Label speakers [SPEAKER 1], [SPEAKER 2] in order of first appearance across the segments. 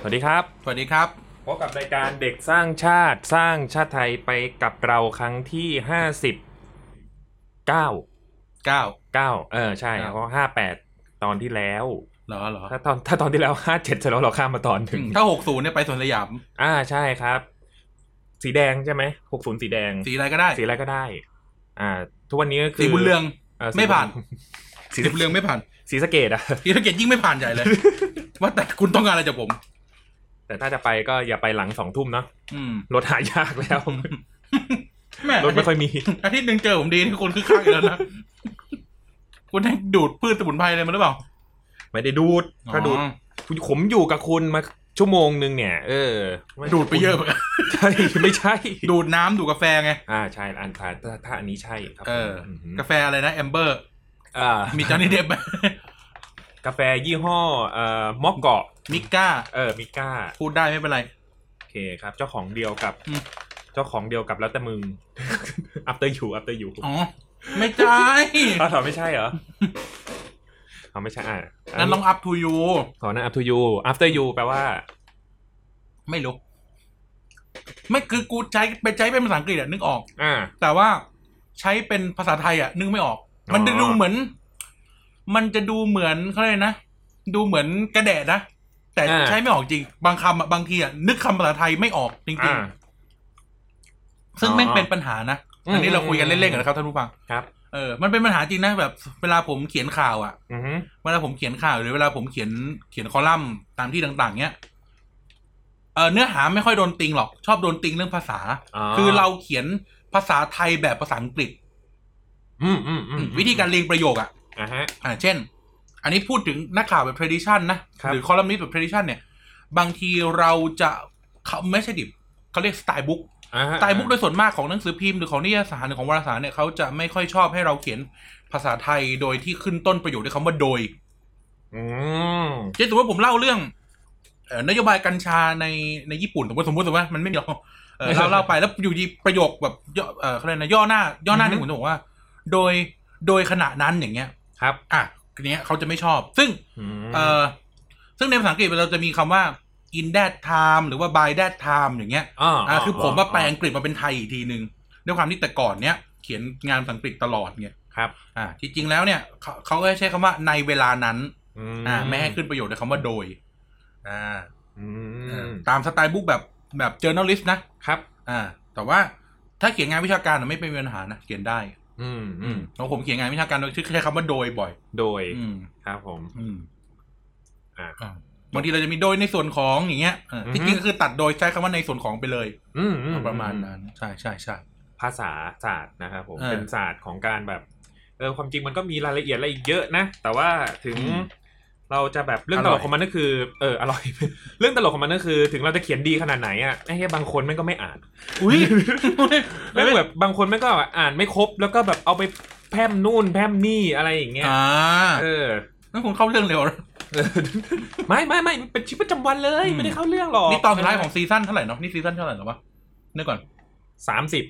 [SPEAKER 1] สวัสดีครับ
[SPEAKER 2] สวัสดีครับ
[SPEAKER 1] พบกับรายการเด็กสร้างชาติสร้างชาติไทยไปกับเราครั้งที่ห้าสิบเก้า
[SPEAKER 2] ก้าว
[SPEAKER 1] เก้าเออใช่
[SPEAKER 2] ครับ
[SPEAKER 1] เพราะห้าแปดตอนที่แล้ว
[SPEAKER 2] เหรอเหรอ
[SPEAKER 1] ถ้าตอนถ้าตอนที่แล้วห้าเจ็ดเสร็จแล้วเราข้ามมาตอนถึง
[SPEAKER 2] ถ้าหกศูนย์เนี่ยไปสวนสยาม
[SPEAKER 1] อ่าใช่ครับ สีแดงใช่ไหมหกศูนย์สีแดง
[SPEAKER 2] สีอะไรก็ได้
[SPEAKER 1] สีอะไรก็ได้ อ่า ทุกวันนี้ก็คือ
[SPEAKER 2] สีบุญเรือง
[SPEAKER 1] อ่สี
[SPEAKER 2] ไม่ผ่าน
[SPEAKER 1] สี
[SPEAKER 2] สีบุญเรืองไม่ผ่าน
[SPEAKER 1] สีสะเกตอะ
[SPEAKER 2] สีสะเกตยิ่งไม่ผ่านใหญ่เลย ว่าแต่คุณต้องการอะไรจากผม
[SPEAKER 1] แต่ถ้าจะไปก็อย่าไปหลังสองทุ่มเนาะ
[SPEAKER 2] อืม
[SPEAKER 1] รถหายาก แล้ว
[SPEAKER 2] แม่
[SPEAKER 1] รถไม่ค่อยมี
[SPEAKER 2] อาทิตย์หนึ่งเจอผมดีที่คนคึกคักอีกแล้ว นะคุณได้ดูดพืชสมุนไพรอะไรมาหรือเปล่า
[SPEAKER 1] ไม่ได้ดูดถ้าดูด
[SPEAKER 2] อ๋อ
[SPEAKER 1] ผมอยู่กับคุณมาชั่วโมงหนึ่งเนี่ย เออ
[SPEAKER 2] ดูดไป เยอะเหมือนกัน
[SPEAKER 1] ใช่ ไม่ใช่
[SPEAKER 2] ดูดน้ำดูดกาแฟไง
[SPEAKER 1] อ่าใช่อันถ้าถ้าถ้าอันนี้ใช่ครับ
[SPEAKER 2] เออ
[SPEAKER 1] ผม
[SPEAKER 2] กาแฟอะไรนะแอมเบอร์
[SPEAKER 1] อ่า
[SPEAKER 2] มี
[SPEAKER 1] มี
[SPEAKER 2] จอห์นนี่เดบ
[SPEAKER 1] กาแฟยี่ห้อเอ่อมอกเกาะ
[SPEAKER 2] มิก้า
[SPEAKER 1] เออมิก้า
[SPEAKER 2] พูดได้ไม่เป็นไร
[SPEAKER 1] โอเคครับ เจ้าของเดียวกับ
[SPEAKER 2] อืม
[SPEAKER 1] เจ้าของเดียวกับแล้วแต่มึง after you after you
[SPEAKER 2] อ๋อ ไม่ใช่
[SPEAKER 1] อ๋อเหรอไม่ใช่เหรออ๋อไม่ใช่อ่า
[SPEAKER 2] นั่นลองอัพทูยู
[SPEAKER 1] ขอนะ after you after you แปลว่า
[SPEAKER 2] ไม่รู้ ไม่คือกูใช้ไปใช้เป็นภาษาอังกฤษอะนึกออก
[SPEAKER 1] อ่า
[SPEAKER 2] แต่ว่าใช้เป็นภาษาไทยอะนึกไม่ออก
[SPEAKER 1] อ๋อ
[SPEAKER 2] มันจะดูเหมือน มันจะดูเหมือนเขาเรียกนะดูเหมือนกระแดะนะแต่ใช้ไม่ออกจริง บางคำอะบางทีอะนึกคำภาษาไทยไม่ออกจริ
[SPEAKER 1] อ่า
[SPEAKER 2] งๆซึ่งแม่ง
[SPEAKER 1] อ๋อ
[SPEAKER 2] เป็นปัญหานะ
[SPEAKER 1] อืม
[SPEAKER 2] อันนี้เราคุยกันเล่นๆ
[SPEAKER 1] อืม
[SPEAKER 2] กันนะครับท่านผู้ฟัง
[SPEAKER 1] ครับ
[SPEAKER 2] เออมันเป็นปัญหาจริงนะแบบ เวลาผมเขียนข่าวอะ
[SPEAKER 1] อือฮึ
[SPEAKER 2] เวลาผมเขียนข่าวหรือเวลาผมเขียนเขียนคอลัมน์ตามที่ต่าง ๆ เนี้ยเออเนื้อหาไม่ค่อยโดนติงหรอก ชอบโดนติงเรื่องภาษา คือเราเขียนภาษาไทยแบบภาษาอังกฤษ
[SPEAKER 1] อืมอืมอืม
[SPEAKER 2] วิธีการเรียงประโยคอะ
[SPEAKER 1] อ่าฮะ
[SPEAKER 2] อ่าเช่น อันนี้พูดถึงนักข่าวแบบ tradition นะ
[SPEAKER 1] ครับ
[SPEAKER 2] หรือ columnist แบบ tradition เนี่ย บางทีเราจะเขาไม่ใช่ดิบเขาเรียก style book
[SPEAKER 1] อ่าฮะ
[SPEAKER 2] style book โดยส่วนมากของหนังสือพิมพ์หรือของนิยายสารหรือของวารสารเนี่ยเขาจะไม่ค่อยชอบให้เราเขียนภาษาไทยโดยที่ขึ้นต้นประโยคด้วยคำว่าโดย
[SPEAKER 1] อืม
[SPEAKER 2] เช่นสมมติว่าผมเล่าเรื่องเอ่อนโยบายกัญชาในในญี่ปุ่นสมมติสมมติสมมติว่ามันไม่มีหรอกเออเราเล่าไปแล้วอยู่ดีประโยคแบบย่อเออเขาเรียกนะย่อหน้า ย่อหน้าหนึ่ง
[SPEAKER 1] อื
[SPEAKER 2] ผ
[SPEAKER 1] อ
[SPEAKER 2] ม
[SPEAKER 1] ฮึ
[SPEAKER 2] จะบอกว่า โดยโดยขณะนั้นอย่างเงี้ย
[SPEAKER 1] ครับ
[SPEAKER 2] อ่ะทีเนี้ยเขาจะไม่ชอบ ซึ่ง
[SPEAKER 1] ม
[SPEAKER 2] เออซึ่งในภาษาอังกฤษเราจะมีคำว่า in that time หรือว่า by that time อย่างเงี้ย
[SPEAKER 1] อ่า
[SPEAKER 2] อ่ะคือผมว่าแปลอังกฤษมาเป็นไทยอีกทีหนึ่งด้วยความที่แต่ก่อนเนี้ยเขียนงานภาษาอังกฤษตลอดไง
[SPEAKER 1] ครับ
[SPEAKER 2] อ่ะที่จริงแล้วเนี่ยเขาเขาก็ใช้คำว่าในเวลานั้น
[SPEAKER 1] อ่า
[SPEAKER 2] อ่าไม่ให้ขึ้นประโยชน์ในคำว่าโดย อ่า
[SPEAKER 1] อื
[SPEAKER 2] เออ
[SPEAKER 1] ม
[SPEAKER 2] ตามสไตล์บุ๊กแบบแบบ journalist นะ
[SPEAKER 1] ครับ
[SPEAKER 2] อ่า แต่ว่าถ้าเขียนงานวิชาการน่ะไม่เป็นปัญหานะเขียนได้
[SPEAKER 1] อืมอืม
[SPEAKER 2] ของผมเขียนงานวิชาการโดยใช้คำว่าโดยบ่อย
[SPEAKER 1] โดย
[SPEAKER 2] อืม
[SPEAKER 1] ครับผม
[SPEAKER 2] อืม
[SPEAKER 1] อ่า
[SPEAKER 2] อ่าบางทีเราจะมีโดยในส่วนของอย่างเงี้ยอ่า
[SPEAKER 1] อือฮึ
[SPEAKER 2] ที่จริงก็คือตัดโดยใช้คำว่าในส่วนของไปเลย
[SPEAKER 1] อืมอื
[SPEAKER 2] ประมาณนั้น ใช่ใช่ใช่
[SPEAKER 1] ภาษาศาสตร์นะครับผม
[SPEAKER 2] เออ
[SPEAKER 1] เป็นศาสตร์ของการแบบเออความจริงมันก็มีรายละเอียดอะไรอีกเยอะนะ แต่ว่าถึง
[SPEAKER 2] อืม
[SPEAKER 1] เราจะแบบเรื่อง
[SPEAKER 2] อ
[SPEAKER 1] ต
[SPEAKER 2] ร่
[SPEAKER 1] ล
[SPEAKER 2] อย
[SPEAKER 1] กของมันก็คือ เออ อร่อย เรื่องตลกของมันก็คือ ถึงเราจะเขียนดีขนาดไหนอ่ะไอ้เหี้ยบางคนแม่งก็ไม่อ่าน
[SPEAKER 2] อุ้ย
[SPEAKER 1] แม่งแบบบางคนแม่งก็อ่านไม่ครบ แล้วก็แบบเอาไปแพร่มนู่นแพร่มนี่อะไรอย่างเงี้ย
[SPEAKER 2] อ่า
[SPEAKER 1] เออ
[SPEAKER 2] นั่นคงเข้าเรื่องเร็วนะ
[SPEAKER 1] เออ ไม่ไม่ไม่เป็นชีวิตประจำวันเลย
[SPEAKER 2] อืม
[SPEAKER 1] ไม่ได้เข้าเรื่องหรอก
[SPEAKER 2] นี่ตอนสุดท้ายของซีซั่นเท่าไหร่เนาะนี่ซีซั่นเท่าไหร่หรอวะนึกก่อน
[SPEAKER 1] สาม สิบ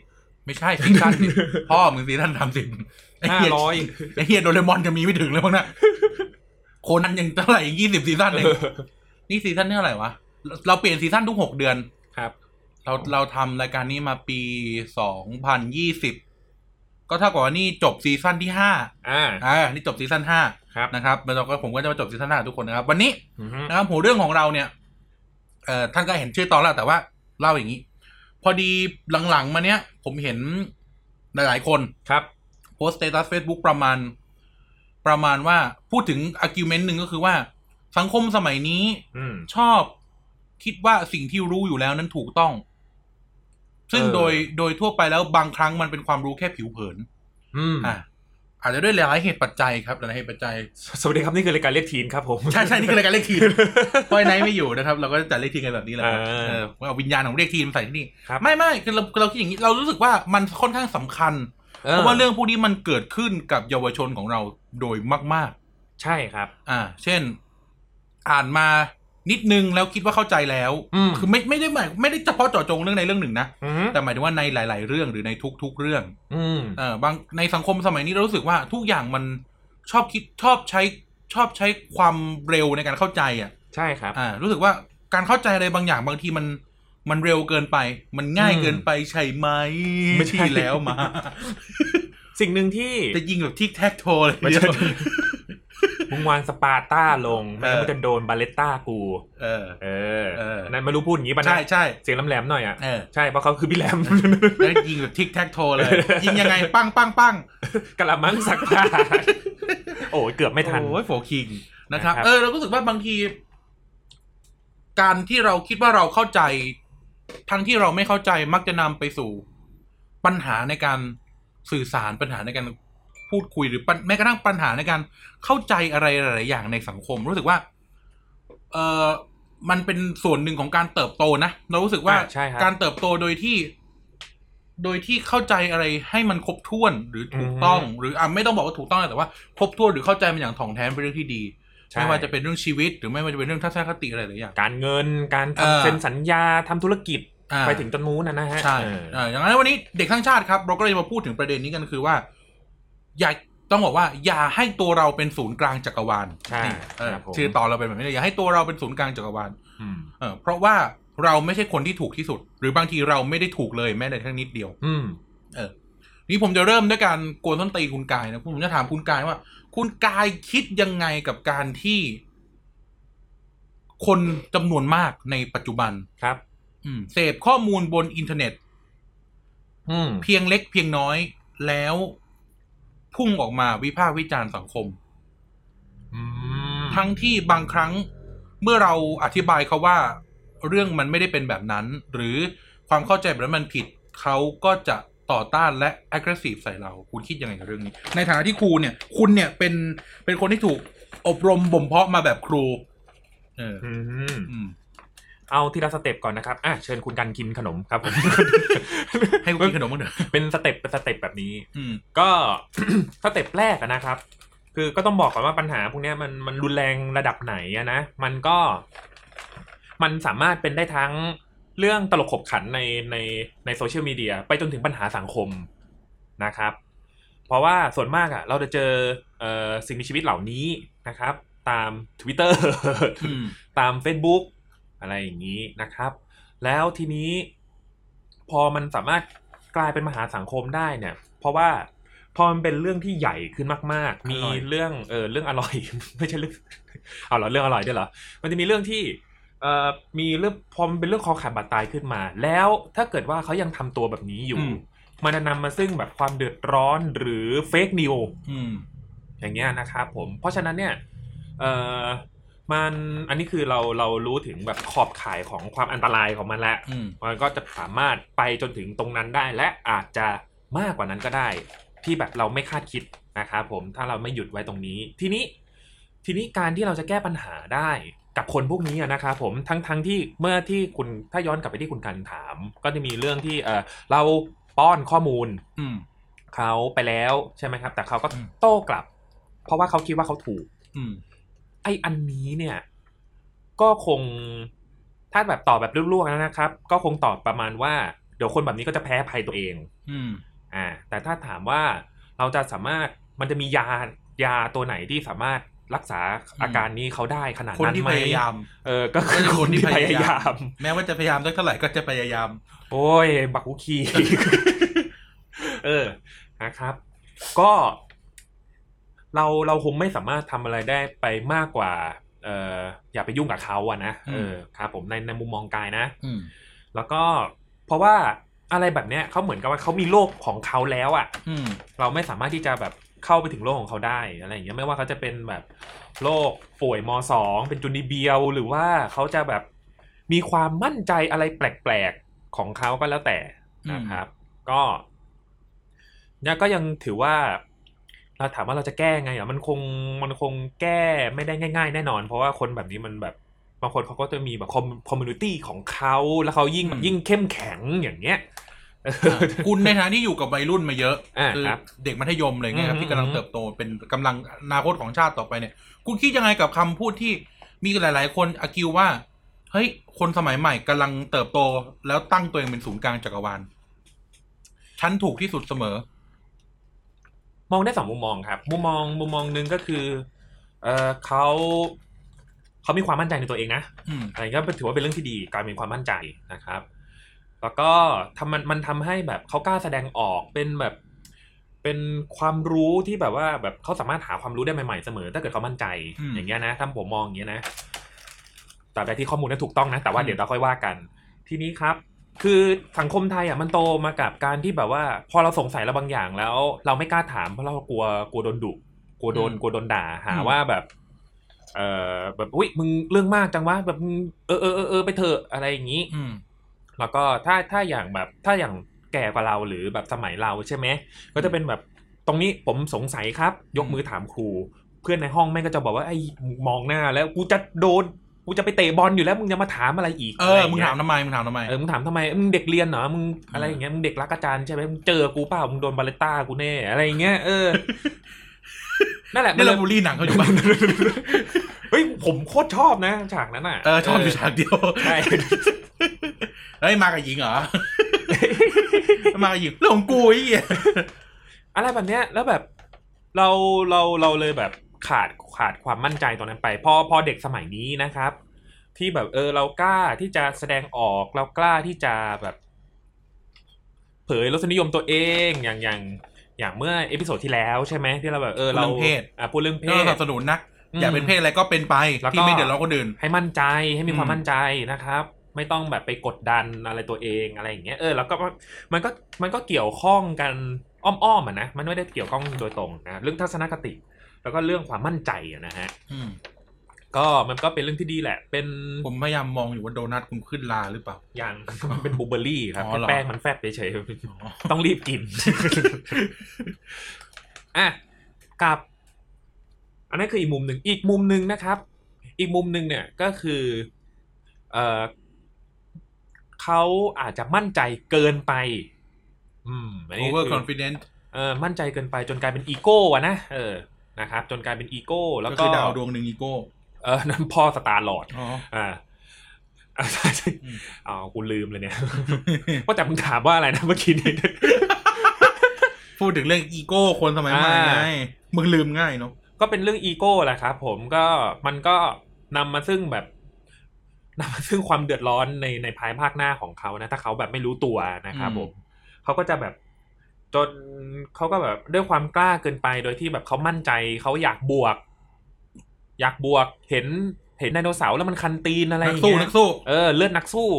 [SPEAKER 2] ไม่ใช่ ซีซั่นสิพ่อมึงซีซั่นสามสิบไอ้
[SPEAKER 1] ห้า
[SPEAKER 2] เหี้ย
[SPEAKER 1] ร้อย
[SPEAKER 2] ไอ้เฮียโดเรมอนจะมีไม่ถึงเลยมั้งนะโคนันยังเท่าไหร่ยี่สิบซีซั่นเองนี่ซีซั่นที่เท่าไหร่วะเราเราเปลี่ยนซีซั่นทุกหกเดือน
[SPEAKER 1] ครับ
[SPEAKER 2] เราเราทำรายการนี้มาปีสองพันยี่สิบก็เท่ากับว่านี่จบซีซั่นที่ห้า
[SPEAKER 1] อ่า
[SPEAKER 2] อ่านี่จบซีซั่นห้า
[SPEAKER 1] ครับ
[SPEAKER 2] นะครับแล้วเราก็ผมก็จะมาจบซีซั่นห้าทุกคนนะครับ วันนี้
[SPEAKER 1] อือฮึ
[SPEAKER 2] นะครับหัวเรื่องของเราเนี่ยเอ่อท่านก็เห็นชื่อตอนแล้วแต่ว่าเล่าอย่างนี้ พอดีหลังๆมาเนี้ย ผมเห็นหลายๆคน
[SPEAKER 1] ครับ
[SPEAKER 2] โพสต์สเตตัส Facebook ประมาณ ประมาณว่าพูดถึงอากิวเมนต์หนึ่งก็คือว่า สังคมสมัยนี้
[SPEAKER 1] อืม
[SPEAKER 2] ชอบคิดว่าสิ่งที่รู้อยู่แล้วนั้นถูกต้อง ซึ่ง
[SPEAKER 1] เออ
[SPEAKER 2] โดยโดยทั่วไปแล้วบางครั้งมันเป็นความรู้แค่ผิวเผิน
[SPEAKER 1] อืม
[SPEAKER 2] อ่ะอาจจะด้วยหลายเหตุปัจจัยครับหลายเหตุปัจจัย
[SPEAKER 1] สวัสดีครับนี่คือรายการเรียกทีนครับผม
[SPEAKER 2] ใช่ใช่นี่ คือรายการเลขทีม เพราะไอ้ไนท์ไม่อยู่นะครับ เราก็จะจัดเลขทีมกันแบบนี้แหละครับ
[SPEAKER 1] เออ
[SPEAKER 2] เออเอาวิญญาณของเลขทีมใส่ที่นี่
[SPEAKER 1] ครับ
[SPEAKER 2] ไม่ไม่คือเราคือเราคิดอย่างนี้เรารู้สึกว่ามันค่อนข้างสำคัญ เพราะว่าเรื่องพวกนี้มันเกิดขึ้นกับเยาวชนของเราโดยมาก
[SPEAKER 1] ใช่ครับ
[SPEAKER 2] ๆ อ่า เช่น อ่านมานิดนึงแล้วคิดว่าเข้าใจแล้ว
[SPEAKER 1] อืม
[SPEAKER 2] คือไม่ไม่ได้หมายไม่ได้เฉพาะเจาะจงเรื่องในเรื่องหนึ่งนะ
[SPEAKER 1] อือฮึ
[SPEAKER 2] แต่หมายถึงว่าในหลาย ๆ เรื่องหรือในทุก ๆ เรื่อง
[SPEAKER 1] อืม
[SPEAKER 2] เออบางในสังคมสมัยนี้เรารู้สึกว่าทุกอย่างมันชอบคิดชอบใช้ชอบใช้ความเร็วในการเข้าใจอ่ะ
[SPEAKER 1] ใช่ครับ
[SPEAKER 2] อ่า รู้สึกว่า การเข้าใจอะไรบางอย่างบางทีมันมันเร็วเกินไป มันง่ายเกินไปใช่ไหม
[SPEAKER 1] ไม่ใช่
[SPEAKER 2] ที่แล้ว มา
[SPEAKER 1] สิ่งหนึ่งที่
[SPEAKER 2] จะยิงแบบที่แท็กโทเลย
[SPEAKER 1] ไม่
[SPEAKER 2] เดีย
[SPEAKER 1] ใช่
[SPEAKER 2] ว
[SPEAKER 1] มึงวางสปาร์ต้าลงไม่งั้น
[SPEAKER 2] เออ
[SPEAKER 1] มันจะโดนบาเลตต้ากู
[SPEAKER 2] เออ
[SPEAKER 1] เออ
[SPEAKER 2] เออ
[SPEAKER 1] นั่นไม่รู้พูดอย่างนี้ป่ะนะ
[SPEAKER 2] ใช่ใช่
[SPEAKER 1] เสียงแหลมๆหน่อยอ่ะ
[SPEAKER 2] เออ
[SPEAKER 1] ใช่เพราะเขาคือพี่แหล ม
[SPEAKER 2] แล้วยิงแบบทิกแท็กโทเลยยิงยังไงปั้งปั้งปั้ง
[SPEAKER 1] กะละมังสักผ้าโอ้ยเกือบไม่ทัน
[SPEAKER 2] โอ้ยโฟคิงนะครับ
[SPEAKER 1] นะครับ
[SPEAKER 2] เออเราก็รู้สึกว่าบางที การที่เราคิดว่าเราเข้าใจ ทั้งที่เราไม่เข้าใจมักจะนำไปสู่ ปัญหาในการสื่อสารปัญหาในการพูดคุยหรือปัญแม้กระทั่งปัญหาในการเข้าใจอะไรหลายๆอย่างในสังคม รู้สึกว่า เออมันเป็นส่วนหนึ่งของการเติบโตนะเรารู้สึกว่า
[SPEAKER 1] อ่ะใช่ครับ
[SPEAKER 2] การเติบโตโดยที่ โดยที่เข้าใจอะไรให้มันครบถ้วนหรือถูก
[SPEAKER 1] อือฮึ
[SPEAKER 2] ต้อง หรืออ่ะไม่ต้องบอกว่าถูกต้องนะแต่ว่าครบถ้วนหรือเข้าใจมันอย่างถ่องแท้เป็นเรื่องที่ดี
[SPEAKER 1] ใช่
[SPEAKER 2] ไม่ว่าจะเป็นเรื่องชีวิต หรือไม่ว่าจะเป็นเรื่องทัศนคติอะไรหลายอย่าง
[SPEAKER 1] การเงินการ
[SPEAKER 2] เออ
[SPEAKER 1] ทำเซ็นสัญญาทำธุรกิจ
[SPEAKER 2] อ่า
[SPEAKER 1] ไปถึงจนนู้นนะนะฮะ
[SPEAKER 2] ใช่
[SPEAKER 1] เออ
[SPEAKER 2] เอออย่างนั้นวันนี้เด็กทั้างชาติครับ เราก็เลยมาพูดถึงประเด็นนี้กันคือว่า อย่าต้องบอกว่า อย่าให้ตัวเราเป็นศูนย์กลางจักรวาล
[SPEAKER 1] ใช่
[SPEAKER 2] นี่เออ
[SPEAKER 1] ครับผม
[SPEAKER 2] ชื่อตอนเราเป็นแบบนี้เลยอย่าให้ตัวเราเป็นศูนย์กลางจักรวาล
[SPEAKER 1] อืม
[SPEAKER 2] เออเพราะว่าเราไม่ใช่คนที่ถูกที่สุด หรือบางทีเราไม่ได้ถูกเลยแม้แต่ทั้งนิดเดียว
[SPEAKER 1] อืม
[SPEAKER 2] นี่ผมจะเริ่มด้วยการโกวนส้นตีนคุณกายนะผมจะถามคุณกายว่า คุณกายคิดยังไงกับการที่ คนจำนวนมากในปัจจุบัน
[SPEAKER 1] ครับ
[SPEAKER 2] อืมเสพข้อมูลบนอินเทอร์เน็ต
[SPEAKER 1] อืม
[SPEAKER 2] เพียงเล็กเพียงน้อยแล้วพุ่งออกมาวิพากษ์วิจารณ์สังคม
[SPEAKER 1] อืม
[SPEAKER 2] ทั้งที่บางครั้งเมื่อเราอธิบายเขาว่า เรื่องมันไม่ได้เป็นแบบนั้น หรือความเข้าใจแบบนั้นมันผิดเขาก็จะต่อต้านและ aggressive ใส่เรา คุณคิดยังไงกับเรื่องนี้ ในฐานะที่ครูเนี่ย คุณเนี่ยเป็นเป็นคนที่ถูกอบรมบ่มเพาะมาแบบครู เออ
[SPEAKER 1] อืม
[SPEAKER 2] อืม
[SPEAKER 1] เอาทีละสเต็ปก่อนนะครับ อ่ะ เชิญคุณกันกินขนมครับผม
[SPEAKER 2] ให้กูกินขนมมั้างเถอะ
[SPEAKER 1] เป็นสเต็ปเป็นสเต็ปแบบนี้
[SPEAKER 2] อืม
[SPEAKER 1] ก็ สเต็ปแรกอะนะครับ คือก็ต้องบอกก่อนว่าปัญหาพวกเนี้ยมันมันรุนแรงระดับไหนอะนะ มันก็ มันสามารถเป็นได้ทั้งเรื่องตลกขบขันในในในโซเชียลมีเดียไปจนถึงปัญหาสังคมนะครับ เพราะว่าส่วนมากอะเราจะเจอเอ่อสิ่งมีชีวิตเหล่านี้นะครับ ตาม Twitter
[SPEAKER 2] อืม
[SPEAKER 1] ตาม Facebook อะไรอย่างนี้นะครับ แล้วทีนี้พอมันสามารถกลายเป็นมหาสังคมได้เนี่ย เพราะว่าพอมันเป็นเรื่องที่ใหญ่ขึ้นมาก ๆ มี
[SPEAKER 2] อร่อย
[SPEAKER 1] เรื่องเออเรื่องอร่อย ไม่ใช่เรื่อง เอาเหรอเรื่องอร่อยด้วยเหรอ มันจะมีเรื่องที่เอ่อมีเรื่องพอมันเป็นเรื่องคอขาดบาดตายขึ้นมา แล้วถ้าเกิดว่าเขายังทำตัวแบบนี้อยู่
[SPEAKER 2] อืม
[SPEAKER 1] มันจะนำมาซึ่งแบบความเดือดร้อนหรือเฟกนิว
[SPEAKER 2] อืม
[SPEAKER 1] อย่างเงี้ยนะครับผม เพราะฉะนั้นเนี่ย เอ่อ มัน อันนี้คือเรา เรารู้ถึงแบบขอบข่ายของความอันตรายของมันแล้ว
[SPEAKER 2] อืม
[SPEAKER 1] มันก็จะสามารถไปจนถึงตรงนั้นได้ และอาจจะมากกว่านั้นก็ได้ ที่แบบเราไม่คาดคิดนะครับผม ถ้าเราไม่หยุดไว้ตรงนี้ ทีนี้ ทีนี้การที่เราจะแก้ปัญหาได้กับคนพวกนี้อะนะครับผม ทั้งทั้งที่เมื่อที่คุณ ถ้าย้อนกลับไปที่คุณกันถาม ก็จะมีเรื่องที่ เออเราป้อนข้อมูล
[SPEAKER 2] อืม
[SPEAKER 1] เขาไปแล้วใช่ไหมครับ แต่เขาก็
[SPEAKER 2] อืม
[SPEAKER 1] โต้กลับ เพราะว่าเขาคิดว่าเขาถูก
[SPEAKER 2] อืม
[SPEAKER 1] ไออันนี้เนี่ย ก็คงถ้าแบบตอบแบบลวกๆนะครับ ก็คงตอบประมาณว่า เดี๋ยวคนแบบนี้ก็จะแพ้ภัยตัวเอง
[SPEAKER 2] อืม
[SPEAKER 1] อ่าแต่ถ้าถามว่าเราจะสามารถมันจะมียายาตัวไหนที่สามารถรักษาอาการนี้เขาได้ขนาด
[SPEAKER 2] คน
[SPEAKER 1] นั้น
[SPEAKER 2] ที่
[SPEAKER 1] ไหม
[SPEAKER 2] พยายาม
[SPEAKER 1] เออก็คือคนที่พยายาม
[SPEAKER 2] แม้ว่าจะพยายามสักเท่าไหร่ก็จะพยายาม
[SPEAKER 1] โอ้ย บักคุคี เออนะครับ ก็ เราเราคงไม่สามารถทำอะไรได้ไปมากกว่า เอออย่าไปยุ่งกับเขาอะนะ
[SPEAKER 2] อืม
[SPEAKER 1] เออครับผมในในมุมมองกายนะ
[SPEAKER 2] อืม
[SPEAKER 1] แล้วก็เพราะว่าอะไรแบบเนี้ยเขาเหมือนกับว่าเขามีโลกของเขาแล้วอะ
[SPEAKER 2] อืม
[SPEAKER 1] เราไม่สามารถที่จะแบบเข้าไปถึงโลกของเขาได้อะไรอย่างเงี้ยไม่ว่าเขาจะเป็นแบบโรคป่วยมสองเป็นจุนิเบียวหรือว่าเขาจะแบบมีความมั่นใจอะไรแปลกๆของเขาก็แล้วแต่ นะครับ ก็เนี่ยก็ยังถือว่า เราถามว่าเราจะแก้ไงอ่ะมันคงมันคงแก้ไม่ได้ง่าย ๆ แน่นอน เพราะว่าคนแบบนี้มันแบบบางคนเขาก็จะมีแบบคอมมูนิตี้ของเขาแล้วเขายิ่ง
[SPEAKER 2] อืม
[SPEAKER 1] ยิ่งเข้มแข็งอย่างเงี้ย
[SPEAKER 2] อ่ะคุณในฐานะที่อยู่กับวัยรุ่นมาเยอะ
[SPEAKER 1] อ่า
[SPEAKER 2] คือ
[SPEAKER 1] ครับ
[SPEAKER 2] เด็กมัธยมอะไรเงี้ยครับ
[SPEAKER 1] อืม
[SPEAKER 2] ที่กำลัง
[SPEAKER 1] อืม
[SPEAKER 2] เติบโตเป็นกำลังอนาคตของชาติต่อไปเนี่ย คุณคิดยังไงกับคำพูดที่มีหลาย ๆ คนอากิวว่า เฮ้ย คนสมัยใหม่กำลังเติบโตแล้วตั้งตัวเองเป็นศูนย์กลางจักรวาลฉันถูกที่สุดเสมอ
[SPEAKER 1] มองได้สองมุมมองครับ มุมมองมุมมองหนึ่งก็คือเออเขา เขามีความมั่นใจในตัวเองนะ
[SPEAKER 2] อืม
[SPEAKER 1] อะไรก็ถือว่าเป็นเรื่องที่ดีการมีความมั่นใจนะครับ แล้วก็ทำมันมันทำให้แบบเขากล้าแสดงออกเป็นแบบ เป็นความรู้ที่แบบว่าแบบเขาสามารถหาความรู้ได้ใหม่ๆเสมอ ถ้าเกิดเขามั่นใจ
[SPEAKER 2] อืม
[SPEAKER 1] อย่างเงี้ยนะถ้าผมมองอย่างเงี้ยนะแต่ใดที่ข้อมูลนั้นถูกต้องนะ แต่ว่า
[SPEAKER 2] อืม
[SPEAKER 1] เดี๋ยวเราค่อยว่ากัน ทีนี้ครับ คือสังคมไทยอ่ะมันโตมากับการที่แบบว่า พอเราสงสัยอะไรบางอย่างแล้ว เราไม่กล้าถามเพราะเรากลัวกลัวโดนดุกลัวโดน
[SPEAKER 2] อืม
[SPEAKER 1] กลัวโดนด่าหาว่าแบบ เออแบบอุ้ยมึงเรื่องมากจังวะแบบมึงเออเออเออเออไปเถอะอะไรอย่างนี้
[SPEAKER 2] อืม
[SPEAKER 1] แล้วก็ถ้าถ้าอย่างแบบถ้าอย่างแก่กว่าเราหรือแบบสมัยเราใช่ไหมก็จะเป็นแบบตรงนี้ผมสงสัยครับ ยกมือถามครู เพื่อนในห้องแม่งก็จะบอกว่าไอ้มองหน้า แล้วกูจะโดนกูจะไปเตะบอลอยู่แล้วมึงจะมาถามอะไรอีก
[SPEAKER 2] เอ
[SPEAKER 1] ไร
[SPEAKER 2] อ
[SPEAKER 1] ย่
[SPEAKER 2] มึง
[SPEAKER 1] ย
[SPEAKER 2] ถามทำไม มึงถามทำไม
[SPEAKER 1] เออ มึงถามทำไม มึงเด็กเรียนเหรอ มึงอะไรอย่างเงี้ย มึงเด็กรักอาจารย์ใช่ไหมมึงเจอกูเปล่า มึงโดนบาเลต้ากูแน่ อะไรอย่างเงี้ย เออ นั่นแหละ
[SPEAKER 2] นี่
[SPEAKER 1] เล
[SPEAKER 2] เรา
[SPEAKER 1] ย
[SPEAKER 2] บูลลี่หนังเขาอยู่บ้าง
[SPEAKER 1] เฮ้ย ผมโคตรชอบนะ ฉากนั้นอ่ะ
[SPEAKER 2] เออ ชอบอยู่ฉากเดียว
[SPEAKER 1] ใช่
[SPEAKER 2] เฮ้ย มากับหญิ งเหรอ มากับหญิงเรื่องของกูไอ้เหี้ย
[SPEAKER 1] อะไรแบบเนี้ย แล้วแบบ เรา เรา เราเลยแบบขาด ขาดความมั่นใจตรงนั้นไป พอ พอเด็กสมัยนี้นะครับ ที่แบบ เออ เรากล้าที่จะแสดงออก เรากล้าที่จะแบบ เผยรสนิยมตัวเอง อย่าง อย่าง อย่างเมื่อเอพิโซดที่แล้วใช่ไหมที่เราแบบ เออ เราอ่ะพูดเรื่องเพ
[SPEAKER 2] ก็
[SPEAKER 1] ศ
[SPEAKER 2] สนับสนุนนะ อย่าเป็นเพศอะไรก็เป็นไป
[SPEAKER 1] แล้วก็
[SPEAKER 2] ที่ไม่เดือดร้อนคนอื่น
[SPEAKER 1] ให้มั่นใจให้มี
[SPEAKER 2] อืม
[SPEAKER 1] ความมั่นใจนะครับ ไม่ต้องแบบไปกดดันอะไรตัวเองอะไรอย่างเงี้ยเออแล้วก็มันก็มันก็เกี่ยวข้องกันอ้อมๆอ่ะนะมันไม่ได้เกี่ยวข้องโดยตรงนะเรื่องทัศนคติ แล้วก็เรื่องความมั่นใจอะนะฮะ
[SPEAKER 2] อืม
[SPEAKER 1] ก็มันก็เป็นเรื่องที่ดีแหละ เป็น
[SPEAKER 2] ผมพยายามมองอยู่ว่าโดนัทคุณขึ้นลาหรือเปล่า
[SPEAKER 1] อย่าง มันเป็นบลูเบอร์รี่ครับ
[SPEAKER 2] อ๋อเหรอ
[SPEAKER 1] แป้งมันแฟบเฉย
[SPEAKER 2] อ๋อ
[SPEAKER 1] ๆต้องรีบ กิน อ่ะกับ อันนั้นคืออีกมุมหนึ่งอีกมุมหนึ่งนะครับ อีกมุมหนึ่งเนี่ยก็คือเออเขาอาจจะมั่นใจเกินไป อืมอัน
[SPEAKER 2] โอ
[SPEAKER 1] นี้
[SPEAKER 2] เวอร์ค
[SPEAKER 1] คือ อน
[SPEAKER 2] ฟิเดนซ์
[SPEAKER 1] เออมั่นใจเกินไปจนกลายเป็นอีโก้อะนะเออนะครับ จนกลายเป็นอีโก้ แล้ว
[SPEAKER 2] ก็
[SPEAKER 1] ก็
[SPEAKER 2] คือดาวดวงหนึ่งอีโก้
[SPEAKER 1] เอ อนั่นพ่อสตาร์ลอร์ด
[SPEAKER 2] อ๋อ
[SPEAKER 1] อ่า อ่า
[SPEAKER 2] อืม
[SPEAKER 1] อ๋อกูลืมเลย เนี่ยว่าแต่มึงถามว่าอะไรนะเมื่อกี้เนี่ย
[SPEAKER 2] พูดถึงเรื่องอีโก้คนสมัยใหม่ไง
[SPEAKER 1] อ่า
[SPEAKER 2] มึงลืมง่ายเนาะ
[SPEAKER 1] ก็เป็นเรื่องอีโก้แหละครับผมก็มันก็นำมาซึ่งแบบนำมาซึ่งความเดือดร้อนในในภายภาคหน้าของเขานะ ถ้าเขาแบบไม่รู้ตัวนะครับ
[SPEAKER 2] อืม
[SPEAKER 1] ผมเขาก็จะแบบจนเขาก็แบบด้วยความกล้าเกินไปโดยที่แบบเขามั่นใจเขาอยากบวก อยากบวกเห็นเห็นไดโนเสาร์แล้วมันคันตีนอะไรอ
[SPEAKER 2] นัก
[SPEAKER 1] ย่าง
[SPEAKER 2] สู้
[SPEAKER 1] เงี้ย
[SPEAKER 2] นักสู้
[SPEAKER 1] เออเลือดนักสู้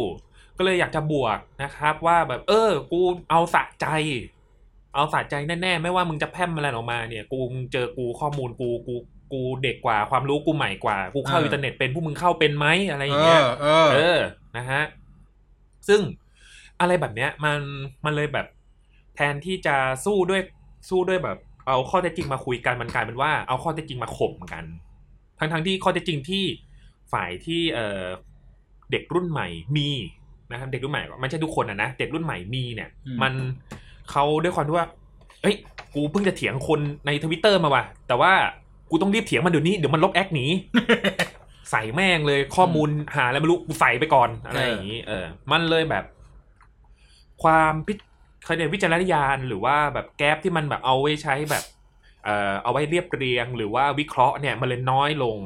[SPEAKER 1] ก็เลยอยากจะบวกนะครับ ว่าแบบ เออ กูเอาสะใจ เอาสะใจแน่ๆ ไม่ว่ามึงจะแพร่มอะไรออกมาเนี่ย กูมึงเจอกูข้อมูลกูกูกูเด็กกว่าความรู้กูใหม่กว่า กูเข้า
[SPEAKER 2] เอออิ
[SPEAKER 1] อินเทอร์เน็ตเป็นพวกมึงเข้าเป็นไหมอะไรอ
[SPEAKER 2] เอย่าง
[SPEAKER 1] เงี้ย
[SPEAKER 2] อ เออ
[SPEAKER 1] เออ นะฮะ ซึ่งอะไรแบบเนี้ย มัน มันเลยแบบ แทนที่จะสู้ด้วย สู้ด้วยแบบ เอาข้อเท็จจริงมาคุยกัน มันกลายเป็นว่า เอาข้อเท็จจริงมาข่มกัน ทั้งทั้งที่ข้อเท็จจริงที่ฝ่ายที่ เออเด็กรุ่นใหม่มีนะครับ เด็กรุ่นใหม่ก็ไม่ใช่ทุกคนนะนะ เด็กรุ่นใหม่มีเนี่ย
[SPEAKER 2] อืม
[SPEAKER 1] มันเขาด้วยความที่ว่า เอ้ย กูเพิ่งจะเถียงคนในทวิตเตอร์มาว่ะ แต่ว่ากูต้องรีบเถียงมันเดี๋ยวนี้ เดี๋ยวมันลบแอคหนี ใส่แม่งเลยข้อมูลหาอะไรไม่รู้กูใส่ไปก่อนอะไรอย่างนี้ เออ มันเลยแบบ ความพิจเขาเรียกวิจารณญาณหรือว่าแบบแก๊ปที่มันแบบเอาไว้ใช้แบบ เอ่อเอาไว้เรียบเรียง หรือว่าวิเคราะห์เนี่ยมันเลยน้อยลง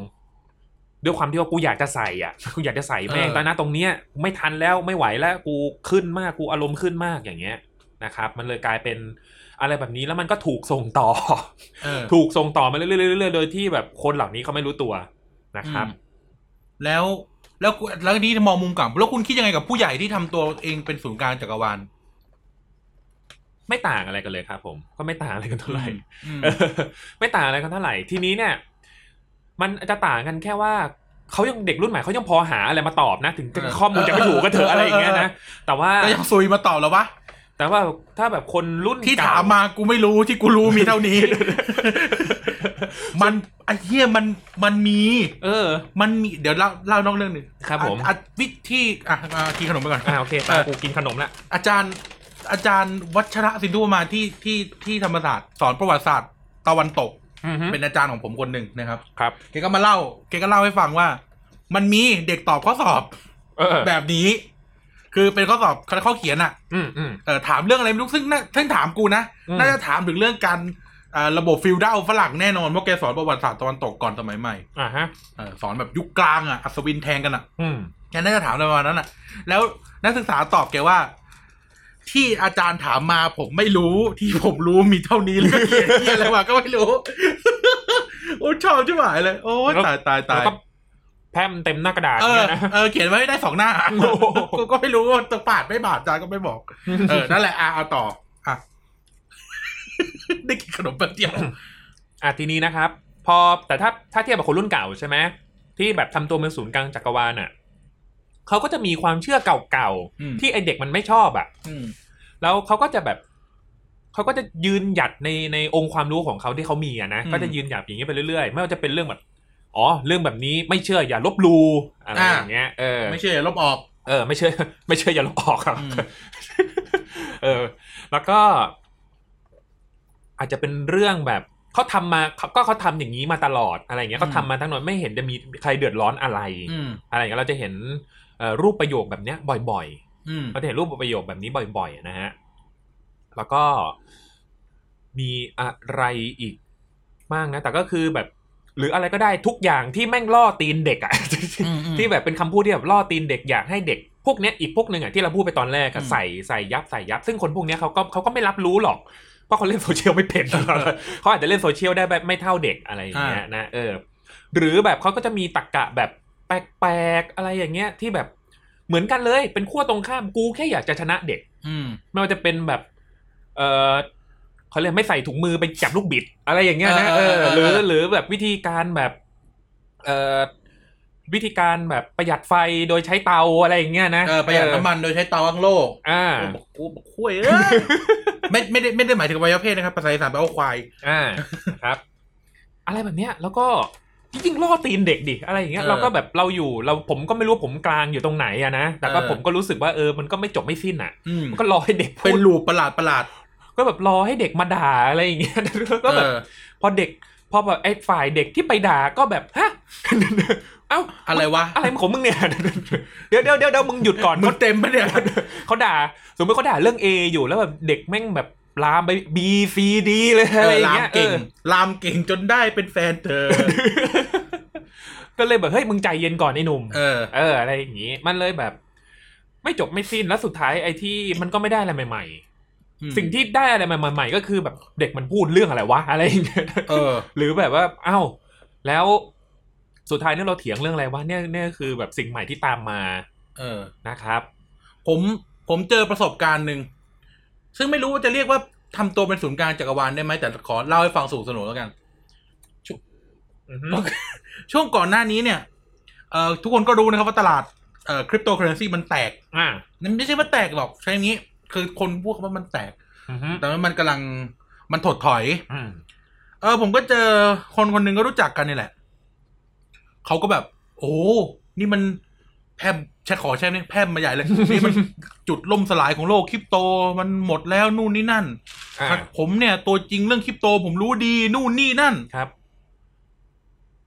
[SPEAKER 1] ด้วยความที่ว่ากูอยากจะใส่อ่ะ กูอยากจะใส่แม่ง
[SPEAKER 2] เออ
[SPEAKER 1] ตอนหน้าตรงเนี้ยไม่ทันแล้วไม่ไหวแล้วกูขึ้นมากกูอารมณ์ขึ้นมากอย่างเงี้ยนะครับ มันเลยกลายเป็นอะไรแบบนี้แล้วมันก็ถูกส่งต่อ
[SPEAKER 2] เออ
[SPEAKER 1] ถูกส่งต่อมาเรื่อยๆเรื่อยๆโดยที่แบบคนเหล่านี้เขาไม่รู้ตัวนะครับ
[SPEAKER 2] อืมแล้วแล้วคุณแล้วนี่มองมุมกลับแล้วคุณคิดยังไงกับผู้ใหญ่ที่ทำตัวเองเป็นศูนย์กลางจักรวาล
[SPEAKER 1] ไม่ต่างอะไรกันเลยครับผมก็ไม่ต่างอะไรกันเท่าไหร่
[SPEAKER 2] อืม
[SPEAKER 1] เออ ไม่ต่างอะไรกันเท่าไหร่ทีนี้เนี่ย มันจะต่างกันแค่ว่าเขายังเด็กรุ่นใหม่เขายังพอหาอะไรมาตอบนะถึงถึงข้อมูลจะไม่ถูกก็เถอะอะไรอย่างเงี้ยนะแต่ว่า
[SPEAKER 2] ก็ยังซุยมาตอบแล้ววะ
[SPEAKER 1] แต่ว่าถ้าแบบคนรุ่น
[SPEAKER 2] ที่
[SPEAKER 1] เก่
[SPEAKER 2] ถามมากูไม่รู้ที่กูรู้มีเท่านี้ มันไอ้เหี้ยมันมันมี
[SPEAKER 1] เออ
[SPEAKER 2] มันมีเดี๋ยวเล่าเล่านอกเรื่องหนึ่ง
[SPEAKER 1] ครับผม
[SPEAKER 2] อ่ะอ่ะวิธีอ่ะอ่ะกินขนมไปก่อน
[SPEAKER 1] อ่าโอเค
[SPEAKER 2] เอ
[SPEAKER 1] ตา
[SPEAKER 2] อ
[SPEAKER 1] กูกินขนมละ
[SPEAKER 2] อาจารย์อาจารย์วัชระสินธุปมาที่ที่ที่ธรรมศาสตร์สอนประวัติศาสตร์ตะวันตก
[SPEAKER 1] อือฮึ
[SPEAKER 2] เป็นอาจารย์ของผมคนหนึ่งนะครับ
[SPEAKER 1] ครับ
[SPEAKER 2] แกก็มาเล่าแกก็เล่าให้ฟังว่า มันมีเด็กตอบข้อสอบ
[SPEAKER 1] เออ
[SPEAKER 2] แบบนี้ คือเป็นข้อสอบข้อเขียนอะ
[SPEAKER 1] อืมอืม
[SPEAKER 2] เออถามเรื่องอะไรไม่รู้ซึ่งน่าท่านถามกูนะ
[SPEAKER 1] อืม
[SPEAKER 2] น่าจะถามถึงเรื่องการ อ่าระบบฟิลดัลฝรั่งแน่นอนเพราะแกสอนประวัติศาสตร์ตะวันตกก่อนสมัยใหม่
[SPEAKER 1] อ่าฮะ
[SPEAKER 2] เออสอนแบบยุคกลางอ่ะอัศวินแทงกันอ่ะ
[SPEAKER 1] อืม
[SPEAKER 2] แกน่าจะถามอะไรประมาณนั้นอ่ะ แล้วนักศึกษาตอบแกว่า ที่อาจารย์ถามมาผมไม่รู้ ที่ผมรู้มีเท่านี้แล้วก็เขียนเขียนอะไรมาก็ไม่รู้ โอ้ชอบชิบหายเลย โอ้ย
[SPEAKER 1] แล้ว
[SPEAKER 2] ตายตายตา
[SPEAKER 1] แล้ว
[SPEAKER 2] ย
[SPEAKER 1] ก็แพร่มเต็มหน้ากระดาษ
[SPEAKER 2] เออ
[SPEAKER 1] เนี่ยนะ
[SPEAKER 2] เออเขียนไว้ได้สองหน้า
[SPEAKER 1] โอ้โห
[SPEAKER 2] กูก็ไม่รู้ว่าจะปาดไม่บาดอาจารย์ก็ไม่บอก เอ อ นั่นแหละอ่ะเอาต่ออ่ะ ได้กินขนมแป๊บเดียว
[SPEAKER 1] อ่ะทีนี้นะครับ พอแต่ถ้าถ้าเทียบกับคนรุ่นเก่าใช่ไหมที่แบบทำตัวเป็นศูนย์กลางจักรวาลอ่ะเขาก็จะมีความเชื่อเก่า
[SPEAKER 2] อืม
[SPEAKER 1] ๆ ที่ไอเด็กมันไม่ชอบอ่ะ
[SPEAKER 2] อืม
[SPEAKER 1] แล้วเขาก็จะแบบเขาก็จะยืนหยัดในในองค์ความรู้ของเขาที่เขามีอะนะ
[SPEAKER 2] อืม
[SPEAKER 1] ก็จะยืนหยัดอย่างนี้ไปเรื่อยๆ ไม่ว่าจะเป็นเรื่องแบบอ๋อเรื่องแบบนี้ไม่เชื่ออย่าลบหลูอะไร
[SPEAKER 2] อ่า
[SPEAKER 1] อย่างเงี้ยเออ
[SPEAKER 2] ไม่ใช่ลบออก
[SPEAKER 1] เออ ไม่เชื่อ ไม่เชื่ออย่าลบออกครับ
[SPEAKER 2] อืม
[SPEAKER 1] เออ แล้วก็ อาจจะเป็นเรื่องแบบเขาทำมาเขาก็เขาทำอย่างนี้มาตลอดอะไรอย่างเงี้ยเขาทำมาทั้งนั้นไม่เห็นจะมีใครเดือดร้อนอะไร
[SPEAKER 2] อืม
[SPEAKER 1] อะไรอย่างเงี้ยเราจะเห็นเอ่อรูปประโยคแบบเนี้ย บ่อย ๆ
[SPEAKER 2] อืม
[SPEAKER 1] เราจะเห็นรูปประโยคแบบนี้บ่อย ๆ นะฮะ แล้วก็มีอะไรอีกบ้างนะ แต่ก็คือแบบ หรืออะไรก็ได้ทุกอย่างที่แม่งล่อตีนเด็กอะ
[SPEAKER 2] อืมอืม
[SPEAKER 1] ที่แบบเป็นคำพูดที่แบบล่อตีนเด็กอยากให้เด็กพวกเนี้ยอีกพวกหนึ่งอะที่เราพูดไปตอนแรกอะ
[SPEAKER 2] อืม
[SPEAKER 1] ใส่ใส่ยับใส่ยับ ซึ่งคนพวกเนี้ยเขาก็เขาก็ไม่รับรู้หรอกเพราะเขาเล่นโซเชียลไม่เป็น เขาอาจจะเล่นโซเชียลได้แบบไม่เท่าเด็กอะไรอย่างเงี้ยนะเออ หรือแบบเขาก็จะมีตรกกะแบบแปลกๆอะไรอย่างเงี้ย ที่แบบเหมือนกันเลยเป็นขั้วตรงข้ามกูแค่อยากจะชนะเด็ก
[SPEAKER 2] อืม
[SPEAKER 1] ไม่ว่าจะเป็นแบบ เออเขาเรียกไม่ใส่ถุงมือไปจับลูกบิด อะไรอย่างเงี้ยนะ
[SPEAKER 2] เอ
[SPEAKER 1] เอ
[SPEAKER 2] อ
[SPEAKER 1] อห
[SPEAKER 2] เออ
[SPEAKER 1] รือ
[SPEAKER 2] เออ
[SPEAKER 1] หรือแบบวิธีการแบบเออวิธีการแบบประหยัดไฟโดยใช้เตาอะไรอย่างเงี้ยนะ
[SPEAKER 2] เออประหยัดน้ำมันโดยใช้เตาอังโลก
[SPEAKER 1] อ่า
[SPEAKER 2] บอกกูบอกคุยเอ้ย ไม่ไม่ได้ไม่ได้หมายถึงอวัยวะเพศนะครับภาษาอีสานแปลว่าควาย
[SPEAKER 1] อ่า ครับ อะไรแบบเนี้ย แล้วก็ยิ่งล่อตีนเด็กดิอะไรอย่างเงี้ย
[SPEAKER 2] เออ
[SPEAKER 1] เราก็แบบเราอยู่เราผมก็ไม่รู้ว่าผมกลางอยู่ตรงไหนอะนะแต่ก็
[SPEAKER 2] เออ
[SPEAKER 1] ผมก็รู้สึกว่าเออมันก็ไม่จบไม่สิ้นอะ
[SPEAKER 2] อืม
[SPEAKER 1] มันก็รอให้เด็กพู
[SPEAKER 2] เป็
[SPEAKER 1] ด
[SPEAKER 2] นลูปประหลาดประหลาด
[SPEAKER 1] ก็แบบรอให้เด็กมาด่าอะไรอย่างเงี้ย แล้วก็แบบ
[SPEAKER 2] เออ
[SPEAKER 1] พอเด็กพอแบบไอ้ฝ่ายเด็กที่ไปด่าก็แบบ ฮะ เอ้า
[SPEAKER 2] อะไรวะ
[SPEAKER 1] อะไรของมึ งเนี่ย เดี๋ยวเดี๋ยวเดี๋ยวเดี๋ยวมึงหยุดก่อน
[SPEAKER 2] มึ
[SPEAKER 1] เขา
[SPEAKER 2] งเต็มปะเนี่ย
[SPEAKER 1] เขาด่า สมมติเขาด่าเรื่อง A อยู่แล้วแบบเด็กแม่งแบบลามไป B C D เลย
[SPEAKER 2] เอ
[SPEAKER 1] อะไร
[SPEAKER 2] อ
[SPEAKER 1] อย่า
[SPEAKER 2] ลาง ม
[SPEAKER 1] เงี้ยเอ
[SPEAKER 2] เก่ง
[SPEAKER 1] อ
[SPEAKER 2] ลามเก่งจนได้เป็นแฟนเธอ
[SPEAKER 1] ก็เลยแบบเฮ้ยมึงใจเย็นก่อนไอ้หนุ่ม
[SPEAKER 2] เออ
[SPEAKER 1] เอออะไรอย่างงี้ มันเลยแบบ ไม่จบไม่สิ้นแล้วสุดท้ายไอ้ที่มันก็ไม่ได้อะไรใหม่ ๆ สิ่งที่ได้อะไรใหม่ ๆ ก็คือแบบเด็กมันพูดเรื่องอะไรวะอะไรอย่างเงี้ย
[SPEAKER 2] เออ
[SPEAKER 1] หรือแบบว่า เอ้า แล้วสุดท้ายเนี่ยเราเถียงเรื่องอะไรวะเนี่ยเนี่ยคือแบบสิ่งใหม่ที่ตามมา
[SPEAKER 2] เออ
[SPEAKER 1] นะครับ
[SPEAKER 2] ผมผมเจอประสบการณ์หนึ่ง ซึ่งไม่รู้ว่าจะเรียกว่าทำตัวเป็นศูนย์กลางจักรวาลได้ไหมแต่ขอเล่าให้ฟังสู่สนุกแล้วกัน ช่วงก่อนหน้านี้เนี่ยเอ่อทุกคนก็รู้นะครับว่าตลาดเอ่อคริปโตเคอเรนซีมันแตก
[SPEAKER 1] อ่า
[SPEAKER 2] มันไม่ใช่ว่าแตกหรอกใช่อย่างนี้ คือคนพูดคำว่ามันแตก
[SPEAKER 1] อือฮึ
[SPEAKER 2] แต่ว่ามันกำลังมันถดถอย
[SPEAKER 1] อืม
[SPEAKER 2] เออ ผมก็เจอคนคนหนึ่งก็รู้จักกันนี่แหละ เขาก็แบบ โอ้ นี่มันแพมใช้ขอใช่ไหมแพมมาใหญ่เลย นี่มันจุดล่มสลายของโลกคริปโต มันหมดแล้วนู่นนี่นั่น
[SPEAKER 1] อ่า
[SPEAKER 2] ผมเนี่ย ตัวจริงเรื่องคริปโต ผมรู้ดีนู่นนี่นั่น
[SPEAKER 1] ครับ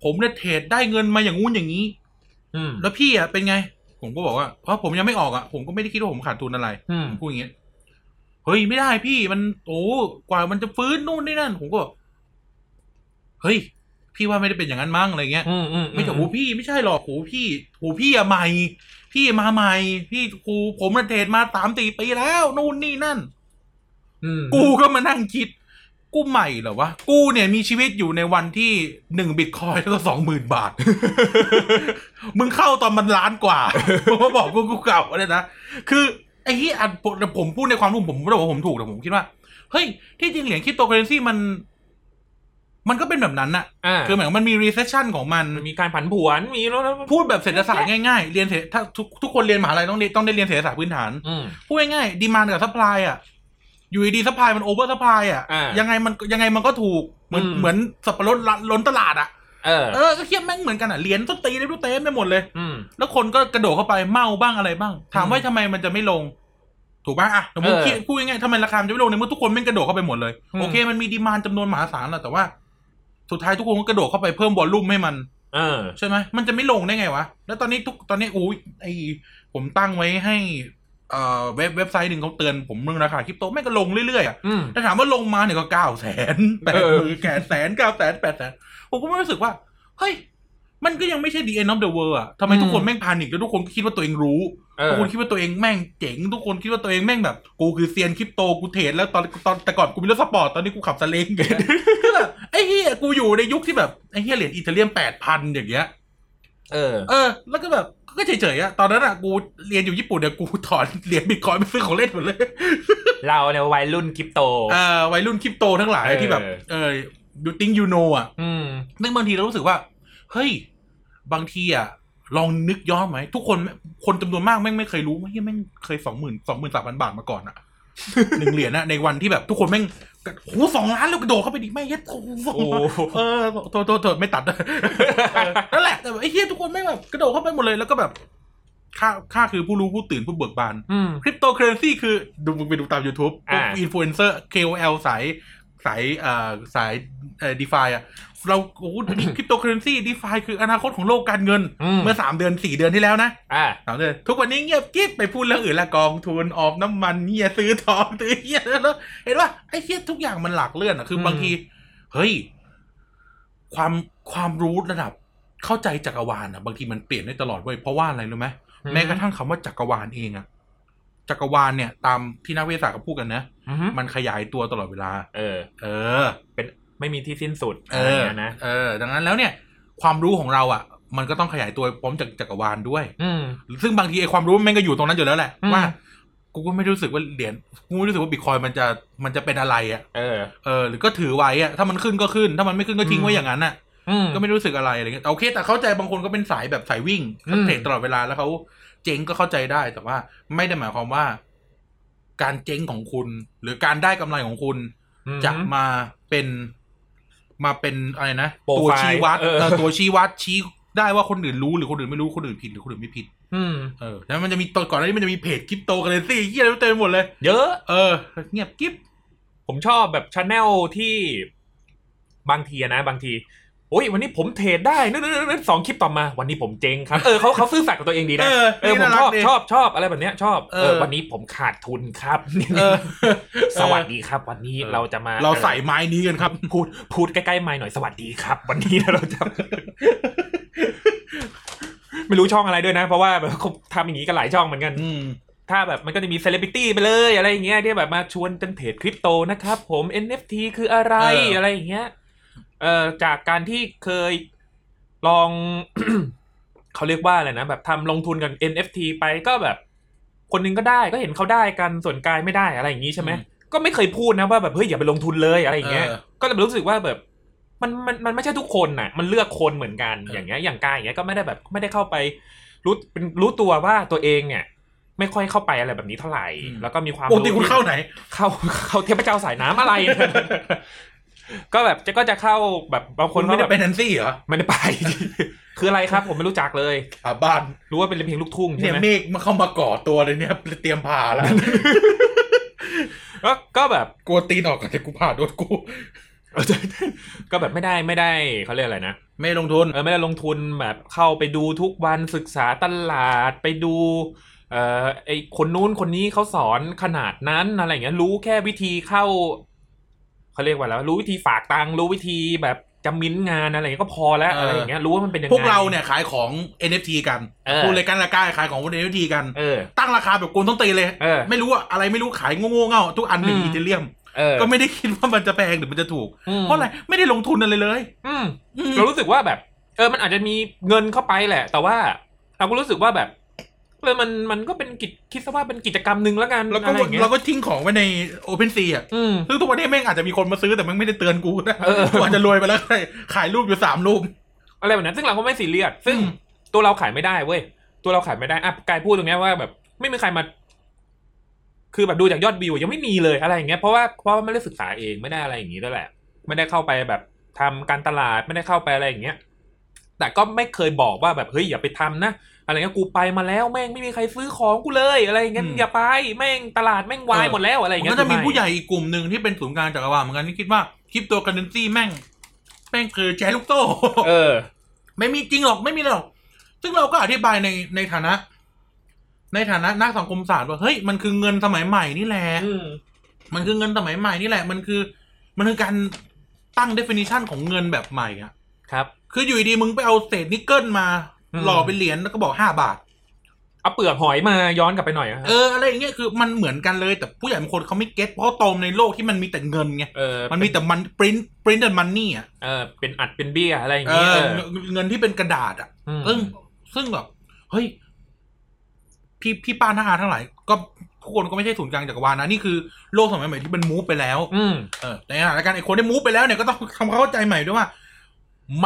[SPEAKER 2] ผมเนี่ยเทรดได้เงินมาอย่างงู้นอย่างนี้
[SPEAKER 1] อืม
[SPEAKER 2] แล้วพี่อ่ะเป็นไง ผมก็บอกว่าเพราะผมยังไม่ออกอ่ะ ผมก็ไม่ได้คิดว่าผมขาดทุนอะไร
[SPEAKER 1] อืม
[SPEAKER 2] ผมพูดอย่างเงี้ย เฮ้ยไม่ได้พี่มันโอ้กว่ามันจะฟื้นนู่นนี่นั่น ผมก็บอกเฮ้ย พี่ว่าไม่ได้เป็นอย่างนั้นมั้งอะไรเงี้ย
[SPEAKER 1] อืมอืม
[SPEAKER 2] ไม่ใช่โอ้พี่ไม่ใช่หรอกโอ้พี่โอ้พี่อะใหม่ พี่มาใหม่ พี่กูผมน่ะเทรดมาสามสี่ปีแล้วนู่นนี่นั่น
[SPEAKER 1] อืม
[SPEAKER 2] กูก็มานั่งคิด กูใหม่เหรอวะ กูเนี่ยมีชีวิตอยู่ในวันที่หนึ่งบิตคอยน์แล้วก็สองหมื่น บาท มึงเข้าตอนมันล้านกว่า มึงมาบอกกูกูเก่าเนี่ยนะ คือไอ้ที่อันผมผมพูดในความรู้ผมผมไม่ได้บอกว่าผมถูกแต่ผมคิดว่า เฮ้ย ที่จริงเหรียญคริปโตเคอเรนซีมัน มันก็เป็นแบบนั้นน่ะ
[SPEAKER 1] อ่า
[SPEAKER 2] คือหมายความว่ามันมี recession ของมัน
[SPEAKER 1] มันมีการผันผวนมีแล้วแล้ว
[SPEAKER 2] พูดแบบเศรษฐศาสตร์ง่ายๆ เรียนเศรษฐถ้าทุกทุกคนเรียนมหาลัยต้องเรียนต้องได้เรียนเศรษฐศาสตร์พื้นฐาน
[SPEAKER 1] อืม
[SPEAKER 2] พูดง่ายๆดีมานกับซัพพลายอ่ะ อยู่ดีซัพพลายมันโอเวอร์ซัพพลายอ่ะ
[SPEAKER 1] อ่ายั
[SPEAKER 2] ยังไงมันยังไงมันก็ถูก เหมือน
[SPEAKER 1] อืม
[SPEAKER 2] เหมือนสับปะรดละล้นตลาดอ่ะ
[SPEAKER 1] เออ
[SPEAKER 2] เออ ก็เทียบแม่งเหมือนกันอ่ะ เหรียญต้นตีนเลยรู้เต็มไปหมดเลย
[SPEAKER 1] อืม
[SPEAKER 2] แล้วคนก็กระโดดเข้าไปเมาบ้างอะไรบ้าง ถาม
[SPEAKER 1] อืม
[SPEAKER 2] ว่าทำไมมันจะไม่ลง ถูกป่ะอ่ะสมมติ
[SPEAKER 1] เออ
[SPEAKER 2] คิดพูดง่ายๆทำไมราคามันจะไม่ลงในเมื่อทุกคนแม่งกระโดดเข้าไปหมดเลย
[SPEAKER 1] อืม
[SPEAKER 2] โอเค มันมีดีมานจำนวนมหาศาลแหละแต่ว่า สุดท้ายทุกคนก็กระโดดเข้าไปเพิ่มวอลลุ่มให้มัน
[SPEAKER 1] เออ
[SPEAKER 2] ใช่ไหมมันจะไม่ลงได้ไงวะ แล้วตอนนี้ทุกตอนนี้อุ้ยไอผมตั้งไว้ให้ เอ่อเว็บเว็บไซต์หนึ่งเขาเตือนผมเรื่องราคาคริปโตแม่งก็ลงเรื่อยๆอะ
[SPEAKER 1] อืม
[SPEAKER 2] แต่ถามว่าลงมาเนี่ยก็เก้าแสนแปด
[SPEAKER 1] เอ
[SPEAKER 2] ห
[SPEAKER 1] อ
[SPEAKER 2] มื่นแปดแสนเก้าแสนแปดแสนผมก็ไม่รู้สึกว่า เฮ้ย มันก็ยังไม่ใช่ the end of the world อะทำไมทุกคนแม่งพานิกแล้วทุกคนก็คิดว่าตัวเองรู้
[SPEAKER 1] เอ
[SPEAKER 2] ทุ
[SPEAKER 1] อก
[SPEAKER 2] คนคิดว่าตัวเองแม่งเจ๋งทุกคนคิดว่าตัวเองแม่งแบบ กูคือเซียนคริปโตกูเทรดแล้วตอนตอนแต่ก่อนกูมีรถสปอร์ตตอนนี้กูขับส เล้งอย่างเงี้ยคือแบบไอ้เฮียกูอยู่ในยุคที่แบบไอ้เฮียเหรียญอิตาเลียนแปดพันอย่างเงี้ย
[SPEAKER 3] เออ
[SPEAKER 2] เออแล้วก็แบบก็เฉยๆอะตอนนั้นอะกูเรียนอยู่ญี่ปุ่นเนี่ยกูถอนเหรียญบิตคอยน์ไปซื้อของเล่นหมดเลย
[SPEAKER 3] เราในยวัยรุ่นคริปโต
[SPEAKER 2] เออวัยรุ่นคริปโตทั้งหลาย
[SPEAKER 3] เออ
[SPEAKER 2] ที่แบบเออยูติงยูโนอะ
[SPEAKER 1] อืม
[SPEAKER 2] นึกบางทีเรารู้สึกว่า เฮ้ย บางทีอะลองนึกย้อนไหมทุกคนคนจำนวนมากแม่งไม่เคยรู้ว่าเฮ้ยแม่งเคยสองหมื่นสองหมื่นสามพันบาทมาก่อนอะ หนึ่งเหรียญนะในวันที่แบบทุกคนแม่งกระโหสองล้านแล้วกระโดดเข้าไปดิแม่งเย็ดโอ้โหสอง
[SPEAKER 1] โอ้
[SPEAKER 2] ล้านเออโทษโทษโทษไม่ตัด เออนั่นแหละแต่ไอ้เฮียทุกคนแม่งแบบกระโดดเข้าไปหมดเลยแล้วก็แบบ ค่าค่าคือผู้รู้ผู้ตื่นผู้เบิกบาน
[SPEAKER 1] อืม
[SPEAKER 2] คริปโตเคอเรนซีคือดูมึงไปดูตาม YouTube พวก
[SPEAKER 1] อ่า
[SPEAKER 2] อินฟลูเอนเซอร์ KOL สายสายเอ่อสายเอ่อดีฟาอะเราโอ้โหคริปโตเคอเรนซีดีฟาคืออนาคตของโลกการเงิน
[SPEAKER 1] อืม
[SPEAKER 2] เมื่อสามเดือนสี่เดือนที่แล้วนะ
[SPEAKER 1] อ่า
[SPEAKER 2] ถามเลยทุกวันนี้เงียบกิ๊บไปพูดเรื่องอื่นละกองทุนออมน้ำมันเฮียซื้อทองซื้อเฮียแล้วเห็นว่าไอ้เฮียทุกอย่างมันหลักเลื่อนอ่ะคืออ
[SPEAKER 1] ม
[SPEAKER 2] บางที เฮ้ย ความความรู้ระดับเข้าใจจักรวาลอ่ะ บางทีมันเปลี่ยนได้ตลอดเว้ยเพราะว่าอะไรรู้ไหมแม้กระทั่งคำว่าจักรวาลเองอ่ะจักรวาลเนี่ย ตามที่นักวิทยาศาสตร์ก็พูดกันนะ
[SPEAKER 1] อือฮึ
[SPEAKER 2] มันขยายตัวตลอดเวลา
[SPEAKER 1] เออ
[SPEAKER 2] เออ
[SPEAKER 1] ไม่มีที่สิ้นสุด
[SPEAKER 2] เอ
[SPEAKER 1] อะไร
[SPEAKER 2] อ
[SPEAKER 1] อย่างเงี้ยนะ
[SPEAKER 2] เออ ดังนั้นแล้วเนี่ย ความรู้ของเราอ่ะ มันก็ต้องขยายตัวพร้อมจากจักรวาลด้วย
[SPEAKER 1] อืม
[SPEAKER 2] ซึ่งบางทีไอ้ความรู้แม่งก็อยู่ตรงนั้นอยู่แล้วแหละ
[SPEAKER 1] อืม
[SPEAKER 2] ว่า กูก็ไม่รู้สึกว่าเหรียญกูไม่รู้สึกว่าบิตคอยมันจะมันจะเป็นอะไรอ่ะ
[SPEAKER 1] เออ
[SPEAKER 2] เออหรือก็ถือไว้อ่ะถ้ามันขึ้นก็ขึ้น ถ้ามันไม่ขึ้นก็ทิ้งไว้อย่างนั้นอ่ะ
[SPEAKER 1] อืม
[SPEAKER 2] ก็ไม่รู้สึกอะไรอะไรเงี้ยแต่โอเค แต่เข้าใจบางคนก็เป็นสายแบบสายวิ่ง
[SPEAKER 1] อืม
[SPEAKER 2] เทรดตลอดเวลาแล้วเขาเจ๊งก็เข้าใจได้ แต่ว่าไม่ได้หมายความว่า การเจ๊งของคุณ หรือการได้กำไรของคุณ
[SPEAKER 1] อืม
[SPEAKER 2] จะมาเป็นมาเป็นอะไรนะตัว
[SPEAKER 1] Profile
[SPEAKER 2] ชี้วัด
[SPEAKER 1] เออ
[SPEAKER 2] เออตัวชี้วัดชี้ได้ว่าคนอื่นรู้หรือคนอื่นไม่รู้คนอื่นผิดหรือคนอื่นไม่ผิด
[SPEAKER 1] อืม
[SPEAKER 2] เออแล้วมันจะมีตอนก่อนหน้านี้มันจะมีเพจคริปโตเคอเรนซี่เหียอะไรเต็มไปหมดเลย
[SPEAKER 1] เยอะ
[SPEAKER 2] เออ เงียบกิ๊บ
[SPEAKER 1] ผมชอบแบบชาแนลที่บางทีอะนะ บางทีโอ้ยวันนี้ผมเทรดได้นึกๆๆสองคลิปต่อมา วันนี้ผมเจ๊งครับเออเขาเขาซื่อสัตย์กับตัวเองดีนะ
[SPEAKER 2] เออ
[SPEAKER 1] เออผม
[SPEAKER 2] นี่น่ารั
[SPEAKER 1] ช
[SPEAKER 2] ก
[SPEAKER 1] อบ
[SPEAKER 2] ดี
[SPEAKER 1] ชอบชอบอะไรแบบเนี้ยชอบ
[SPEAKER 2] เออ
[SPEAKER 1] เออวันนี้ผมขาดทุนครับ
[SPEAKER 2] เออ
[SPEAKER 1] สวัสดีครับ วันนี้
[SPEAKER 2] เออ
[SPEAKER 1] เราจะมา
[SPEAKER 2] เราใส่ไม้นี้กันครับ
[SPEAKER 1] พูดพูดใกล้ๆไมค์หน่อยสวัสดีครับ วันนี้ เรา จะ ไม่รู้ช่องอะไรด้วยนะ เพราะว่าแบบ เขาทำอย่างนี้กันหลายช่องเหมือนกัน
[SPEAKER 2] อืม
[SPEAKER 1] ถ้าแบบมันก็จะมีเซเลบริตี้ไปเลยอะไรอย่างเงี้ยที่แบบมาชวนกันเทรดคริปโตนะครับ ผม NFT คืออะไร
[SPEAKER 2] เอออ
[SPEAKER 1] อะไรอย่างเงี้ยเอ่อจากการที่เคยลอง เขาเรียกว่าอะไรนะ แบบทำลงทุนกับ NFT ไปก็แบบ คนหนึงก็ได้ก็เห็นเขาได้กันส่วนกายไม่ได้อะไรอย่างงี้ใช่ไหมก็ไม่เคยพูดนะว่าแบบเฮ้ยอย่าไปลงทุนเลยอะไรอย่างเงี้ย ก็เลยรู้สึกว่าแบบมันมันมันไม่ใช่ทุกคนน่ะ มันเลือกคนเหมือนกัน
[SPEAKER 2] เออ
[SPEAKER 1] อ
[SPEAKER 2] อ
[SPEAKER 1] ย่างเงี้ยอย่างกายอย่างเงี้ยก็ไม่ได้แบบไม่ได้เข้าไปรู้เป็นรู้ตัวว่าตัวเองเนี่ย ไม่ค่อยเข้าไปอะไรแบบนี้เท่าไหร่ แล้วก็มีความ
[SPEAKER 2] ปกติ
[SPEAKER 1] รู้
[SPEAKER 2] คุณเข้าไหน
[SPEAKER 1] เข้าเข้า เทพเจ้าสายน้ำอะไร ก็แบบจะก็จะเข้าแบบบางค
[SPEAKER 2] คุ
[SPEAKER 1] น
[SPEAKER 2] ณไม่ได้
[SPEAKER 1] ขา
[SPEAKER 2] เป็
[SPEAKER 1] แบบ
[SPEAKER 2] นแอนซี่เหรอ
[SPEAKER 1] ไม่ได้ไป คืออะไรครับ ผมไม่รู้จักเลย
[SPEAKER 2] อ่าบ้าน
[SPEAKER 1] รู้ว่าเป็นเพลงลูกทุ่ง
[SPEAKER 2] เนี่
[SPEAKER 1] ใช่
[SPEAKER 2] ย
[SPEAKER 1] ไหม
[SPEAKER 2] เมฆมาเข้ามาก่อตัวเลยเนี่ย เตรียมผ่า แล้ว
[SPEAKER 1] ก็ก็แบบ
[SPEAKER 2] กลัวตีนออกก่อนแต่กูผ่าโดน กู
[SPEAKER 1] ก็แบบไม่ได้ไม่ได้เขาเรียกอะไรนะ
[SPEAKER 2] ไม่ลงทุน
[SPEAKER 1] เออไม่ได้ลงทุนแบบเข้าไปดูทุกวันศึกษาตลาดไปดูเอ่อไอคนนู้นคนนี้เขาสอนขนาดนั้นอะไรอย่างเงี้ยรู้แค่วิธีเข้าเขาเรียกว่าแล้วรู้วิธีฝากตังค์รู้วิธีแบบจะมิ้นท์งานอะไรอย่างเงี้ยก็พอแล้ว
[SPEAKER 2] เอออ
[SPEAKER 1] อะไรอย่างเงี้ยรู้ว่ามันเป็นยังไง
[SPEAKER 2] พวกเราเนี่ยขายของ NFT กัน
[SPEAKER 1] เออ
[SPEAKER 2] พูดเลยกันละกายขายของบน NFT กัน
[SPEAKER 1] เออ
[SPEAKER 2] ตั้งราคาแบบโกนต้องตีเลย
[SPEAKER 1] เออ
[SPEAKER 2] ไม่รู้อะอะไรไม่รู้ขายโง่ๆเง่าทุกอันเป็น
[SPEAKER 1] อืม
[SPEAKER 2] อีเทเรียม
[SPEAKER 1] เออ
[SPEAKER 2] ก็ไม่ได้คิดว่ามันจะแพงหรือมันจะถูก
[SPEAKER 1] อืม
[SPEAKER 2] เพราะอะไรไม่ได้ลงทุนอะไรเลย
[SPEAKER 1] อืม
[SPEAKER 2] อืม
[SPEAKER 1] เรารู้สึกว่าแบบ เออ มันอาจจะมีเงินเข้าไปแหละ แต่ว่าเราก็รู้สึกว่าแบบเออมันมันก็เป็นกิจคิดซะว่าเป็นกิจกรรมหนึ่งแล้วกัน
[SPEAKER 2] แล้วก็
[SPEAKER 1] อะไรอย่างเงี้
[SPEAKER 2] เรา
[SPEAKER 1] ย
[SPEAKER 2] ก็ทิ้งของไว้ใน Open Sea อ่ะ
[SPEAKER 1] อืม
[SPEAKER 2] ซึ่งทุกวันนี้แม่งอาจจะมีคนมาซื้อแต่แม่งไม่ได้เตือนกู นะ
[SPEAKER 1] เออ
[SPEAKER 2] กว่าจะรวยไปแล้ว ก็ได้ขายรูปอยู่สามรูป
[SPEAKER 1] อะไรแบบนั้นซึ่งเราก็ไม่ซีเรียสซึ่ง
[SPEAKER 2] อืม
[SPEAKER 1] ตัวเราขายไม่ได้เว้ยตัวเราขายไม่ได้อ่ะกายพูดตรงเนี้ยว่าแบบ ไม่มีใครมา คือแบบดูจากยอดวิวยังไม่มีเลยอะไรอย่างเงี้ยเพราะว่าเพราะว่าไม่ได้ศึกษาเองไม่ได้อะไรอย่างงี้ด้วยแหละ ไม่ได้เข้าไปแบบทำการตลาดไม่ได้เข้าไปอะไรอย่างเงี้ย แต่ก็ไม่เคยบอกว่าแบบเฮ้ยอย่าไปทำนะอะไรเงี้ยกูไปมาแล้วแม่งไม่มีใครซื้อของกูเลยอะไรอย่างเงี้ย
[SPEAKER 2] อืม
[SPEAKER 1] อย่าไปแม่งตลาดแม่งวายหมดแล้วอะไรอย่าง
[SPEAKER 2] มัน
[SPEAKER 1] เงี้ย
[SPEAKER 2] ก็จะมี
[SPEAKER 1] ไ
[SPEAKER 2] ผู้ใหญ่อีกกลุ่มหนึ่งที่เป็นศูนย์กลางจักรวาลเหมือนกันที่คิดว่าคริปโตเคอเรนซีแม่ง แม่งคือแชร์ลูกโซ่
[SPEAKER 1] เออ
[SPEAKER 2] ไม่มีจริงหรอกไม่มีหรอก ซึ่งเราก็อธิบายในในฐานะ ในฐานะนักสังคมศาสตร์ว่าเฮ้ยมันคือเงินสมัยใหม่นี่แหละ
[SPEAKER 1] อืม
[SPEAKER 2] มันคือเงินสมัยใหม่นี่แหละ มันคือ มันคือการตั้ง definition ของเงินแบบใหม่อะ
[SPEAKER 1] ครับ
[SPEAKER 2] คืออยู่ดีๆมึงไปเอาเศษนิกเกิลมา
[SPEAKER 1] อืม
[SPEAKER 2] หล่อเป็นเหรียญแล้วก็บอกห้าบาท
[SPEAKER 1] เอาเปลือกหอยมาย้อนกลับไปหน่อยนะฮะ
[SPEAKER 2] เอออะไรอย่างเงี้ยคือมันเหมือนกันเลยแต่ผู้ใหญ่บางคนเขาไม่เก็ตเพราะเขาโตมาในโลกที่มันมีแต่เงินไง
[SPEAKER 1] เออ
[SPEAKER 2] มันมีแต่มันปริ้นปริ้นแต่มันนี่อ่ะ
[SPEAKER 1] เออเป็นอัดเป็นเบี้ยอะไรอย่าง
[SPEAKER 2] เอ
[SPEAKER 1] เงี้ย
[SPEAKER 2] อ
[SPEAKER 1] เออ
[SPEAKER 2] เงินที่เป็นกระดาษอ่ะ
[SPEAKER 1] อืม
[SPEAKER 2] ซึ่งซึ่งแบบเฮ้ย พี่พี่ป้าทั้งอาทั้งหลาย ก็ทุกคนก็ไม่ใช่ศูนย์กลางจักรวาลนะนี่คือโลกสมัยใหม่ที่มันมูฟไปแล้ว
[SPEAKER 1] อืม
[SPEAKER 2] เออในขณะเดียวกันไอ้คนที่มูฟไปแล้วเนี่ยก็ต้องทำความเข้าใจใหม่ด้วยว่า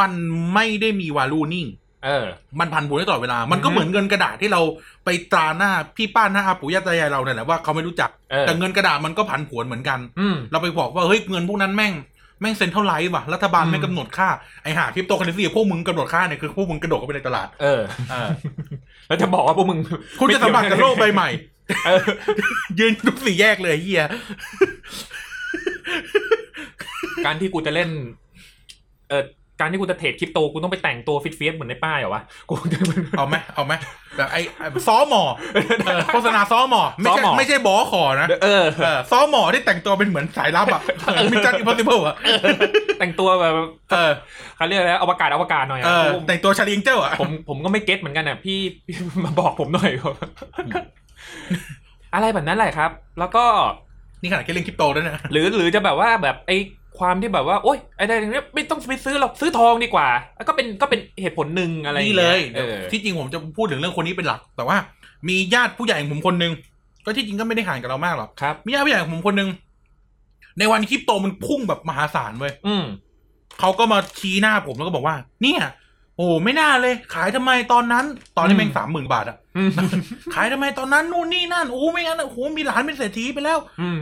[SPEAKER 2] มันไม่ได้มีวาลูนิ่ง
[SPEAKER 1] เออ
[SPEAKER 2] มันพันผวนได้ตลอดเวลา มันก็
[SPEAKER 1] อือฮึ
[SPEAKER 2] เหมือนเงินกระดาษที่เราไปตราหน้าพี่ป้าหน้าอาปู่ย่าตายายเราเนี่ยแหละว่าเขาไม่รู้จัก
[SPEAKER 1] เออ
[SPEAKER 2] แต่เงินกระดาษมันก็ผันผวนเหมือนกัน
[SPEAKER 1] อืม
[SPEAKER 2] เราไปบอกว่าเฮ้ยเงินพวกนั้นแม่งแม่งเซ็นเท่าไหร่ว่ะรัฐบาลไม่
[SPEAKER 1] อืม
[SPEAKER 2] กำหนดค่าไอ้ห่าคริปโตเคอเรนซีพวกมึงกำหนดค่าเนี่ยคือพวกมึงกระโดดเข้าไปในตลาด
[SPEAKER 1] เออ แล้วจะบอกว่าพวกมึง
[SPEAKER 2] คุณจะสัมผัสกับโลกใบใหม่
[SPEAKER 1] เออ
[SPEAKER 2] ยืนทุกสี่แยกเลยไอ้เฮีย
[SPEAKER 1] การที่กูจะเล่น เออการที่กูจะเทรดคริปโต กูต้องไปแต่งตัวฟิตเฟียสเหมือนในป้ายเหรอวะ กูจะ
[SPEAKER 2] เอาไหมเอาไหมแบบไอ้ไอ้ซ้อหมอเออโฆษณาซ้อหมอไม่
[SPEAKER 1] ซ้อ
[SPEAKER 2] ใช่
[SPEAKER 1] หมอ
[SPEAKER 2] ไม่ใช่บอขอนะ
[SPEAKER 1] เออ
[SPEAKER 2] เออซ้อหมอที่แต่งตัวเป็นเหมือนสายลับอ่ะมิชชั่นอิมพอสิเบิลอ่ะ
[SPEAKER 1] แต่งตัวแบบ
[SPEAKER 2] เออ
[SPEAKER 1] เขาเรียกอะไรอวกาศอวกาศหน่อย
[SPEAKER 2] เอ
[SPEAKER 1] อะ
[SPEAKER 2] อ
[SPEAKER 1] ผม
[SPEAKER 2] แต่งตัวชาลีงเจ้าอ่ะ
[SPEAKER 1] ผมผมก็ไม่เก็ตเหมือนกันอ่ะพี่พี่มาบอกผมหน่อย ครับอะไรแบบนั้นแหละครับ แล้วก็
[SPEAKER 2] นี่ขนาดแค่เล่นคริปโตด้วยนะ
[SPEAKER 1] หรือหรือจะแบบว่าแบบไอ้ความที่แบบว่าโอ๊ยไอ้ได้อย่างเนี้ยไม่ต้องไปซื้อหรอกซื้อทองดีกว่า ก็เป็นก็เป็นเหตุผลหนึ่งอะไรอาง
[SPEAKER 2] นี่
[SPEAKER 1] งี้
[SPEAKER 2] เลย
[SPEAKER 1] เออ
[SPEAKER 2] ที่จริงผมจะพูดถึงเรื่องคนนี้เป็นหลัก แต่ว่า มีญาติผู้ใหญ่ของผมคนหนึ่งก็ที่จริงก็ไม่ได้ห่างกับเรามากหรอก
[SPEAKER 1] ครับ
[SPEAKER 2] มีญาติผู้ใหญ่ของผมคนหนึ่งในวันคริปโตมันพุ่งแบบมหาศาลเว้ย
[SPEAKER 1] อืม
[SPEAKER 2] เขาก็มาชี้หน้าผมแล้วก็บอกว่า เนี่ย โอ้ไม่น่าเลย ขายทำไมตอนนั้น ตอนนี้แม่ง
[SPEAKER 1] อืม
[SPEAKER 2] สามหมื่นบาทอะ
[SPEAKER 1] อืม
[SPEAKER 2] ขายทำไมตอนนั้นนู่นนี่นั่นโอ้ไม่งั้นอะโอ้โหมีหลานเป็นเศรษฐีไปแล้ว
[SPEAKER 1] อืม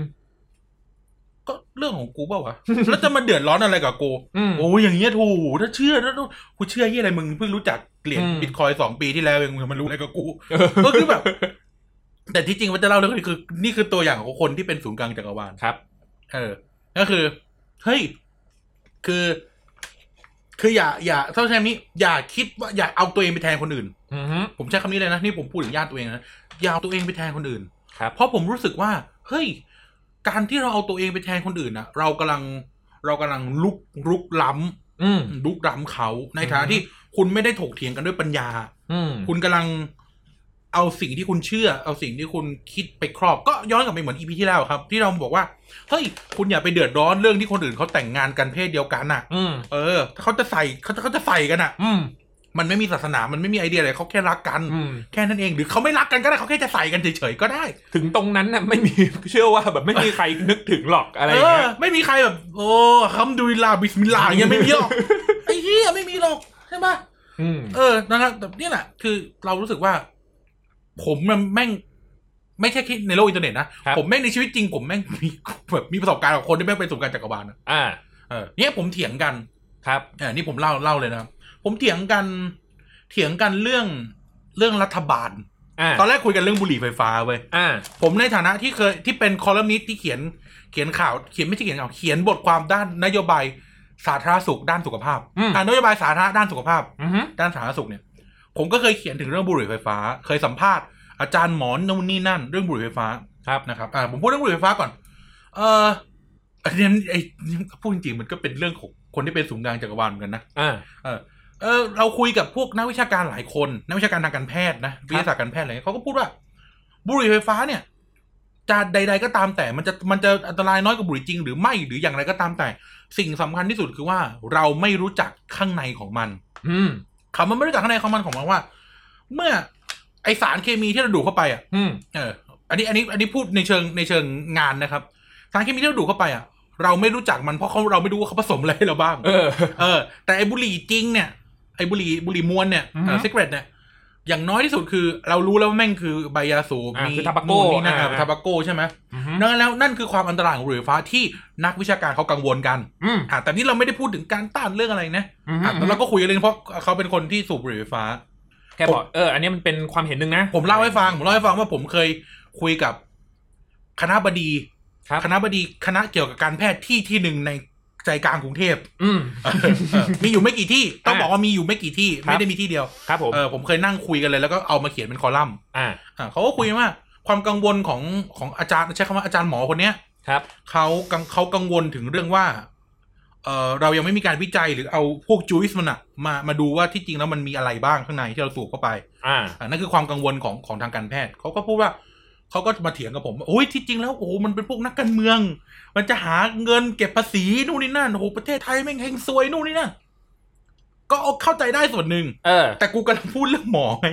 [SPEAKER 2] ก็เรื่องของกูเปล่าวะ แล้วจะมาเดือดร้อนอะไรกับกู
[SPEAKER 1] อืม
[SPEAKER 2] โอ้ยอย่างเงี้ยถูกถ้าเชื่อถ้ากูเชื่อยี่อะไรมึงเพิ่งรู้จักเหรียญ
[SPEAKER 1] อืม
[SPEAKER 2] บิตคอยน์สองปีที่แล้วเองมึงมันรู้อะไรกับกู
[SPEAKER 1] เออ
[SPEAKER 2] ก็คือแบบ แต่ที่จริงว่าจะเล่าเรื่องนี้คือ นี่คือตัวอย่างของคนที่เป็นศูนย์กลางจักรวาล
[SPEAKER 1] ครับ
[SPEAKER 2] เออ ก็คือ เฮ้ย คือ คืออย่า อย่าเท่าใช้คำนี้ อย่าคิดว่า อย่าเอาตัวเองไปแทนคนอื่น
[SPEAKER 1] อืม
[SPEAKER 2] ผมใช้คำนี้เลยนะ นี่ผมพูดถึงญาติตัวเองนะ อย่าเอาตัวเองไปแทนคนอื่น
[SPEAKER 1] ครับ
[SPEAKER 2] เพราะผมรู้สึกว่า เฮ้ย การที่เราเอาตัวเองไปแทนคนอื่นนะเรากำลัง เรากำลังลุกลุกล้ำ
[SPEAKER 1] อืม
[SPEAKER 2] ลุกล้ำเขา ในฐานะ
[SPEAKER 1] อืม
[SPEAKER 2] ที่คุณไม่ได้ถกเถียงกันด้วยปัญญา
[SPEAKER 1] อืม
[SPEAKER 2] คุณกำลังเอาสิ่งที่คุณเชื่อ เอาสิ่งที่คุณคิดไปครอบก็ย้อนกลับไปเหมือนอีพีที่แล้วครับ ที่เราบอกว่าเฮ้ยคุณอย่าไปเดือดร้อนเรื่องที่คนอื่นเขาแต่งงานกันเพศเดียวกันน่ะ
[SPEAKER 1] อืม
[SPEAKER 2] เออถ้าเขาจะใส่เขาจะเขาจะใส่กันน่ะ
[SPEAKER 1] อืม
[SPEAKER 2] มันไม่มีศาสนามันไม่มีไอเดียอะไรเขาแค่รักกัน
[SPEAKER 1] อืม
[SPEAKER 2] แค่นั้นเองหรือเขาไม่รักกันก็ได้เขาแค่จะใส่กันเฉยๆก็ได้
[SPEAKER 1] ถึงตรงนั้นน่ะไม่มี เชื่อว่าแบบไม่มีใครนึกถึงหรอกอะไรอ
[SPEAKER 2] เอย่าง อ
[SPEAKER 1] เงี้ย
[SPEAKER 2] ไม่มีใครแบบ โอ้คำดุลิลลาห์บิสมิลลา ห์อย่างเงี้ยไม่มีหรอกไอ้เหี้ยไม่มีหรอกใช่ปะ
[SPEAKER 1] อืม
[SPEAKER 2] เออนะครับแต่นี่แหละ คือเรารู้สึกว่า ผมมันแม่ง ไม่ใช่แค่ในโลกอินเทอร์เน็ตนะ
[SPEAKER 1] ครับ
[SPEAKER 2] ผมแม่งในชีวิตจริง ผมแม่งมีแบบมีประสบการณ์กับคนที่แม่งเป็นประสบการณ์จักรวาลนะ
[SPEAKER 1] อ่า
[SPEAKER 2] เออเนี่ยผมเถียงกัน
[SPEAKER 1] ครับ
[SPEAKER 2] เออนี่ผมเล่าเล่าเลยนะครับผมเถียงกัน เถียงกันเรื่องเรื่องรัฐบาล
[SPEAKER 1] อ่า
[SPEAKER 2] ตอนแรกคุยกันเรื่องบุหรี่ไฟฟ้าเว้ย
[SPEAKER 1] อ่า
[SPEAKER 2] ผมในฐานะที่เคยที่เป็นคอลัมนิสต์ที่เขียนเขียนข่าวเขียนไม่ใช่เขียนข่าวเขียนบทความด้านนโยบายสาธารณสุขด้านสุขภาพ
[SPEAKER 1] อืม
[SPEAKER 2] นโยบายสาธารณะด้านสุขภาพ
[SPEAKER 1] อืม
[SPEAKER 2] ด้านสาธารณสุขเนี่ยผมก็เคยเขียนถึงเรื่องบุหรี่ไฟฟ้า เคยสัมภาษณ์อาจารย์หมอนนู่นนี่นั่น เรื่องบุหรี่ไฟฟ้า
[SPEAKER 1] ครับ
[SPEAKER 2] นะครับอ่าผมพูดเรื่องบุหรี่ไฟฟ้าก่อน เอออันนี้ไอ้พูดจริงๆมันก็เป็นเรื่องของคนที่เป็นสูงกลางจักรวาลเหมือนกันนะ
[SPEAKER 1] อ่า
[SPEAKER 2] เออเราคุยกับพวกนักวิชาการหลายคน นักวิชาการทางการแพทย์นะวิทยาศาสตร์การแพทย์อะไรเงี้ยเขาก็พูดว่า บุหรี่ไฟฟ้าเนี่ยจะใด ๆ ก็ตามแต่มันจะมันจะอันตรายน้อยกว่าบุหรี่จริง หรือไม่หรืออย่างไรก็ตามแต่ สิ่งสำคัญที่สุดคือว่าเราไม่รู้จักข้างในของมัน
[SPEAKER 1] อืม
[SPEAKER 2] คำมันไม่รู้จักข้างในของมันของมันว่า เมื่อไอสารเคมีที่เราดูดเข้าไปอ่ะ
[SPEAKER 1] อืม
[SPEAKER 2] เอออันนี้อันนี้อันนี้พูดในเชิงในเชิงงานนะครับ สารเคมีที่เราดูดเข้าไปอ่ะ เราไม่รู้จักมันเพราะเขาเราไม่รู้ว่าเขาผสมอะไรให้เราบ้าง
[SPEAKER 1] เออ
[SPEAKER 2] เออ แต่ไอบุหรี่จริงเนี่ยไอบุหรี่บุหรี่มวนเนี่ย
[SPEAKER 1] อือฮึ
[SPEAKER 2] ซิกเรตเนี่ยอย่างน้อยที่สุดคือ เรารู้แล้วว่าแม่งคือใบยาสูบ
[SPEAKER 1] อ่า
[SPEAKER 2] มี
[SPEAKER 1] คือ tobacco
[SPEAKER 2] นู่นนี่นะ
[SPEAKER 1] อ่า
[SPEAKER 2] ทาบาโกใช่ไหม
[SPEAKER 1] อืม
[SPEAKER 2] นั่นแล้วนั่นคือความอันตรายของบุหรี่ไฟฟ้าที่นักวิชาการเขากังวลกัน
[SPEAKER 1] อืม
[SPEAKER 2] อ่าแต่นี่เราไม่ได้พูดถึงการต้านเรื่องอะไรนะ
[SPEAKER 1] อืม
[SPEAKER 2] อ่ะแล้วเราก็คุยกันเลยเพราะเขาเป็นคนที่สูบบุหรี่ไฟฟ้า
[SPEAKER 1] แค่บอกเออ อันนี้มันเป็นความเห็นหนึ่งนะ
[SPEAKER 2] ผมเล่าให้ฟัง ผมเล่าให้ฟังว่าผมเคยคุยกับคณะบดี
[SPEAKER 1] ครับ
[SPEAKER 2] คณะบดีคณะเกี่ยวกับการแพทย์ที่ที่หนึ่งใน ใจกลางกรุงเทพ
[SPEAKER 1] อืม
[SPEAKER 2] มีอยู่ไม่กี่ที่ ต้อง
[SPEAKER 1] อ่า
[SPEAKER 2] บอกว่ามีอยู่ไม่กี่ที่
[SPEAKER 1] ครับ
[SPEAKER 2] ไม่ได้มีที่เดียว
[SPEAKER 1] ครับผม
[SPEAKER 2] เออผมเคยนั่งคุยกันเลยแล้วก็เอามาเขียนเป็นคอลัมน์
[SPEAKER 1] อ่า
[SPEAKER 2] อ่าเขาก็คุยว่าความกังวลของของอาจารย์ใช้คำว่าอาจารย์หมอคนเนี้ย
[SPEAKER 1] ครับ
[SPEAKER 2] เขากังเขากังวลถึงเรื่องว่าเออเรายังไม่มีการวิจัยหรือเอาพวกจูสมันอะมามาดูว่าที่จริงแล้วมันมีอะไรบ้างข้างในที่เราสูบเข้าไป
[SPEAKER 1] อ่า
[SPEAKER 2] อ่านั่นคือความกังวลของของทางการแพทย์เขาก็พูดว่าเขาก็มาเถียงกับผมว่าโอ้ยที่จริงแล้วโอ้โหมันเป็นพวกนักการเมือง มันจะหาเงินเก็บภาษีนู่นนี่นั่นโอ้โหประเทศไทยแม่งเฮงซวยนู่นนี่นั่นก็เอาเข้าใจได้ส่วนหนึ่ง
[SPEAKER 1] เออ
[SPEAKER 2] แต่กูกำลังพูดเรื่องหมอไง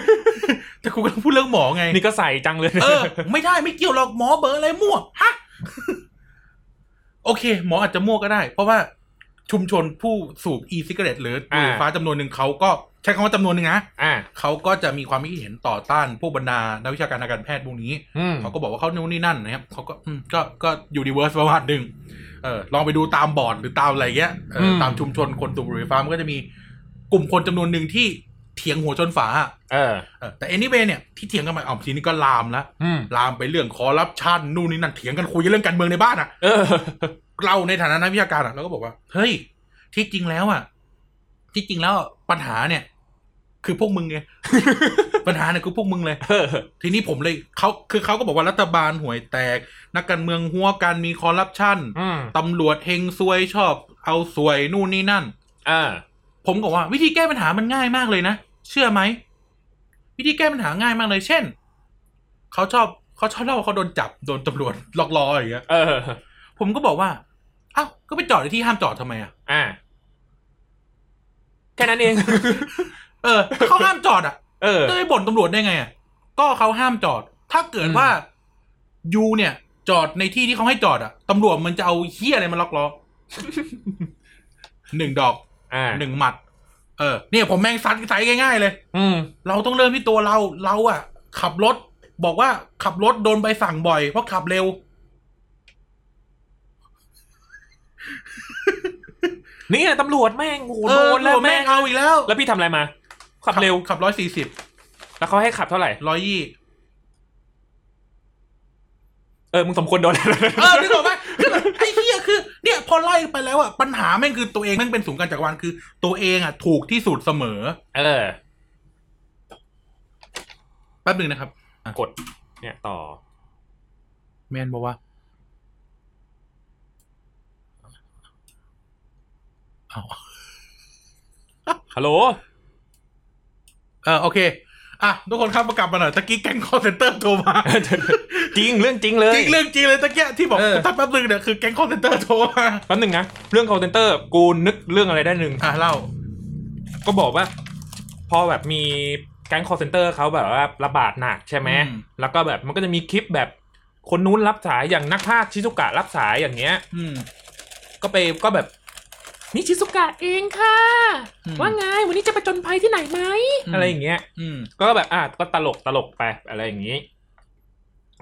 [SPEAKER 2] แต่กูกำลังพูดเรื่องหมอไง
[SPEAKER 1] นี่ก็ใส่จังเลย
[SPEAKER 2] เออ ไม่ได้ไม่เกี่ยวหรอกหมอเบอร์อะไรมั่วฮะ โอเค หมออาจจะมั่วก็ได้ เพราะว่าชุมชนผู้สูบอีซิกเรตหรือบุหรี่ไฟฟ้าจำนวนหนึ่งเขาก็ใช้คำว่าจำนวนหนึ่งนะ
[SPEAKER 1] อ่า
[SPEAKER 2] เขาก็จะมีความคิดเห็นต่อต้านผู้บรรดานักวิชาการทางการแพทย์พวกนี้
[SPEAKER 1] อืม
[SPEAKER 2] เขาก็บอกว่าเขานู่นนี่นั่นนะครับเขาก็อืมก็ก็อยู่ดีเวอร์สประวัติหนึ่งเออลองไปดูตามบอร์ดหรือตามอะไรเงี้ยเอออตามชุมชนคนสูบบุหรี่ไฟฟ้ามันก็จะมีกลุ่มคนจำนวนหนึ่งที่เถียงหัวชนฝา
[SPEAKER 1] เออ
[SPEAKER 2] เออแต่ anyway เนี่ยที่เถียงกันมาอ๋อทีนี้ก็ลามละ
[SPEAKER 1] อืม
[SPEAKER 2] ลามไปเรื่องคอร์รัปชันนู่นนี่นั่นเถียงกันคุยเรื่องการเมืองในบ้านอะ
[SPEAKER 1] เออ
[SPEAKER 2] เราในฐานะนักวิชาการอะเราก็บอกว่า เฮ้ย ที่จริงแล้วอ่ะ ที่จริงแล้วปัญหาเนี่ย คือพวกมึงไง ปัญหาเนี่ยคือพวกมึงเลย
[SPEAKER 1] เออ
[SPEAKER 2] ทีนี้ผมเลยเขาคือเขาก็บอกว่ารัฐบาลห่วยแตก นักการเมืองหัวการมีคอร์รัปชัน
[SPEAKER 1] อืม
[SPEAKER 2] ตำรวจเฮงซวยชอบ เอาสวยนู่นนี่นั่น
[SPEAKER 1] อ่า
[SPEAKER 2] ผมก็ว่าวิธีแก้ปัญหามันง่ายมากเลยนะ เชื่อไหม วิธีแก้ปัญหาง่ายมากเลย เช่นเขาชอบเขาชอบเล่าว่าเขาโดนจับโดนตำรวจล็อกล้ออะไรอย่างเงี้ย
[SPEAKER 1] เออ
[SPEAKER 2] ผมก็บอกว่า เอ้า ก็ไปจอดในที่ห้ามจอดทำไมอ่ะ
[SPEAKER 1] อ่า แค่นั้นเอง
[SPEAKER 2] เอ อ เขาห้ามจอดอ่ะ
[SPEAKER 1] เออ
[SPEAKER 2] จะไปบ่นตำรวจได้ไงอ่ะ ก็เขาห้ามจอด ถ้าเกิดว่ายูเนี่ย จอดในที่ที่เขาให้จอดอ่ะ ตำรวจมันจะเอาเฮียอะไรมา ล็อกล้อ หนึ่งดอก
[SPEAKER 1] อ่า
[SPEAKER 2] หนึ่งหมัด เออ เนี่ยผมแม่งซัดใส่ง่ายๆเลย
[SPEAKER 1] อืม
[SPEAKER 2] เราต้องเริ่มที่ตัวเรา เราอ่ะ ขับรถ บอกว่าขับรถโดนใบสั่งบ่อย เพราะขับเร็ว
[SPEAKER 1] นี่ไงตำรวจแม่งโอ้โห
[SPEAKER 2] เอ
[SPEAKER 1] โด
[SPEAKER 2] อน
[SPEAKER 1] แล้วแม่ง
[SPEAKER 2] เอาอีกแล้ว
[SPEAKER 1] แล้วพี่ทำอะไรมา ขับเร็ว
[SPEAKER 2] ขับร้อยสี่สิบ
[SPEAKER 1] แล้วเขาให้ขับเท่าไหร่
[SPEAKER 2] ร้อยยี่
[SPEAKER 1] เออ มึงสมควรโดน แล้ว
[SPEAKER 2] เออนึกออกไหมคือแบบไอ้เฮียคือ เนี่ยพอไล่ไปแล้วอ่ะปัญหาแม่งคือตัวเองแม่งเป็นศูนย์กลารจักรวาลคือ ตัวเองอ่ะถูกที่สุดเสมอ
[SPEAKER 1] เออ
[SPEAKER 2] แป๊บหนึ่งนะครับ
[SPEAKER 1] กด เนี่ยต่อ
[SPEAKER 2] แมนบอกว่า
[SPEAKER 1] ฮัลโหล
[SPEAKER 2] เออโอเค อ่ะทุกคนครับมากลับมาหน่อยตะกี้แก๊งคอเซนเตอร์โทรมา
[SPEAKER 1] จริง เรื่องจริงเลย
[SPEAKER 2] จริงเรื่องจริงเลยตะเกียที่บอก
[SPEAKER 1] เออ
[SPEAKER 2] ถ้าแป๊บหนึงเนี่ยคือแก๊งคอเซนเตอร์โทรมา
[SPEAKER 1] แป๊บหนึ่งนะ เรื่อง call center กูนึกเรื่องอะไรได้หนึ่ง
[SPEAKER 2] อ่ะเล่า
[SPEAKER 1] ก็บอกว่า พอแบบมีแก๊ง call center เขาแบบว่าระบาดหนักใช่ไหม แล้วก็แบบมันก็จะมีคลิปแบบคนนู้นรับสายอย่างนักพากย์ชิซุกะรับสายอย่างเงี้ย
[SPEAKER 2] อืม
[SPEAKER 1] ก็ไปก็แบบ นี่ชิซุกะเองค่ะ
[SPEAKER 2] อืม
[SPEAKER 1] ว่าไงวันนี้จะไปจนภัยที่ไหนไหมอะไรอย่างเงี้ย
[SPEAKER 2] อืม
[SPEAKER 1] ก็แบบอ่ะก็ตลกตลกไปอะไรอย่างนี้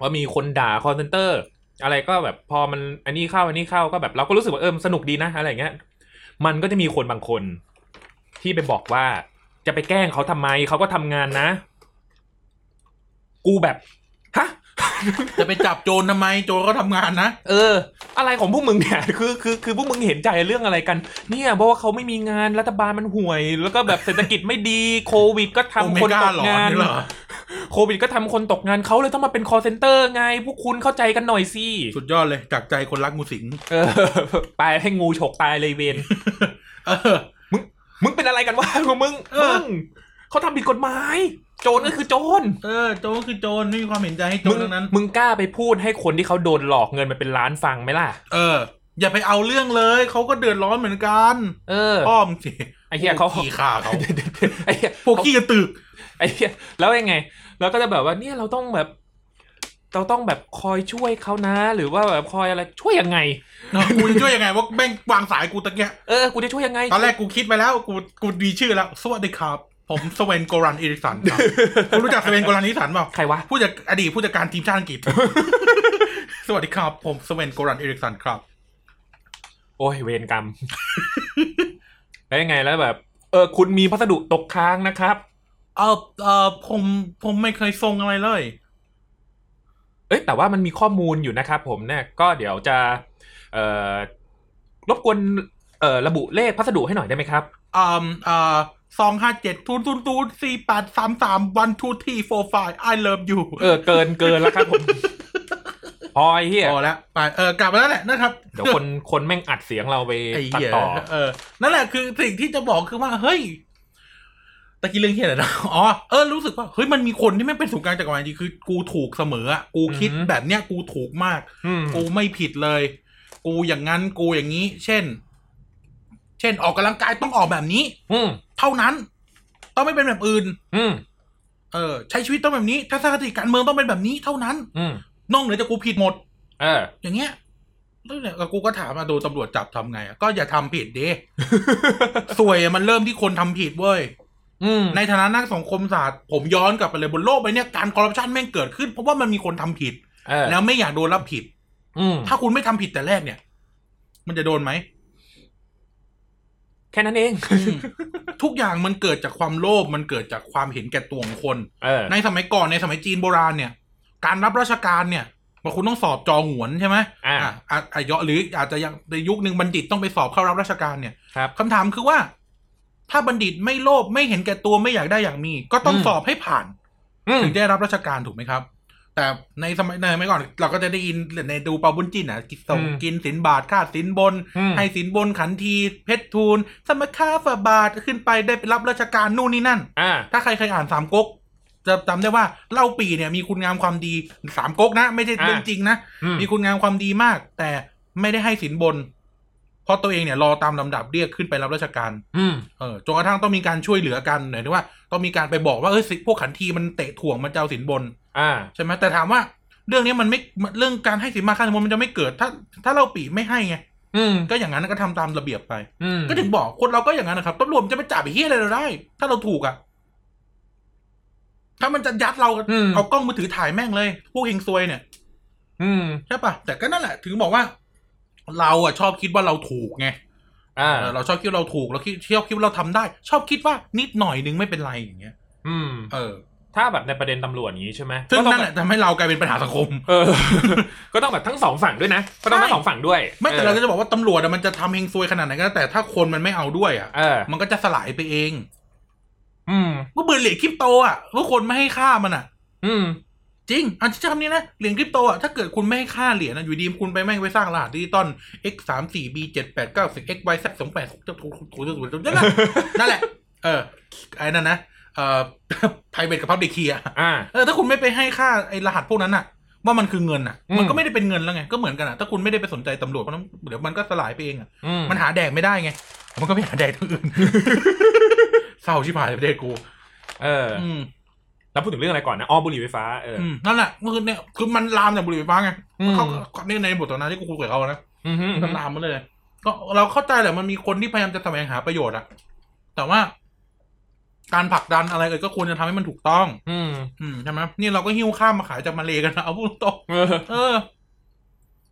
[SPEAKER 1] ว่ามีคนด่าคอนเซนเตอร์ อะไรก็แบบพอมันอันนี้เข้าอันนี้เข้าก็แบบเราก็รู้สึกว่าเออมันสนุกดีนะอะไรอย่างเงี้ย มันก็จะมีคนบางคน ที่ไปบอกว่าจะไปแกล้งเขาทำไมเขาก็ทำงานนะ กูแบบฮะ
[SPEAKER 2] จะไปจับโจรทำไมโจรก็ทำงานนะ
[SPEAKER 1] เออ อะไรของพวกมึงเนี่ย คือคือคือพวกมึงเห็นใจเรื่องอะไรกัน เนี่ย เพราะว่าเขาไม่มีงานรัฐบาลมันห่วย แล้วก็แบบเศรษฐกิจไม่ดีโควิด ก็ทำ
[SPEAKER 2] โอเม
[SPEAKER 1] คน
[SPEAKER 2] ก้า
[SPEAKER 1] ตก
[SPEAKER 2] หลอน
[SPEAKER 1] งาน
[SPEAKER 2] นี่เหรอ
[SPEAKER 1] โควิดก็ทำคนตกงานเขาเลยต้องมาเป็น call center ไง พวกคุณเข้าใจกันหน่อยสิ
[SPEAKER 2] สุดยอดเลยจากใจคนรักงูสิง
[SPEAKER 1] เออ ไปให้งูฉกตายเลยเวน
[SPEAKER 2] เออ
[SPEAKER 1] มึงเป็นอะไรกันวะ ของมึง
[SPEAKER 2] เออ
[SPEAKER 1] มึงเขาทำผิดกฎหมาย โจรก็คือโจร
[SPEAKER 2] เออโจรก็คือโจรไม่มีความเห็นใจให้โจ
[SPEAKER 1] มึ
[SPEAKER 2] รงทั้งนั้น
[SPEAKER 1] มึงกล้าไปพูดให้คนที่เขาโดนหลอกเงินมันเป็นล้านฟังไหมล่ะ
[SPEAKER 2] เออ อย่าไปเอาเรื่องเลยเขาก็เดือดร้อนเหมือนกัน
[SPEAKER 1] เออ
[SPEAKER 2] อ้อมสิ
[SPEAKER 1] ไอ้เหี้ยเขา
[SPEAKER 2] ขี้ขาเขา
[SPEAKER 1] ไอ้เหี้ย
[SPEAKER 2] พวกขี้กระ ตึก
[SPEAKER 1] ไอ้เหี้ยแล้วยังไง แล้วก็จะแบบว่าเนี่ยเราต้องแบบ เราต้องแบบคอยช่วยเขานะ หรือว่าแบบคอยอะไรช่วยยังไง
[SPEAKER 2] กูจะช่วยยังไงว่าแม่งวางสายกูตะเกีย
[SPEAKER 1] เออ กูจะช่วยยังไง
[SPEAKER 2] ตอนแรกกูคิดไปแล้วกูกูดีชื่อแล้ว สวัสดีครับ ผมสเวนโกรันเอริกสันครับคุณรู้จักสเวนโกรันเอริกสันเปล่า
[SPEAKER 1] ใครวะ
[SPEAKER 2] ผู้จัดอดีตผู้จัดการทีมชาติอังกฤษ สวัสดีครับ ผมสเวนโกรันเอริกสันครับ
[SPEAKER 1] โอ้ยเวรกรรม แล้วยังไงแล้วแบบ เออ คุณมีพัสดุตกค้างนะครับ
[SPEAKER 2] เออเออผมผมไม่เคยส่งอะไรเลย
[SPEAKER 1] เอ้ยแต่ว่ามันมีข้อมูลอยู่นะครับผมเนี่ยก็เดี๋ยวจะ เอ่อ รบกวนเอ่อระบุเลขพัสดุให้หน่อยได้ไหมครับ
[SPEAKER 2] อ่าอ่าสองห้าเจ็ดศูนย์ศูนย์ศูนย์สี่แปดสามสามวันทูทีโฟร์ไฟ I love you
[SPEAKER 1] เออ เกิน เกินแล้วครับผม พอไอ้เฮีย
[SPEAKER 2] พอแล้วไปเออกลับมาแล้วแหละนะครับ
[SPEAKER 1] เดี๋ยวคนคนแม่งอัดเสียงเราไป
[SPEAKER 2] ไอ้
[SPEAKER 1] ตัด
[SPEAKER 2] เหี้ย
[SPEAKER 1] ต่อ
[SPEAKER 2] เออ นั่นแหละคือสิ่งที่จะบอกคือว่า เฮ้ย ตะกี้เรื่องเหี้ยอะไรนะ อ๋อ เออ รู้สึกว่า เฮ้ย มันมีคนที่ไม่งเป็นศูนย์กลางจักรวาลจริงๆคือ กูถูกเสมออะกูคิด
[SPEAKER 1] อือหือ
[SPEAKER 2] แบบเนี้ย กูถูกมาก
[SPEAKER 1] อืม
[SPEAKER 2] กูไม่ผิดเลย กูอย่างนั้น กูอย่างนี้ เช่น เช่น ออกกำลังกายต้องออกแบบนี้
[SPEAKER 1] อืม
[SPEAKER 2] เท่านั้น ต้องไม่เป็นแบบอื่น
[SPEAKER 1] อืม
[SPEAKER 2] เออ ใช้ชีวิตต้องแบบนี้ ทัศนคติการเมืองต้องเป็นแบบนี้ เท่านั้น
[SPEAKER 1] อืม
[SPEAKER 2] นอกเหนือจากกูผิดหมด
[SPEAKER 1] เออ
[SPEAKER 2] อย่างเงี้ยแล้วเนี่ยกูก็ถามมาโดนตำรวจจับทำไงอะก็อย่าทำผิด ดิ สวยอะมันเริ่มที่คนทำผิดเว้ย
[SPEAKER 1] อืม
[SPEAKER 2] ในฐานะนักสังคมศาสตร์ ผมย้อนกลับไปเลยบนโลกใบเนี้ยการคอร์รัปชันแม่งเกิดขึ้น เพราะว่ามันมีคนทำผิด
[SPEAKER 1] เออ
[SPEAKER 2] แล้วไม่อยากโดนรับผิด
[SPEAKER 1] อืม
[SPEAKER 2] ถ้าคุณไม่ทำผิดแต่แรกเนี่ย มันจะโด นไหม
[SPEAKER 1] แค่นั้นเอง
[SPEAKER 2] อืมทุกอย่างมันเกิดจากความโลภมันเกิดจากความเห็นแก่ตัวของคน
[SPEAKER 1] เออ
[SPEAKER 2] ในสมัยก่อนในสมัยจีนโบราณเนี่ย การรับราชการเนี่ยมันคุณต้องสอบจองหวนใช่ไหม
[SPEAKER 1] อ่า
[SPEAKER 2] ะอ่ะอ่ะยอหรืออาจจะยังในยุคหนึ่งบัณฑิตต้องไปสอบเข้ารับราชการเนี่ย
[SPEAKER 1] ครับ
[SPEAKER 2] คำถามคือว่า ถ้าบัณฑิตไม่โลภไม่เห็นแก่ตัวไม่อยากได้อยากมี ก็ต้อง
[SPEAKER 1] อืม
[SPEAKER 2] สอบให้ผ่าน
[SPEAKER 1] อืม
[SPEAKER 2] ถึงได้รับราชการถูกไหมครับ แต่ในสมัยในสมัยก่อน เราก็จะได้ยินในดูเปาบุญจินอ่ะกินส่งกินสินบาทค่าสินบน
[SPEAKER 1] อืม
[SPEAKER 2] ให้สินบนขันทีเพชรทูลสมัครค่าฝาบาทขึ้นไปได้ไปรับราชการนู่นนี่นั่น
[SPEAKER 1] อ่า
[SPEAKER 2] ถ้าใครเคยอ่านสามก๊กจะจำได้ว่าเล่าปีเนี่ยมีคุณงามความดีสามก๊กนะ ไม่ใช่
[SPEAKER 1] อ่า
[SPEAKER 2] เรื่องจริงนะ
[SPEAKER 1] อืม
[SPEAKER 2] มีคุณงามความดีมาก แต่ไม่ได้ให้สินบน เพราะตัวเองเนี่ยรอตามลำดับเรียกขึ้นไปรับราชการ
[SPEAKER 1] อืม
[SPEAKER 2] เออจนกระทั่งต้องมีการช่วยเหลือกันหน่อยที่ว่า ต้องมีการไปบอกว่าเออสิพวกขันทีมันเตะถ่วงมันจะเอาสินบน
[SPEAKER 1] อ่า
[SPEAKER 2] ใช่ไหมแต่ถามว่า เรื่องเนี้ยมันไม่เรื่องการให้สินมาค่าสินบนมันจะไม่เกิด ถ้า ถ้าเล่าปีไม่ให้ไง
[SPEAKER 1] อืม
[SPEAKER 2] ก็อย่างนั้นก็ทำตามระเบียบไป
[SPEAKER 1] อืม
[SPEAKER 2] ก็ถึงบอกคนเราก็อย่างนั้นนะครับตำรวจมันจะไปจับไอ้เฮียอะไรเราได้ ถ้าเราถูกอะถ้ามันจะยัดเรา
[SPEAKER 1] อืม
[SPEAKER 2] เอากล้องมือถือถ่ายแม่งเลย พวกเฮงซวยเนี่ย
[SPEAKER 1] อืม
[SPEAKER 2] ใช่ปะแต่ก็นั่นแหละ ถึงบอกว่า เราอะชอบคิดว่าเราถูกไง
[SPEAKER 1] อ่า
[SPEAKER 2] เออเราชอบคิดว่าเราถูกเราคิดชอบคิดว่าเราทำได้ ชอบคิดว่านิดหน่อยนึงไม่เป็นไรอย่างเงี้ย
[SPEAKER 1] อืม
[SPEAKER 2] เออ
[SPEAKER 1] ถ้าแบบในประเด็นตำรวจอย่างนี้ใช่ไหม
[SPEAKER 2] ซึ่ง
[SPEAKER 1] ก็ต้อง
[SPEAKER 2] นั่นแหละทำให้เรากลายเป็นปัญหาสังคม
[SPEAKER 1] เอ อ ก็ต้องแบบทั้งสองฝั่งด้วยนะ ก็ต้องทั้งสองฝั่งด้วย
[SPEAKER 2] ไม่แต่เรา
[SPEAKER 1] ออ
[SPEAKER 2] จะบอกว่าตำรวจอะมันจะทำเฮงซวยขนาดไหนก็แล้วแต่ถ้าคนมันไม่เอาด้วยอะ
[SPEAKER 1] เออ
[SPEAKER 2] มันก็จะสลายไปเอง
[SPEAKER 1] อืม
[SPEAKER 2] ก็เบื่อเหรียญคริปโตอะว่าคนไม่ให้ค่ามันอะ
[SPEAKER 1] อืม
[SPEAKER 2] จริงอันที่คำนี้นะ เหรียญคริปโตอ่ะ ถ้าเกิดคุณไม่ให้ค่าเหรียญนะอยู่ดีคุณไปแม่งไปสร้างรหัสดิจิตอล x สามสี่ b เจ็ดแปดเก้าสิบ x y z สองแปดถูกถูกถูกถูกถูกนั่นแหละนั่นแหละ เออ ไอ้นั่นนะ เอ่อ private กับ public key อ่ะ
[SPEAKER 1] อ่า
[SPEAKER 2] เออ ถ้าคุณไม่ไปให้ค่าไอ้รหัสพวกนั้นอ่ะ ว่ามันคือเงินอ่ะ
[SPEAKER 1] อืม
[SPEAKER 2] มันก็ไม่ได้เป็นเงินแล้วไง ก็เหมือนกันอ่ะ ถ้าคุณไม่ได้ไปสนใจตำรวจเพราะนั้นเดี๋ยวมันก็สลายไปเองอ่ะ
[SPEAKER 1] อืม
[SPEAKER 2] มันหาแดกไม่ได้ไง มันก็ไปหาแดกทางอื่น เศร้าชิบหายเลยประเทศกู
[SPEAKER 1] เออ
[SPEAKER 2] อืม
[SPEAKER 1] แล้วพูดถึงเรื่องอะไรก่อนนะอ้อบุหรี่ไฟฟ้าเอออ
[SPEAKER 2] อืมนั่นแหละก็คือเนี่ยคือมันลามจากบุหรี่ไฟฟ้าไง
[SPEAKER 1] อืม
[SPEAKER 2] เขาก็ในในบทสนทนาที่กูคุยกับเขานะ
[SPEAKER 1] อืมอืม
[SPEAKER 2] ก็ตามมาเลย ก็เราเข้าใจแหละมันมีคนที่พยายามจะแสวงหาประโยชน์อะแต่ว่า การผลักดันอะไรเอ่ยก็ควรจะทำให้มันถูกต้อง
[SPEAKER 1] อืม
[SPEAKER 2] อืมใช่ไหมนี่เราก็หิ้วข้ามมาขายจากมาเลกัน นะเอาพูดตรง
[SPEAKER 1] เออ
[SPEAKER 2] ๆเออ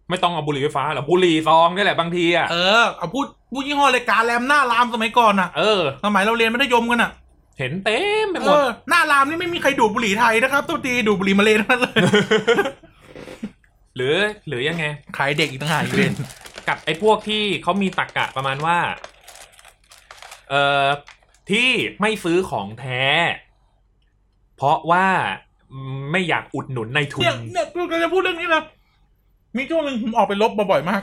[SPEAKER 1] ไม่ต้องเอาบุหรี่ไฟฟ้าหรอกบุหรี่ซองนี่แหละบางทีอ่ะ
[SPEAKER 2] เออเอาพูดพูดยี่ห้อเลยการแรมหน้ารามสมัยก่อนอะ
[SPEAKER 1] เออ
[SPEAKER 2] สมัยเราเรียนมัธยมกันอะ
[SPEAKER 1] เห็นเต็มไป
[SPEAKER 2] เอ
[SPEAKER 1] หมด
[SPEAKER 2] อหน้ารามนี่ไม่มีใครดูดบุหรี่ไทยนะครับตัวตีดูดบุหรี่มาเลทั้งนั้นเลย
[SPEAKER 1] หรือหรือยังไง
[SPEAKER 2] ขายเด็กอีกต่างหากอีกเวน
[SPEAKER 1] กับไอ้พวกที่เขามีตรกกะประมาณว่า เอ่อที่ไม่ซื้อของแท้ เพราะว่าไม่อยากอุดหนุนในทุน
[SPEAKER 2] เนี่ยเนี่ยกูกำลังจะพูดเรื่องนี้นะมีช่วงหนึ่งผมออกไปลบบ่อยๆมาก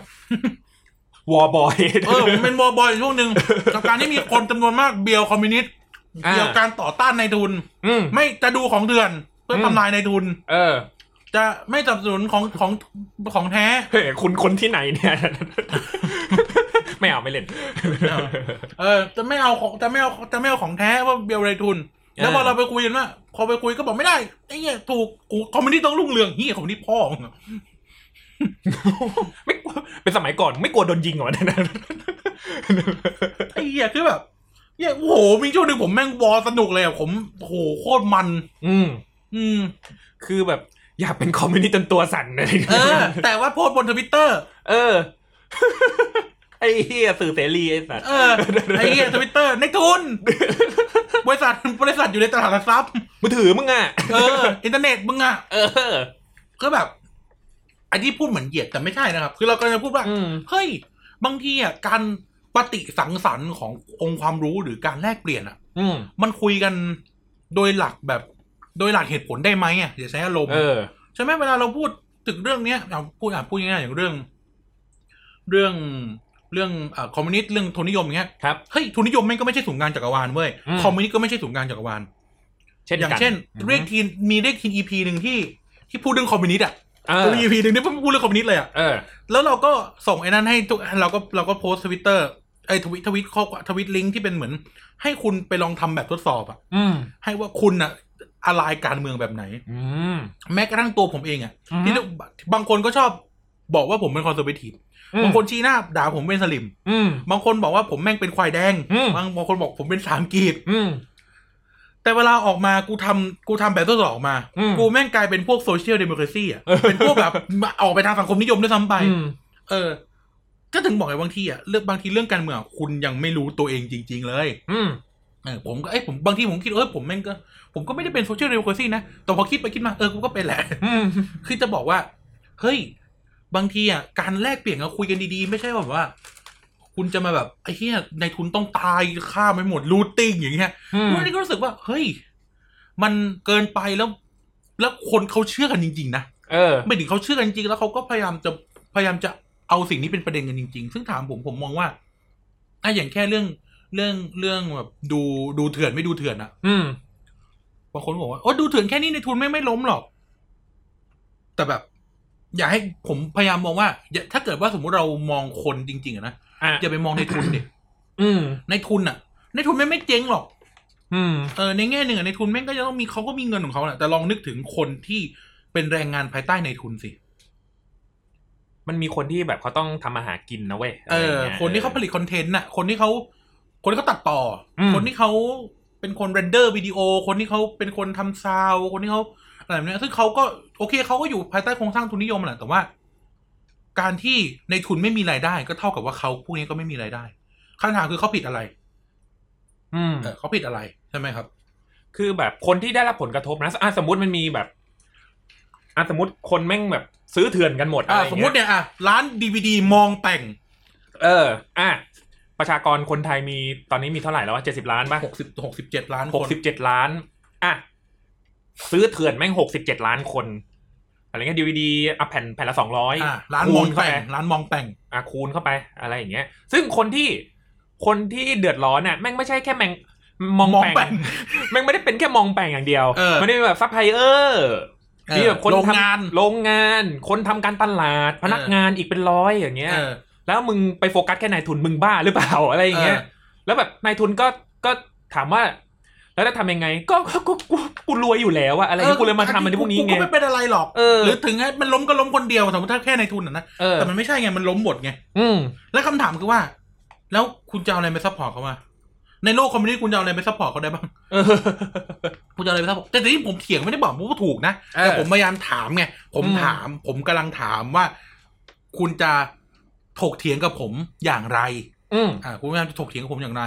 [SPEAKER 1] วอบอย
[SPEAKER 2] เออผมเป็นวอร์บอยช่วงหนึ่ง กับการที่มีคนจำนวนมากเบียวคอมมิวนิสต์
[SPEAKER 1] อ่า
[SPEAKER 2] เบียวการต่อต้านนายทุน
[SPEAKER 1] อืม
[SPEAKER 2] ไม่จะดูของเถื่อน เพื่ออ
[SPEAKER 1] ม
[SPEAKER 2] ทำลายนายทุน
[SPEAKER 1] เออ
[SPEAKER 2] จะไม่สนับสนุนของของของแท้
[SPEAKER 1] เฮ้ยคุณคนที่ไหนเนี่ย ไม่เอาไม่เล่น
[SPEAKER 2] เอา เออ จะไม่เอาของจะไม่เอาจะไม่เอาของแท้ว่าเบียวนายทุน แล้วพอ
[SPEAKER 1] อ่า
[SPEAKER 2] เราไปคุยกันว่าพอไปคุยก็บอกไม่ได้ไอ้เนี่ยถูกกูคอมมิวนิสต์ต้องรุ่งเรืองเฮียคอมมิวนิสต์พ่อมึงอะ
[SPEAKER 1] ไม่กลัวเป็นสมัยก่อนไม่กลัวโดนยิงเหรอ เนี่ยนะ
[SPEAKER 2] ไอ้เหี้ยคือแบบเนี่ยโอ้โหมีช่วงหนึ่งผมแม่งวอสนุกเลยอะผมโอ้โหโคตรมัน
[SPEAKER 1] อืม
[SPEAKER 2] อืม
[SPEAKER 1] คือแบบ อยากเป็นคอมมิวนิสต์จนตัวสั่นอะไรอย่าง
[SPEAKER 2] เอ
[SPEAKER 1] เงี้ย
[SPEAKER 2] อ แต่ว่าโพสต์บนทวิตเตอร์
[SPEAKER 1] เออ ไอ้เหี้ยสื่อเสรีไอ้สัตว์
[SPEAKER 2] เออไอ้เหี้ยทวิตเตอร์ในทุน บริษัทบริษัทอยู่ในตลาดหลักทรัพย์
[SPEAKER 1] มือถือมึงอ่ะ
[SPEAKER 2] เออ อินเทอร์เน็ตมึงอ่ะ
[SPEAKER 1] เออ
[SPEAKER 2] ก็แบบ อันนี้พูดเหมือนเหยียดแต่ไม่ใช่นะครับ คือเรากำลังจะพูดว่า
[SPEAKER 1] อืม
[SPEAKER 2] เฮ้ย บางทีอ่ะการปฏิสังสรรค์ขององค์ความรู้หรือการแลกเปลี่ยนอ่ะ
[SPEAKER 1] อืม
[SPEAKER 2] มันคุยกันโดยหลักแบบโดยหลักเหตุผลได้ไหมอ่ะอย่าใช้อารมณ์
[SPEAKER 1] เออ
[SPEAKER 2] ใช่ไหมเวลาเราพูดถึงเรื่องเนี้ยเอาพูดอ่ะพูดง่ายๆอย่างเรื่อง เรื่องเรื่องเอ่อคอมมิวนิสต์เรื่องทุนนิยมอย่างเงี้ย
[SPEAKER 1] ครับ
[SPEAKER 2] เฮ้ยทุนนิยมแม่งก็ไม่ใช่สูงการจักรวาลเว้ย
[SPEAKER 1] อืม
[SPEAKER 2] คอมมิวนิสต์ก็ไม่ใช่สูงการจักรวาล
[SPEAKER 1] เช่น
[SPEAKER 2] อย่าง
[SPEAKER 1] กัน
[SPEAKER 2] เช่น
[SPEAKER 1] อืม
[SPEAKER 2] เรียกทีนมีเรียกทีนอีพีหนึ่งที่ที่พูดเรื่องคอมมิวนิสต์อ่ะ
[SPEAKER 1] เออ
[SPEAKER 2] อีพีหนึ่งที่พูดเรื่องคอมมิวนิสต์เลยอ่ะ
[SPEAKER 1] เออ
[SPEAKER 2] แล้วเราก็ส่งไอ้นั้นให้ทุกเราก็เราก็โพสต์ทวิตเตอร์ไอ้ทวิตทวิตข้อทวิตลิงก์ที่เป็นเหมือน ให้คุณไปลองทำแบบทดสอบอ่ะ
[SPEAKER 1] อืม
[SPEAKER 2] ให้ว่าคุณอ่ะอะไรการเมืองแบบไหน
[SPEAKER 1] อืม
[SPEAKER 2] แม้กระทั่งตัวผมเองอ่ะ
[SPEAKER 1] อืม
[SPEAKER 2] ที่บางคนก็ชอบบอกว่าผมเป็นคอนเซอร์เวทีฟ
[SPEAKER 1] อืม
[SPEAKER 2] บางคนชี้หน้าด่าผมเป็นสลิม
[SPEAKER 1] อืม
[SPEAKER 2] บางคนบอกว่าผมแม่งเป็นควายแดง
[SPEAKER 1] อืม
[SPEAKER 2] บางบางคนบอกผมเป็นสามกีบ
[SPEAKER 1] อืม
[SPEAKER 2] แต่เวลาออกมากูทำกูทำแบบทดสอบออกมา
[SPEAKER 1] อืม
[SPEAKER 2] กูแม่งกลายเป็นพวกโซเชียลเดโมคร c y อ่ะ
[SPEAKER 1] เออ
[SPEAKER 2] เป็นพวกแบบ ออกไปทางสังคมนิยมด้วยซ้ำไป
[SPEAKER 1] อืม
[SPEAKER 2] เออ ก็ถึงบอกไงบางทีอ่ะเรื่องบางทีเรื่องการเมืองอะคุณยังไม่รู้ตัวเองจริง ๆ เลย
[SPEAKER 1] อืม
[SPEAKER 2] เออผมก็เอ้ยผมบางทีผมคิดเออผมแม่งก็ผมก็ไม่ได้เป็นโซเชียลเดโมคร c y นะ แต่พอคิดไปคิดมาเออกูก็เป็นแหละ
[SPEAKER 1] อืม
[SPEAKER 2] คือจะบอกว่า เฮ้ย บางทีอ่ะ การแลกเปลี่ยนก็คุยกันดีๆ ไม่ใช่แบบว่า คุณจะมาแบบไอ้เหี้ยในายทุนต้องตายฆ่าไม่หมดรูทติ้งอย่างเงี้ย
[SPEAKER 1] อืม
[SPEAKER 2] วันนี้ก็รู้สึกว่า เฮ้ย มันเกินไปแล้ว แล้วคนเขาเชื่อกันจริงๆนะ
[SPEAKER 1] เออ
[SPEAKER 2] ไม่ถึงเขาเชื่อกันจริงๆแล้วเขาก็พยายามจะพยายามจะเอาสิ่งนี้เป็นประเด็นกันจริง ๆ ซึ่งถามผมผมมองว่าอ่ะอย่างแค่เรื่องเรื่องเรื่องแบบดูดูเถื่อนไม่ดูเถื่อนอะ
[SPEAKER 1] อืม
[SPEAKER 2] บางคนก็บอกว่าโอ้ดูเถื่อนแค่นี้ในทุนไม่งไม่ล้มหรอก แต่แบบ อยากให้ผมพยายามมองว่าอย่าถ้าเกิดว่าสมมุติเรามองคนจริงๆอะนะ
[SPEAKER 1] อ่ะ
[SPEAKER 2] อย่าไปมองในทุนดิ
[SPEAKER 1] อืม
[SPEAKER 2] ในทุนอะในทุนแม่งไม่เจ๊งหรอก
[SPEAKER 1] อืม
[SPEAKER 2] เออในแง่หนึ่งอะในทุนแม่งก็จะต้องมีเขาก็มีเงินของเขาแหละแต่ลองนึกถึงคนที่เป็นแรงงานภายใต้ในทุนสิ
[SPEAKER 1] มันมีคนที่แบบเขาต้องทำมาหากินนะเว้ย
[SPEAKER 2] เอ
[SPEAKER 1] ะ
[SPEAKER 2] อ
[SPEAKER 1] ไรย่งงี้ย
[SPEAKER 2] คนที่เขาผลิตคอนเทนต์น่ะ คนที่เขาคนที่เขาตัดต่ออ
[SPEAKER 1] ม
[SPEAKER 2] คนที่เขาเป็นคนเรนเดอร์วิดีโอ คนที่เขาเป็นคนทำซาวด์คนที่เขาอะไรแบบเนี้ยซึ่งเขาก็โอเคเขาก็อยู่ภายใต้โครงสร้างทุนนิยมแหละแต่ว่า การที่ในทุนไม่มีรายได้ ก็เท่ากับว่าเขาพวกนี้ก็ไม่มีรายได้คำถามคือเขาผิดอะไร
[SPEAKER 1] อืม
[SPEAKER 2] เออเขาผิดอะไรใช่ไหมครับ
[SPEAKER 1] คือแบบคนที่ได้รับผลกระทบนะอ่ะสมมติมันมีแบบอ่ะสมมติคนแม่งแบบซื้อเถื่อนกันหมด
[SPEAKER 2] อ่า
[SPEAKER 1] อะไรอย่า
[SPEAKER 2] ส
[SPEAKER 1] ง
[SPEAKER 2] ม
[SPEAKER 1] เงี้ย
[SPEAKER 2] มติเนี่ยอ่ะร้านดีวดีมองแต่ง
[SPEAKER 1] เออ อ่ะประชากรคนไทยมีตอนนี้มีเท่าไหร่แล้วเจ็ดสิบล้านป่ะ
[SPEAKER 2] หกสิบหกสิบเจ็ดล้าน
[SPEAKER 1] ห
[SPEAKER 2] ค
[SPEAKER 1] ก
[SPEAKER 2] น
[SPEAKER 1] สิบเจ็ดล้าน อ่ะซื้อเถื่อนแม่งหกสิบเจ็ดล้านคนอะไรเงี้ยดีวดีอ่ะแผ่นแผ่นละสองร้อย
[SPEAKER 2] อ่าร้านมอง
[SPEAKER 1] เข้า
[SPEAKER 2] แต่
[SPEAKER 1] ไป
[SPEAKER 2] งร้านมองแต่ง
[SPEAKER 1] อ่ะคูณเข้าไป อะไรอย่างเงี้ย ซึ่งคนที่คนที่เดือดร้อนน่ะแม่งไม่ใช่แค่แมงมอง
[SPEAKER 2] มองแป่
[SPEAKER 1] แปง
[SPEAKER 2] ง
[SPEAKER 1] แม่งไม่ได้เป็นแค่มองแปงอย่างเดียว
[SPEAKER 2] เออ
[SPEAKER 1] ไม่ได้เป็นแบบซัพพลายเออร์ มีแบบคน
[SPEAKER 2] โรง
[SPEAKER 1] ทำ
[SPEAKER 2] งาน
[SPEAKER 1] โรงงาน คนทำการตลาด พนักงานอีกเป็นร้อยอย่างเงี้ย
[SPEAKER 2] เออ
[SPEAKER 1] แล้วมึงไปโฟกัสแค่นายทุนมึงบ้าหรือเปล่า อะไรอย่างเงี้ย
[SPEAKER 2] เออ
[SPEAKER 1] แล้วแบบนายทุนก็ก็ถามว่า แล้วจะทำยังไง ก็ก็ก็กูกูรวยอยู่แล้วอะอะไรเงี้ยกูเลยมาทำมันในพวกนี้ไง
[SPEAKER 2] ก็ไม่เป็นอะไรหรอก
[SPEAKER 1] เออ
[SPEAKER 2] หรือถึงให้มันล้มก็ล้มคนเดียวสมมติถ้าแค่ในทุนอะนะ
[SPEAKER 1] เออ
[SPEAKER 2] แต่มันไม่ใช่ไงมันล้มหมดไง
[SPEAKER 1] อืม
[SPEAKER 2] แล้วคำถามคือว่า แล้วคุณจะเอาอะไรไปซัพพอร์ตเขามาในโลกคอมมิวนิสต์คุณจะเอาอะไรไปซัพพอร์ตเขาได้บ้าง
[SPEAKER 1] เออ
[SPEAKER 2] คุณจะเอาอะไรไปซัพพอร์ตแต่ทีนี้ผมเถียงไม่ได้บอกว่าถูกนะ
[SPEAKER 1] เออ
[SPEAKER 2] แต่ผมพยายามถามไงผม
[SPEAKER 1] อืม
[SPEAKER 2] ถาม ผมกำลังถามว่า คุณจะถกเถียงกับผมอย่างไร
[SPEAKER 1] อืม
[SPEAKER 2] อ่า คุณพยายามจะถกเถียงกับผมอย่างไร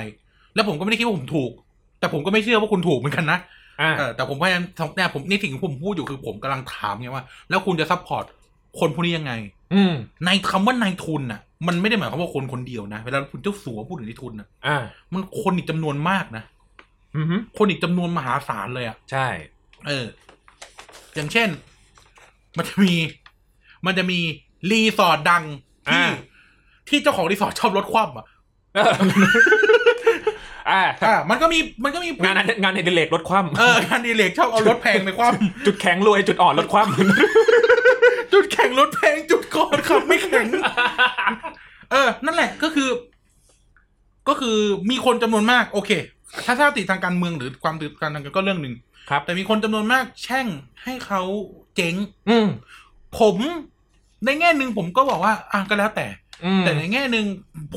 [SPEAKER 2] แล้วผมก็ไม่ได้คิดว่าผมถูก แต่ผมก็ไม่เชื่อว่าคุณถูกเหมือนกันนะ
[SPEAKER 1] อ่า
[SPEAKER 2] เออแต่ผมพยายามเนี่ยผมนี่สิ่งที่ผมพูดอยู่คือผมกำลังถามไงว่า แล้วคุณจะซัพพอร์ตคนพวกนี้ยังไง
[SPEAKER 1] อืม
[SPEAKER 2] ในคำว่านายทุนน่ะ มันไม่ได้หมายความว่าคนคนเดียวนะเวลาคุณเจ้าสัวพูดถึงนายทุนน่ะ
[SPEAKER 1] อ่า
[SPEAKER 2] มันคนอีกจำนวนมากนะ
[SPEAKER 1] อืม
[SPEAKER 2] คนอีกจำนวนมหาศาลเลยอะ่ะ
[SPEAKER 1] ใช่
[SPEAKER 2] เออ อย่างเช่น มันจะมี มันจะมีรีสอร์ทดังที่
[SPEAKER 1] อ่า
[SPEAKER 2] ที่เจ้าของรีสอร์ทชอบลดความอ่ะ
[SPEAKER 1] เอออ่า
[SPEAKER 2] อ่า มันก็มีมันก็มี
[SPEAKER 1] งานนั้นงานในเดเลกลดความ
[SPEAKER 2] เอองานดีเล็กชอบเอารถแพงไปความ
[SPEAKER 1] จุดแข็งรวยจุดอ่อนลดความ
[SPEAKER 2] จุดแข็งรถแพงจุดก่อนขับไม่แข็ง เออ นั่นแหละก็คือ ก็คือมีคนจำนวนมาก โอเค ถ้าถ้าติดทางการเมืองหรือความติดการทางการก็เรื่องหนึ่ง
[SPEAKER 1] ครับ
[SPEAKER 2] แต่มีคนจำนวนมาก แช่งให้เขาเจ๊ง
[SPEAKER 1] อืม
[SPEAKER 2] ผมในแง่หนึ่งผมก็บอกว่า อ่ะก็แล้วแต่
[SPEAKER 1] อืม
[SPEAKER 2] แต่ในแง่หนึ่ง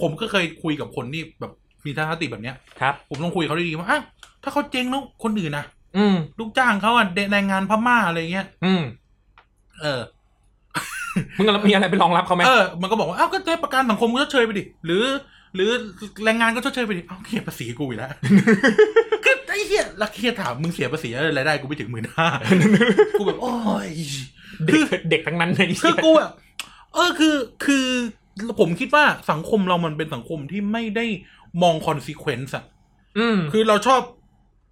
[SPEAKER 2] ผมก็เคยคุยกับคนที่แบบมีทัศนคติแบบเนี้ย
[SPEAKER 1] ครับ
[SPEAKER 2] ผมลองคุยกับเขาดีๆว่าอ่ะถ้าเขาเจ๊งแล้วคนอื่นนะ
[SPEAKER 1] อืม
[SPEAKER 2] ลูกจ้างเขาอ่ะแรงงานพม่าอะไรเงี้ย
[SPEAKER 1] อืม
[SPEAKER 2] เออ
[SPEAKER 1] มึงเอามีอะไรไปรองรับเขาไหม
[SPEAKER 2] เออ มันก็บอกว่า อ้าว ก็ได้ประกันสังคมก็ชดเชยไปดิ หรือ หรือแรงงานก็ชดเชยไปดิ เอ้าเขียภาษีกูอีกแล้ว คือไอ้เหี้ยแล้วเคียถามมึงเสียภาษีอะไรรายได้กูไม่ถึงหมื่นห้า กูแบบ โอ้ย
[SPEAKER 1] เด็กเด็กทั้งนั้นเลย
[SPEAKER 2] คือกูแบบ เออ คือ คือ ผมคิดว่าสังคมเรามันเป็นสังคมที่ไม่ได้มองคอนซีเควนซ์อะ
[SPEAKER 1] อืม
[SPEAKER 2] คือเราชอบ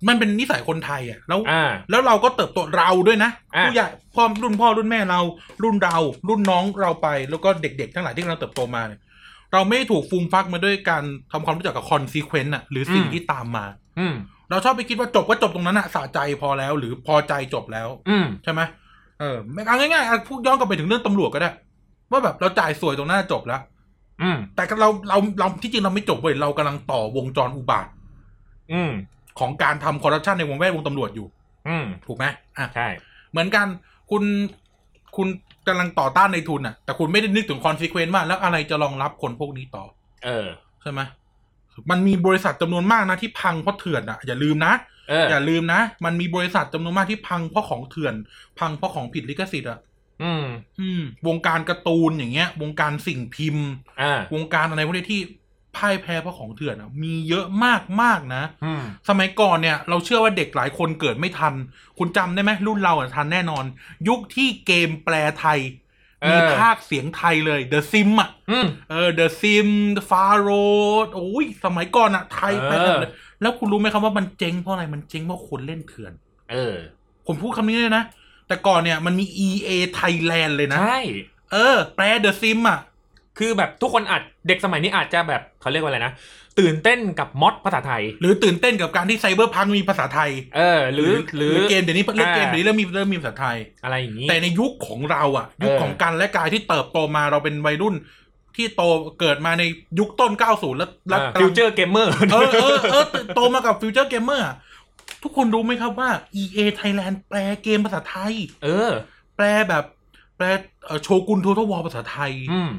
[SPEAKER 2] มันเป็นนิสัยคนไทยอะแล้ว
[SPEAKER 1] อ่า
[SPEAKER 2] แล้วเราก็เติบโตเราด้วยนะ
[SPEAKER 1] อ่ะ
[SPEAKER 2] ผู้ใหญ่พ่อรุ่นพ่อรุ่นแม่เรา รุ่นเรา รุ่นน้องเราไป แล้วก็เด็กๆ ทั้งหลายที่เราเติบโตมาเนี่ยเราไม่ถูกฟูมฟักมาด้วยการทำความรู้จักกับคอนซีเควนต์อะหรือสิ่งที่ตามมา
[SPEAKER 1] อืม
[SPEAKER 2] เราชอบไปคิดว่าจบก็จบตรงนั้นอะสะใจพอแล้ว หรือพอใจจบแล้ว
[SPEAKER 1] อืม
[SPEAKER 2] ใช่ไหมเออไม่เอาง่ายๆอ่ะพูดย้อนกลับไปถึงเรื่องตำรวจก็ได้ ว่าแบบเราจ่ายสวยตรงหน้าจบแล้ว
[SPEAKER 1] อืม
[SPEAKER 2] แต่เราเราเราที่จริงเราไม่จบเว้ยเรากำลังต่อวงจรอุบาท
[SPEAKER 1] อืม
[SPEAKER 2] ของการทำคอร์รัปชันในวงแวดวงตำรวจอยู่
[SPEAKER 1] อืม
[SPEAKER 2] ถูกไหมอ่ะ
[SPEAKER 1] ใช่
[SPEAKER 2] เหมือนกันคุณคุณกำลังต่อต้านในทุนอ่ะ แต่คุณไม่ได้นึกถึงคอนซีเควนต์ว่าแล้วอะไรจะรองรับคนพวกนี้ต่อ
[SPEAKER 1] เออ
[SPEAKER 2] ใช่ไหมมันมีบริษัทจำนวนมากนะที่พังเพราะเถื่อนอ่ะอย่าลืมนะ
[SPEAKER 1] เออ
[SPEAKER 2] อย่าลืมนะ มันมีบริษัทจำนวนมากที่พังเพราะของเถื่อน พังเพราะของผิดลิขสิทธิ์อ่ะ
[SPEAKER 1] อืม
[SPEAKER 2] อืม วงการการ์ตูนอย่างเงี้ย วงการสิ่งพิมพ์
[SPEAKER 1] อ่าว
[SPEAKER 2] งการอะไรพวกนี้ที่พ่ายแพ้เพราะของเถื่อนอ่ะ มีเยอะมากมากๆนะ
[SPEAKER 1] อืม
[SPEAKER 2] สมัยก่อนเนี่ยเราเชื่อว่าเด็กหลายคนเกิดไม่ทัน คุณจำได้ไหมรุ่นเราอ่ะทันแน่นอน ยุคที่เกมแปลไทย มีภาคเสียงไทยเลย The Sim อ่ะ
[SPEAKER 1] อืม
[SPEAKER 2] เออ The Sim The Faro โอ้ยสมัยก่อนอ่ะ ไทยไปหมดเลย
[SPEAKER 1] เออ
[SPEAKER 2] แล้วคุณรู้ไหมครับว่ามันเจ๊งเพราะอะไรมันเจ๊งเพราะคนเล่นเถื่อน
[SPEAKER 1] เออ
[SPEAKER 2] ผมพูดคำนี้เลยนะ แต่ก่อนเนี่ยมันมี EA Thailand เลยนะ
[SPEAKER 1] ใช่
[SPEAKER 2] เออ แปล The Sim อ่ะ
[SPEAKER 1] คือแบบทุกคนอาจเด็กสมัยนี้อาจจะแบบเขาเรียกว่าอะไรนะ ตื่นเต้นกับม็อดภาษาไทย
[SPEAKER 2] หรือตื่นเต้นกับการที่ไซเบอร์พังมีภาษาไทย
[SPEAKER 1] เออ หรือหรือ
[SPEAKER 2] เกมเดี๋ยวนี้เล่น
[SPEAKER 1] อ่า
[SPEAKER 2] เกมเดี๋ยวนี้เริ่มมีเริ่มมีภาษาไทย
[SPEAKER 1] อะไรอย่างนี้
[SPEAKER 2] แต่ในยุคของเราอะ
[SPEAKER 1] เออ
[SPEAKER 2] ยุคของกันและกายที่เติบโตมาเราเป็นวัยรุ่น ที่โตเกิดมาในยุคต้น 90 แล้วแล้วกำ
[SPEAKER 1] ฟิ
[SPEAKER 2] ลั
[SPEAKER 1] ว
[SPEAKER 2] ง
[SPEAKER 1] เจอร์เกมเมอร์
[SPEAKER 2] เออเออเออโตมากับฟิวเจอร์เกมเมอร์ทุกคนรู้ไหมครับว่า EA Thailand แปลเกมภาษาไทย
[SPEAKER 1] เออ
[SPEAKER 2] แปลแบบแปลเอ่อโชกุนทัวทวอภาษาไทย
[SPEAKER 1] อืม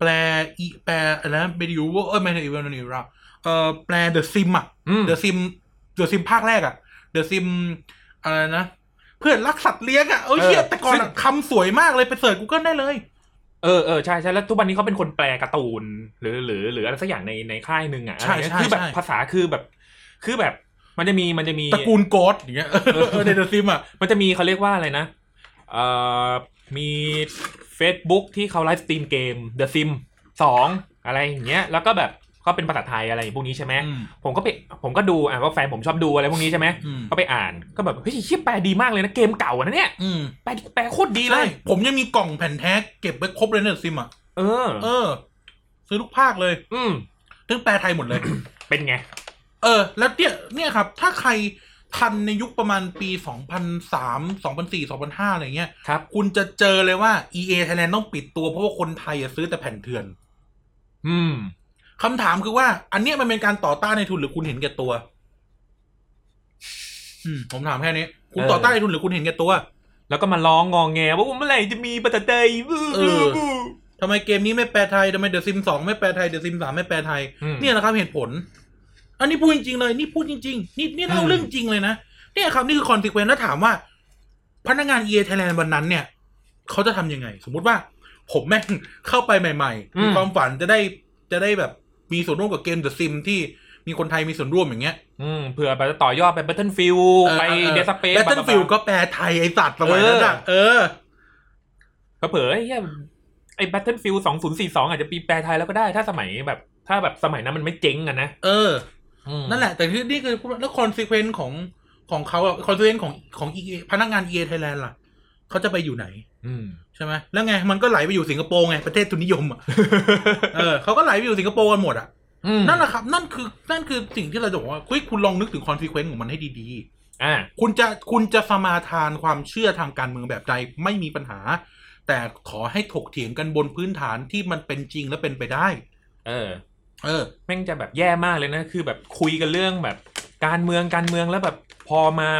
[SPEAKER 2] แปลอีแปลอะไรนะเบดิวเออไม่ใช่เบดิวเราเออแปลเดอะซิมอะ
[SPEAKER 1] อืม
[SPEAKER 2] เดอะซิมเดอะซิมภาคแรกอะเดอะซิมอะไรนะ เพื่อนรักสัตว์เลี้ยงอะเอ้ย
[SPEAKER 1] เออ
[SPEAKER 2] เหี้ยแต่ก่อน
[SPEAKER 1] ซึ่
[SPEAKER 2] อะ
[SPEAKER 1] ง
[SPEAKER 2] คำสวยมากเลยไปเสิร์ชกูเกิลได้เลย
[SPEAKER 1] เออเออใช่ใช่แล้วทุกวันนี้เขาเป็นคนแปลการ์ตูน หรือหรือหรืออะไรสักอย่างในในค่ายหนึ่งอ่ะ
[SPEAKER 2] ใช่ใช่
[SPEAKER 1] คือแบบ
[SPEAKER 2] ใช่
[SPEAKER 1] ภาษาคือแบบ คือแบบ มันจะมีมันจะมี
[SPEAKER 2] ตระกูลโกดอย่างเงี้ยเออเออในเดอะซิมอะ
[SPEAKER 1] มันจะมีเขาเรียกว่าอะไรนะเอ่อมี Facebook ที่เขาไลฟ์สตรีมเกม The Sim 2 อะไรอย่างเงี้ย แล้วก็แบบก็เป็นภาษาไทยอะไรพวกนี้ใช่ไหม
[SPEAKER 2] อืม
[SPEAKER 1] ผมก็ไปผมก็ดูอ่ะว่าแฟนผมชอบดูอะไรพวกนี้ใช่ไหม
[SPEAKER 2] อืม
[SPEAKER 1] ก็ไปอ่านก็แบบเฮ้ยเชี่ยแปลดีมากเลยนะ เกมเก่าอะนะเนี่ย
[SPEAKER 2] อืม
[SPEAKER 1] แปลแปลโคตรดีเล
[SPEAKER 2] ใช่
[SPEAKER 1] ย
[SPEAKER 2] ผมยังมีกล่องแผ่นแท้เก็บไว้ครบเลยในเดอะซิมอะ
[SPEAKER 1] เออ
[SPEAKER 2] เออ ซื้อทุกภาคเลย
[SPEAKER 1] อืม
[SPEAKER 2] ทั้งแปลไทยหม ดเลย
[SPEAKER 1] เป็นไง
[SPEAKER 2] เออ แล้วเนี่ยเนี่ยครับ ถ้าใครทันในยุคประมาณปี 2003 2004 2005อะไรเงี้ย
[SPEAKER 1] ครับ
[SPEAKER 2] คุณจะเจอเลยว่า EA Thailand ต้องปิดตัวเพราะว่าคนไทยอะซื้อแต่แผ่นเถื่อน
[SPEAKER 1] อืม
[SPEAKER 2] คำถามคือว่า อันเนี้ยมันเป็นการต่อต้านในทุนหรือคุณเห็นแก่ตัว อืม ผมถามแค่นี้ คุณ
[SPEAKER 1] เออ
[SPEAKER 2] ต่อต้านในทุนหรือคุณเห็นแก่ตัว
[SPEAKER 1] แล้วก็มาร้องงองแงว่าเมื่อไหร่จะมีปตะเตยบู
[SPEAKER 2] เอ
[SPEAKER 1] บู
[SPEAKER 2] อ
[SPEAKER 1] บู
[SPEAKER 2] ทำไมเกมนี้ไม่แปลไทยทำไมเดอะซิมสองไม่แปลไทยเดอะซิมสามไม่แปลไทย
[SPEAKER 1] อืม
[SPEAKER 2] เนี่ยแหละครับเหตุผล อันนี้พูดจริงๆเลย นี่พูดจริงๆ นี่นี่เล่า
[SPEAKER 1] อืม
[SPEAKER 2] เรื่องจริงเลยนะเนี่ยครับนี่คือคอน s e เควนต์แล้วถามว่า พนักงานเอไทยแลนด์วันนั้นเนี่ย เขาจะทำยังไง สมมุติว่า ผมแม่ง เข้าไปใหม่ๆมีความฝันจะได้จะได้แบบมีส่วนร่วมกับเกมเดอะซิมที่มีคนไทยมีส่วนร่วมอย่างเงี้ย
[SPEAKER 1] อืมเผื่อไปต่อยอดไป Battlefield ไป Dead Space
[SPEAKER 2] แบทเทิลฟิลก็แปลไทยไอสัตว์สมัยนั้นอ่ะเออ
[SPEAKER 1] ก็เผลอๆไอ้เหี้ยไอ้ Battlefield 2042 อาจจะปีแปลไทยแล้วก็ได้ ถ้าสมัยแบบ ถ้าแบบสมัยนั้นมันไม่เจ๊งอะนะ
[SPEAKER 2] เออ
[SPEAKER 1] อืม
[SPEAKER 2] นั่นแหละ แต่ที่นี่คือพูดว่าแล้วคอนซีเควนต์ของของเขาอะคอนซีเควนต์ของของ EA พนักงานเอไทยแลนด์ล่ะ เขาจะไปอยู่ไหน
[SPEAKER 1] อืม
[SPEAKER 2] ใช่ไหมแล้วไง มันก็ไหลไปอยู่สิงคโปร์ไง ประเทศทุนนิยมอ่ะ เออเขาก็ไหลไปอยู่สิงคโปร์กันหมดอ่ะ
[SPEAKER 1] อืม
[SPEAKER 2] นั่นแหละครับ นั่นคือ นั่นคือสิ่งที่เราจะบอกว่าเฮ้ยคุณลองนึกถึงคอนซีเควนต์ของมันให้ดีๆ
[SPEAKER 1] อ่า
[SPEAKER 2] คุณจะคุณจะสมาทานความเชื่อทางการเมืองแบบใดไม่มีปัญหา แต่ขอให้ถกเถียงกันบนพื้นฐานที่มันเป็นจริงและเป็นไปได้
[SPEAKER 1] เออ
[SPEAKER 2] เออ
[SPEAKER 1] แม่งจะแบบแย่มากเลยนะ คือแบบคุยกันเรื่องแบบการเมืองการเมืองแล้วแบบพอมา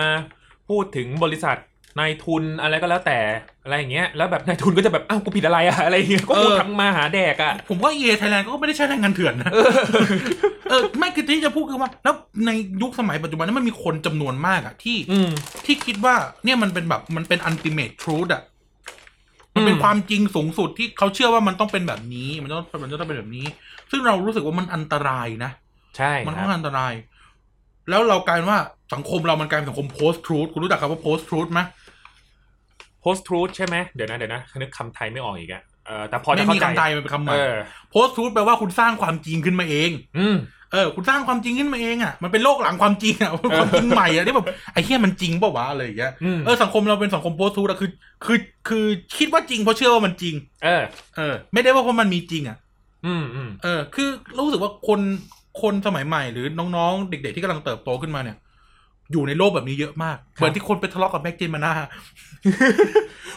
[SPEAKER 1] พูดถึงบริษัทนายทุนอะไรก็แล้วแต่อะไรอย่างเงี้ย แล้วแบบนายทุนก็จะแบบอ้าวกูผิดอะไรอะ อะไรอย่างเงี้ย ก็กู
[SPEAKER 2] เออ
[SPEAKER 1] ทำมาหาแดกอะ
[SPEAKER 2] ผมว่าเอไทยแลนด์ก็ไม่ได้ใช้แรงงานเถื่อนนะ
[SPEAKER 1] เออ
[SPEAKER 2] เออไม่คือที่จะพูดคือว่า แล้วในยุคสมัยปัจจุบันนี้มันมีคนจำนวนมากอะที่
[SPEAKER 1] อืม
[SPEAKER 2] ที่คิดว่าเนี่ยมันเป็นแบบมันเป็นอันติเม t ทรูดอะมันเป็น
[SPEAKER 1] อืม
[SPEAKER 2] ความจริงสูงสุดที่เขาเชื่อว่ามันต้องเป็นแบบนี้ มันต้องมันต้องเป็นแบบนี้ ซึ่งเรารู้สึกว่ามันอันตรายนะ
[SPEAKER 1] ใช่
[SPEAKER 2] มัน
[SPEAKER 1] ค
[SPEAKER 2] ค่
[SPEAKER 1] รั
[SPEAKER 2] อน
[SPEAKER 1] บ
[SPEAKER 2] ข้างอันตราย แล้วเรากลายเป็นว่าสังคมเรามันกลายเป็นสังคม post truth คุณรู้จักคำว่า post truth ไหม
[SPEAKER 1] โพสต์ทรู h ใช่ไหมเดี๋ยวนะเดี๋ยวนะนึกคำไทยไม่ออกอีกอะ เออแต่พอจะ
[SPEAKER 2] ไม่
[SPEAKER 1] เข้า
[SPEAKER 2] มี
[SPEAKER 1] ใจ
[SPEAKER 2] คำไทยมันเป็นคำใหม่
[SPEAKER 1] เออ
[SPEAKER 2] โพสต์ทูธแปลว่าคุณสร้างความจริงขึ้นมาเอง
[SPEAKER 1] อืม
[SPEAKER 2] เออ คุณสร้างความจริงขึ้นมาเองอ่ะ มันเป็นโลกหลังความจริงอ่ะ ความจริงใหม่อ่ะที่แบบไอ้เหี้ยมันจริงปะวะอะไรอย่างเงี้ย
[SPEAKER 1] อืม
[SPEAKER 2] เออสังคมเราเป็นสังคมโพสต์ทูธอะคือ คือคือคิดว่าจริงเพราะเชื่อว่ามันจริง
[SPEAKER 1] เออ
[SPEAKER 2] เออ ไม่ได้ว่าเพราะมันมีจริงอ่ะ
[SPEAKER 1] อืมอืม
[SPEAKER 2] เออ คือรู้สึกว่าคนคนสมัยใหม่หรือน้องๆ เด็กๆที่กำลังเติบโตขึ้นมาเนี่ย อยู่ในโลกแบบนี้เยอะมากเหมือนที่คนไปทะเลาะกับแม็กเจนมาหน้า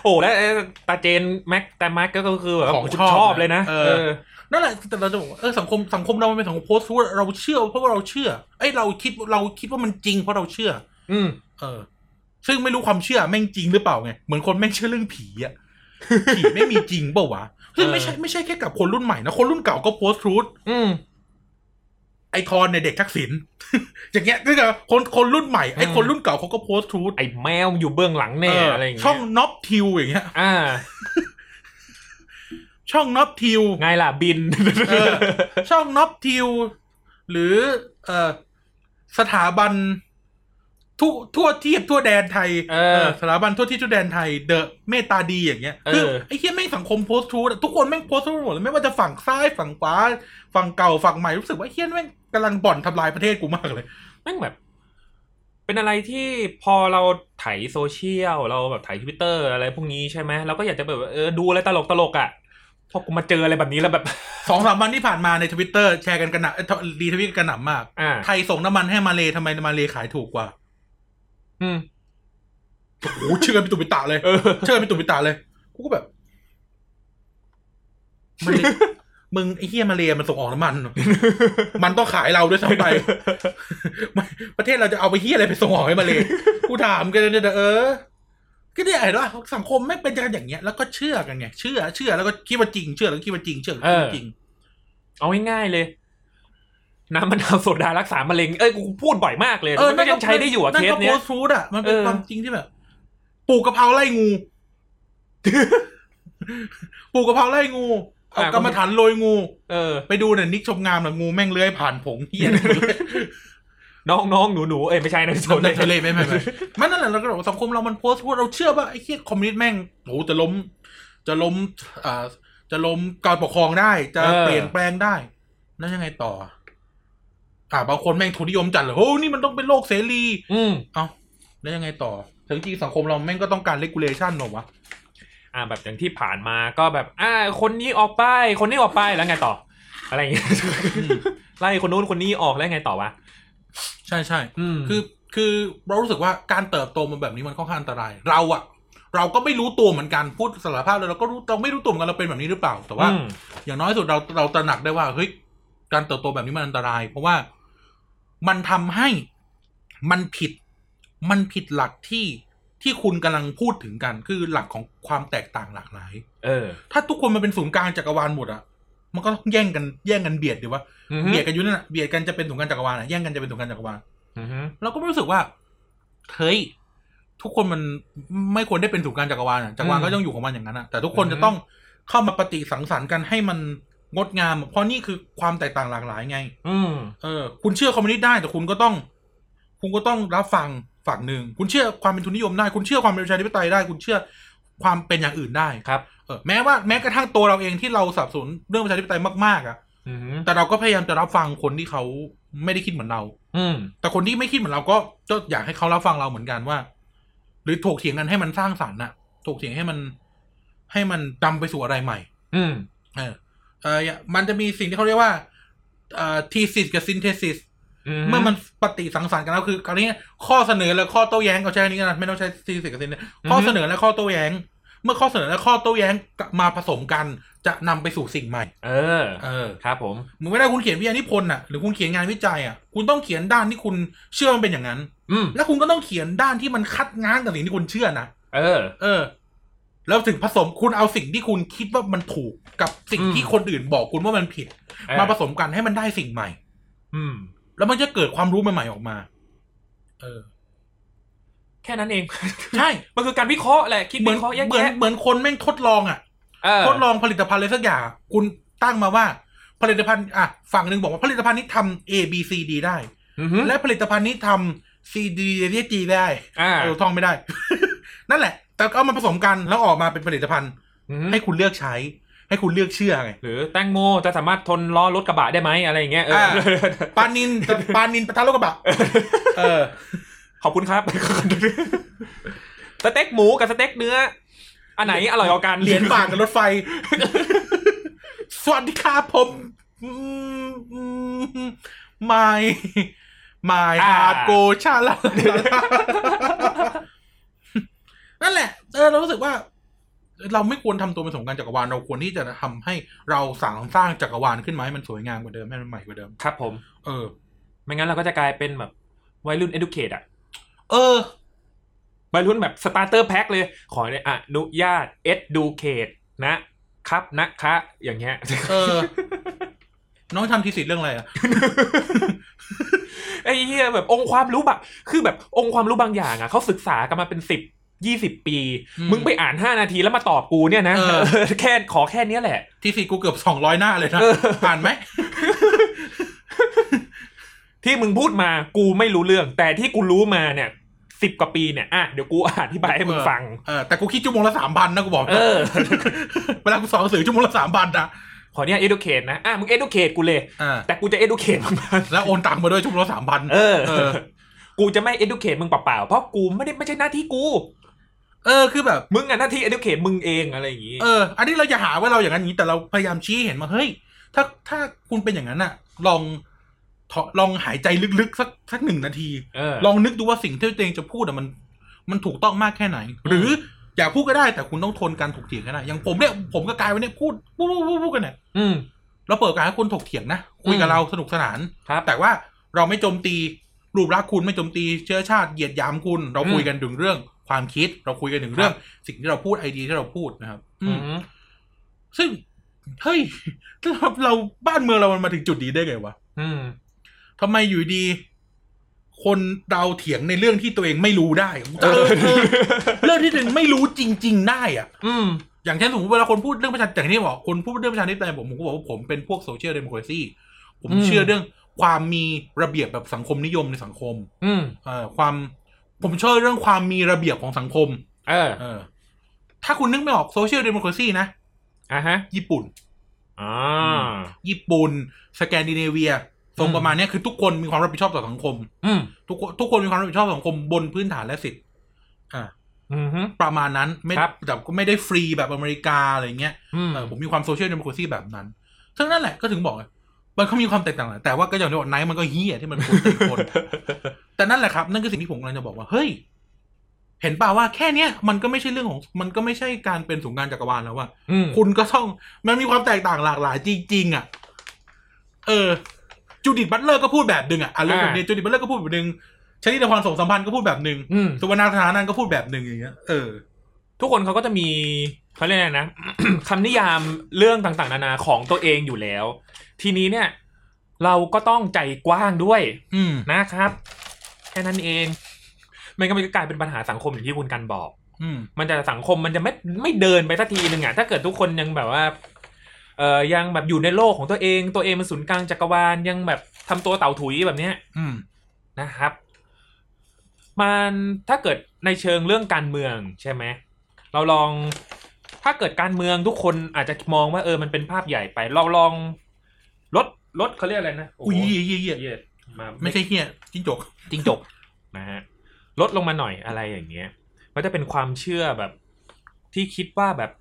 [SPEAKER 1] โอ้แล้วเอ่อตาเจนแม็กแต่แม็กก็คือแบบ
[SPEAKER 2] ของ
[SPEAKER 1] คุณ
[SPEAKER 2] ชอบ
[SPEAKER 1] ชอบเลยนะ
[SPEAKER 2] เออ นั่นแหละแต่เราจะบอกว่าเออสังคมสังคมเรามันเป็นสังคมโพสต์ทูธเราเชื่อเพราะว่าเราเชื่อเอ้ยเราคิดเราคิดว่ามันจริงเพราะเราเชื่อ
[SPEAKER 1] อืม
[SPEAKER 2] เออ ซึ่งไม่รู้ความเชื่อแม่งจริงหรือเปล่าไง เหมือนคนแม่งเชื่อเรื่องผี อะ ผีไม่มีจริงเปล่าวะซึ่งไม่ใช่ไม่ใช่แค่กับคนรุ่นใหม่นะ คนรุ่นเก่าก็โพสต์ทรูธ
[SPEAKER 1] อืม
[SPEAKER 2] ไอทอนเนี่ยเด็กทักษิณ อย่างเงี้ยนี่ก็คนคนรุ่นใหม่ไอ
[SPEAKER 1] อืม
[SPEAKER 2] คนรุ่นเก่าเขาก็โพสต์ทรูธ
[SPEAKER 1] ไอ้แมวอยู่เบื้องหลังแน่
[SPEAKER 2] เ
[SPEAKER 1] อะไรอย่างเงี้ย
[SPEAKER 2] ช่องน็อปทิวอย่างเงี้ย
[SPEAKER 1] อ่า
[SPEAKER 2] ช่องน็อปทิว
[SPEAKER 1] ไงล่ะบิน
[SPEAKER 2] เออ ช่องน็อปทิว หรือ เออสถาบันทั่วทั่วเทียบทั่วแดนไทย
[SPEAKER 1] เออ
[SPEAKER 2] สถาบันทั่วที่ทั่วแดนไทยเดอะเมตตาดีอย่างเงี้ย
[SPEAKER 1] เออ
[SPEAKER 2] คืไอ้เหี้ยแม่งสังคมโพสต์ทรูธอะทุกคนแม่งโพสต์ทรูธหมดเลยไม่ว่าจะฝั่งซ้ายฝั่งขวาฝั่งเก่าฝั่งใหม่รู้สึกว่าเหี้ยแม่งกำลังบ่อนทำลายประเทศกูมากเลย
[SPEAKER 1] แม่งแบบ เป็นอะไรที่พอเราไถโซเชียลเราแบบไถทวิตเตอร์อะไรพวกนี้ใช่ไหมเราก็อยากจะแบบว่าเออดูอะไรตลกตลกๆอ่ะพอกูมาเจออะไรแบบนี้แล้วแบบ
[SPEAKER 2] สองสามวันที่ผ่านมาในทวิตเตอร์แชร์กันกระหน่ำรีทวิตกันกระหน่ำมาก
[SPEAKER 1] อ่า
[SPEAKER 2] ไทยส่งน้ำมันให้มาเลทำไมมาเลขายถูกกว่า
[SPEAKER 1] อืม
[SPEAKER 2] โอ้โหเชื่อกันเป็นตุเป็นตาเลย
[SPEAKER 1] เออ
[SPEAKER 2] เชิญไปตุ่มไปตาเลย กูก็แบบมั นเลย มึงไอ้เฮียมาเลมันส่งออกน้ำมัน มันต้องขายเราด้วยซ้ำไป ไม่ประเทศเราจะเอาไปเฮียอะไรไปส่งออกให้มาเลกูถามกันเนี่ยเออ ก็เนี่ยเห็นว่าสังคมไม่เป็นกันอย่างเงี้ย แล้วก็เชื่อกันไง เชื่อ เชื่อ แล้วก็คิดว่าจริง เชื่อแล้วก็คิดว่าจริง เชื่อแล้วก็คิดว่าจริง
[SPEAKER 1] เอาง่ายๆเลย น้ำมะนาวโซดารักษามะเร็ง เอ้ยกูพูดบ่อยมากเลยแต่มันก็ยังใช้ได้อยู่อะ
[SPEAKER 2] นั่
[SPEAKER 1] เคน ส
[SPEAKER 2] ก็
[SPEAKER 1] เนี้
[SPEAKER 2] โพ
[SPEAKER 1] ย
[SPEAKER 2] สต์ฟูดอ่ะ มันเป็น
[SPEAKER 1] เออ
[SPEAKER 2] ความจริงที่แบบ ปลูกกะเพราไล่ งู ปลูกกะเพราไล่งู เอากรรมฐานโรยงู
[SPEAKER 1] เออ
[SPEAKER 2] ไปดูเนี่อยนิกชมงามหน่อยงูแม่งเลื้อยผ่านผงเฮียใน
[SPEAKER 1] น้องๆหนูๆเอ้ยไม่ใช่ นะโซ
[SPEAKER 2] ทะเลไม่ไม่ไม่ไม่นั่นแหละเราก็บอกว่าสังคมเรามันโพสต์ว่าเราเชื่อว่าไอ้เฮียคอมมิวนิสต์แม่งโหจะล้ม จะล้มอ่าจะล้มการปกครองได้ จะเปลี่ยนแปลงได้ แล้วยังไงต่อ อ่าบางคนแม่งทุนนิยมจัดเลยโอ้นี่มันต้องเป็นโลกเสรี
[SPEAKER 1] อืม
[SPEAKER 2] เอ้าแล้วยังไงต่อ ถึงจริงสังคมเราแม่งก็ต้องการเลกูเลชันหรอวะ
[SPEAKER 1] อ่าแบบอย่างที่ผ่านมาก็แบบ อ่า คนนี้ออกไป คนนี้ออกไปแล้วไงต่อ อะไรอย่างเงี้ย
[SPEAKER 2] อืม
[SPEAKER 1] ไล่คนนู้นคนนี้ออกแล้วไงต่อวะ
[SPEAKER 2] ใช่ใช่
[SPEAKER 1] อืม
[SPEAKER 2] คือคือเรารู้สึกว่าการเติบโตมาแบบนี้มันค่อนข้างอันตราย เราอะเราก็ไม่รู้ตัวเหมือนกันพูดสารภาพเลยเราก็รู้เราไม่รู้ตัวเหมือนกันเราเป็นแบบนี้หรือเปล่า แต่ว่า
[SPEAKER 1] อืม
[SPEAKER 2] อย่างน้อยสุดเราเราตระหนักได้ว่าเฮ้ยการเติบโตแบบนี้มันอันตราย เพราะว่ามันทำให้มันผิด มันผิดหลักที่ที่คุณกำลังพูดถึงกัน คือหลักของความแตกต่างหลากหลาย
[SPEAKER 1] เออ
[SPEAKER 2] ถ้าทุกคนมันเป็นศูนย์กลางจักรวาลหมดอะมันก็ต้องแย่งกันแย่งกันเบียดดีวะ
[SPEAKER 1] อือฮึ
[SPEAKER 2] เบียดกันอยู่นั่นน่ะเบียดกันจะเป็นสงครามจักรวาลอะแย่งกันจะเป็นสงครามจักรวาล
[SPEAKER 1] อือฮึ
[SPEAKER 2] เราก็ไม่รู้สึกว่าเฮ้ยทุกคนมันไม่ควรได้เป็นสงครามจักรวาลอะจักรวาลก็ต้องอยู่ของมันอย่างนั้นอะแต่ทุกคนจะต้องเข้ามาปฏิสังสรรค์กันให้มันงดงาม เพราะนี่คือความแตกต่างหลากหลายไง
[SPEAKER 1] อืม
[SPEAKER 2] เออ คุณเชื่อคอมมิวนิสต์ได้แต่คุณก็ต้อง คุณก็ต้องรับฟังฝั่งหนึ่งคุณเชื่อความเป็นทุนนิยมได้ คุณเชื่อความเป็นประชาธิปไตยได้ คุณเชื่อความเป็นอย่างอื่นได้
[SPEAKER 1] ครับ
[SPEAKER 2] เออแม้ว่าแม้กระทั่งตัวเราเองที่เราสับสนเรื่องประชาธิปไตยมากๆอะ่ะ
[SPEAKER 1] อือฮึ
[SPEAKER 2] แต่เราก็พยายามจะรับฟังคนที่เขาไม่ได้คิดเหมือนเรา
[SPEAKER 1] อืม
[SPEAKER 2] แต่คนที่ไม่คิดเหมือนเราก็ก็อยากให้เขารับฟังเราเหมือนกันว่า หรือถกเถียงกันให้มันสร้างสรรค์น่ะถกเถียงให้มัน ให้มันนำไปสู่อะไรใหม่
[SPEAKER 1] อืม
[SPEAKER 2] เออเอออย่ามันจะมีสิ่งที่เขาเรียกว่าเอ่อทีซิสกับซินเทซิสเมื่อมันปฏิสังสรรค์กันแล้วคือคราวนี้ข้อเสนอและข้อโต้แย้งเขาใช้อันนี้กันนะไม่ต้องใช้ทีซิสกับซินเทซิสข้อเสนอและข้อโต้แย้ง เมื่อข้อเสนอและข้อโต้แย้งมาผสมกันจะนำไปสู่สิ่งใหม่
[SPEAKER 1] เออ
[SPEAKER 2] เออ
[SPEAKER 1] ครับผม
[SPEAKER 2] เหมือนเวลาคุณเขียนวิทยานิพนธ์อ่ะหรือคุณเขียนงานวิจัยอ่ะคุณต้องเขียนด้านที่คุณเชื่อมันเป็นอย่างนั้น
[SPEAKER 1] อืม
[SPEAKER 2] แล้วคุณก็ต้องเขียนด้านที่มันคัดง้างกับสิ่งที่คุณเชื่อนะ
[SPEAKER 1] เออ
[SPEAKER 2] เออ แล้วถึงผสมคุณเอาสิ่งที่คุณคิดว่ามันถูกกับสิ่ง
[SPEAKER 1] อืม
[SPEAKER 2] ที่คนอื่นบอกคุณว่ามันผิด
[SPEAKER 1] เออ
[SPEAKER 2] มาผสมกันให้มันได้สิ่งใหม่
[SPEAKER 1] อืม
[SPEAKER 2] แล้วมันจะเกิดความรู้ใหม่ๆออกมา เออ
[SPEAKER 1] แค่นั้นเอง
[SPEAKER 2] ใช่
[SPEAKER 1] มันคือการวิเคราะห์แหละคิด
[SPEAKER 2] เหมือ
[SPEAKER 1] วิ
[SPEAKER 2] น
[SPEAKER 1] เคราะห์แยก
[SPEAKER 2] เหมือน
[SPEAKER 1] แยะ
[SPEAKER 2] เหมือนคนแม่งทดลองอ่ะ
[SPEAKER 1] เออ
[SPEAKER 2] ทดลองผลิตภัณฑ์อะไรสักอย่าง คุณตั้งมาว่า ผลิตภัณฑ์อ่ะฝั่งหนึ่งบอกว่าผลิตภัณฑ์นี้ทำ A B C D ได้
[SPEAKER 1] อือฮึ
[SPEAKER 2] และผลิตภัณฑ์นี้ทำ C D D G ได้
[SPEAKER 1] อ่า
[SPEAKER 2] เออท่องไม่ได้ นั่นแหละ แต่ก็เอามาผสมกันแล้วออกมาเป็นผลิตภัณฑ์
[SPEAKER 1] อือฮึ
[SPEAKER 2] ให้คุณเลือกใช้ ให้คุณเลือกเชื่อไง
[SPEAKER 1] หรือแตงโมจะสามารถทนล้อรถกระบะได้ไหมอะไรอย่างเงี้ยเออ
[SPEAKER 2] อ่า ปานินปานินประทานโลกกระบะเออ
[SPEAKER 1] ขอบคุณครับ สเต็กหมูกับสเต็กเนื้อ อันไหนอร่อยกว่ากัน
[SPEAKER 2] เหรียญบาทกับรถไฟ สวัสดีครับผมไม่ไม่อาโกชาลานั่นแหละ เออ เรารู้สึกว่า เราไม่ควรทำตัวเป็นสงครามจักรวาล เราควรที่จะทำให้เราสร้างสร้างจักรวาลขึ้นมาให้มันสวยงามกว่าเดิมให้มันใหม่กว่าเดิม
[SPEAKER 1] ครับผม
[SPEAKER 2] เออ
[SPEAKER 1] ไม่งั้นเราก็จะกลายเป็นแบบวัยรุ่น educate อะ
[SPEAKER 2] เออ
[SPEAKER 1] วัยรุ่นแบบ starter pack เลย ขอเนี่ยอนุญาต educate นะครับนะคะอย่างเงี้ย
[SPEAKER 2] เออ น้องทำทีสิทธิ์เรื่องอะไรอ่ะ
[SPEAKER 1] ไอ้เหี้ยแบบองค์ความรู้บะคือแบบองค์ความรู้บางอย่างอะเขาศึกษากันมาเป็นสิบยี่สิบปี
[SPEAKER 2] อืม
[SPEAKER 1] มึงไปอ่านห้านาทีแล้วมาตอบกูเนี่ยนะ
[SPEAKER 2] เออ
[SPEAKER 1] เออ แค่ขอแค่เนี้ยแหละ
[SPEAKER 2] ทีสิทธิ์กูเกือบสองร้อยหน้าเลยนะ
[SPEAKER 1] เออ
[SPEAKER 2] อ่านไหม
[SPEAKER 1] ที่มึงพูดมากูไม่รู้เรื่อง แต่ที่กูรู้มาเนี่ยสิบกว่าปีเนี่ยอ่ะเดี๋ยวกูอธิบายให้มึงฟัง
[SPEAKER 2] เออแต่กูคิดชั่วโมงละสามพันนะกูบอก
[SPEAKER 1] เออ
[SPEAKER 2] เวลากูสอนหนังสือชั่วโมงละสามพันนะ
[SPEAKER 1] ขอเนี่ย educate นะอ่ะมึง educate กูเลย
[SPEAKER 2] อ่า
[SPEAKER 1] แต่กูจะ educate มึงบ้าง
[SPEAKER 2] แล้วโอนตังค์มาด้วยชั่วโมงละสามพัน
[SPEAKER 1] เออ
[SPEAKER 2] เออ
[SPEAKER 1] กูจะไม่ educate มึงเปล่าๆเพราะกูไม่ได้ไม่ใช่หน้าที่กู
[SPEAKER 2] เออคือแบบ
[SPEAKER 1] มึงอะหน้าที่ educate มึงเองอะไรอย่างงี้
[SPEAKER 2] เออ อันนี้เราจะหาว่าเราอย่างนั้นอย่างนี้แต่เราพยายามชี้ให้เห็นมาเฮ้ยถ้าถ้าคุณเป็นอย่างนั้นอะลองถอลองหายใจลึกๆสักสักหนึ่งนาที
[SPEAKER 1] เออ
[SPEAKER 2] ลองนึกดูว่าสิ่งที่ตัวเองจะพูดอะมัน มันถูกต้องมากแค่ไหน หรืออยากพูดก็ได้แต่คุณต้องทนการถกเถียงกันนะอย่างผมเนี่ยผมกับกายวันเนี้ยพูดพูดพูดพูดพูดกันเนี่ย
[SPEAKER 1] อืม
[SPEAKER 2] เราเปิดโอกาสให้คนถกเถียงนะคุยกั
[SPEAKER 1] อื
[SPEAKER 2] บ
[SPEAKER 1] ม
[SPEAKER 2] เราสนุกสนาน
[SPEAKER 1] ครับ
[SPEAKER 2] แต่ว่าเราไม่โจมตีรูปลักษณ์คุณไม่โจมตีเชื้อชาติเหยียดหยามคุณ เรา
[SPEAKER 1] อืม
[SPEAKER 2] คุยกันถึงเรื่องความคิด เราคุยกันถึงเรื่อง
[SPEAKER 1] ครับ
[SPEAKER 2] สิ่งที่เราพูดไอเดียที่เราพูดนะครับ อื
[SPEAKER 1] อื
[SPEAKER 2] ม
[SPEAKER 1] ม
[SPEAKER 2] ซึ่งเฮ้ยเราเราบ้านเมืองเรามันมาถึงจุดนี้ได้ไงวะ
[SPEAKER 1] อืม
[SPEAKER 2] ทำไมอยู่ดี คนเราเถียงในเรื่องที่ตัวเองไม่รู้ได้
[SPEAKER 1] เออ
[SPEAKER 2] เออเรื่องที่ตัวเองไม่รู้จริง ๆ ได้อะ
[SPEAKER 1] อืม
[SPEAKER 2] อย่างเช่นสมมติเวลาคนพูดเรื่องประชาอย่างที่บอกคนพูดเรื่องประชาธิปไตยผมผมก็บอกว่าผมเป็นพวกโซเชียลเดโมแครซีผม
[SPEAKER 1] อืม
[SPEAKER 2] เชื่อเรื่องความมีระเบียบแบบสังคมนิยมในสังคม
[SPEAKER 1] อืม
[SPEAKER 2] เอ่อความผมเชื่อเรื่องความมีระเบียบของสังคม
[SPEAKER 1] เออ
[SPEAKER 2] เออ ถ้าคุณนึกไม่ออกโซเชียลเดโม r a ซีนะ
[SPEAKER 1] อ่ะฮะ
[SPEAKER 2] ญี่ปุ่น
[SPEAKER 1] อ่า
[SPEAKER 2] ญี่ปุ่น สแกนดิเนเวียทรง
[SPEAKER 1] อืม
[SPEAKER 2] ประมาณเนี้ยคือทุกคนมีความรับผิดชอบต่อสังคม
[SPEAKER 1] อืม
[SPEAKER 2] ทุกคนทุกคนมีความรับผิดชอบต่อสังคมบนพื้นฐานและสิทธิ์อ่า
[SPEAKER 1] อืม
[SPEAKER 2] ประมาณนั้นไม่
[SPEAKER 1] ครับ
[SPEAKER 2] แต่ก็ไม่ได้ฟรีแบบอเมริกาอะไรเงี้ย
[SPEAKER 1] อืม
[SPEAKER 2] เออผมมีความโซเชียลเดโม r a ซีแบบนั้น ซึ่งนั่นแหละก็ถึงบอกไงมันก็มีความแตกต่างแหละแต่ว่าก็อย่างที่บอกไนท์มันก็เฮี้ยที่มันพูดติด คน แต่นั่นแหละครับ นั่นคือสิ่งที่ผมกำลังจะบอกว่า เฮ้ย เห็นป่าวว่าแค่เนี้ยมันก็ไม่ใช่เรื่องของ มันก็ไม่ใช่การเป็นสงครามจักรวาลแล้วว่า
[SPEAKER 1] อืม
[SPEAKER 2] คุณก็ต้องมันมีความแตกต่างหลากหลายจริงๆอ่ะ เออ จูดิตบัตเลอร์ก็พูดแบบหนึ่งอ่ะอ่ะเรื่องแบบนี้จูดิตบัตเลอร์ก็พูดแบบหนึ่งชลิดาพรสงสัมพันธ์ก็พูดแบบหนึ่ง
[SPEAKER 1] อืม
[SPEAKER 2] สุวรรณาธนานันท์ก็พูดแบบหนึ่งอย่างเงี้ยเออ
[SPEAKER 1] ทุกคนเขาก็จะมีเขาเรียกอะไรนะ คำนิยามเรื่องต่างๆ นานาของตัวเองอยู่แล้ว ทีนี้เนี่ย เราก็ต้องใจกว้างด้วย
[SPEAKER 2] อืม
[SPEAKER 1] นะครับ แค่นั้นเองไม่งั้นมันก็กลายเป็นปัญหาสังคมอย่างที่คุณกันบอก
[SPEAKER 2] อืม
[SPEAKER 1] มันจะสังคมมันจะไม่ไม่เดินไปสักทีหนึ่งอ่ะถ้าเกิดทุกคนยังแบบว่าเอ่อยังแบบอยู่ในโลกของตัวเอง ตัวเองเป็นศูนย์กลางจักรวาลยังแบบทำตัวเต่าถุยแบบเนี้ย
[SPEAKER 2] อืม
[SPEAKER 1] นะครับ มันถ้าเกิดในเชิงเรื่องการเมืองใช่ไหมเราลองถ้าเกิดการเมืองทุกคนอาจจะมองว่าเออมันเป็นภาพใหญ่ไปเราลองลดลดเขาเรียกอะไรนะโโห
[SPEAKER 2] อุ้ยเหี้ยเหี้ยเหี้ย
[SPEAKER 1] เหี้ยมา
[SPEAKER 2] ไม่ใช่เฮี้ยจิ้งจก
[SPEAKER 1] จิ้งจกนะฮะลดลงมาหน่อยอะไรอย่างเงี้ยมันจะเป็นความเชื่อแบบที่คิดว่าแบบ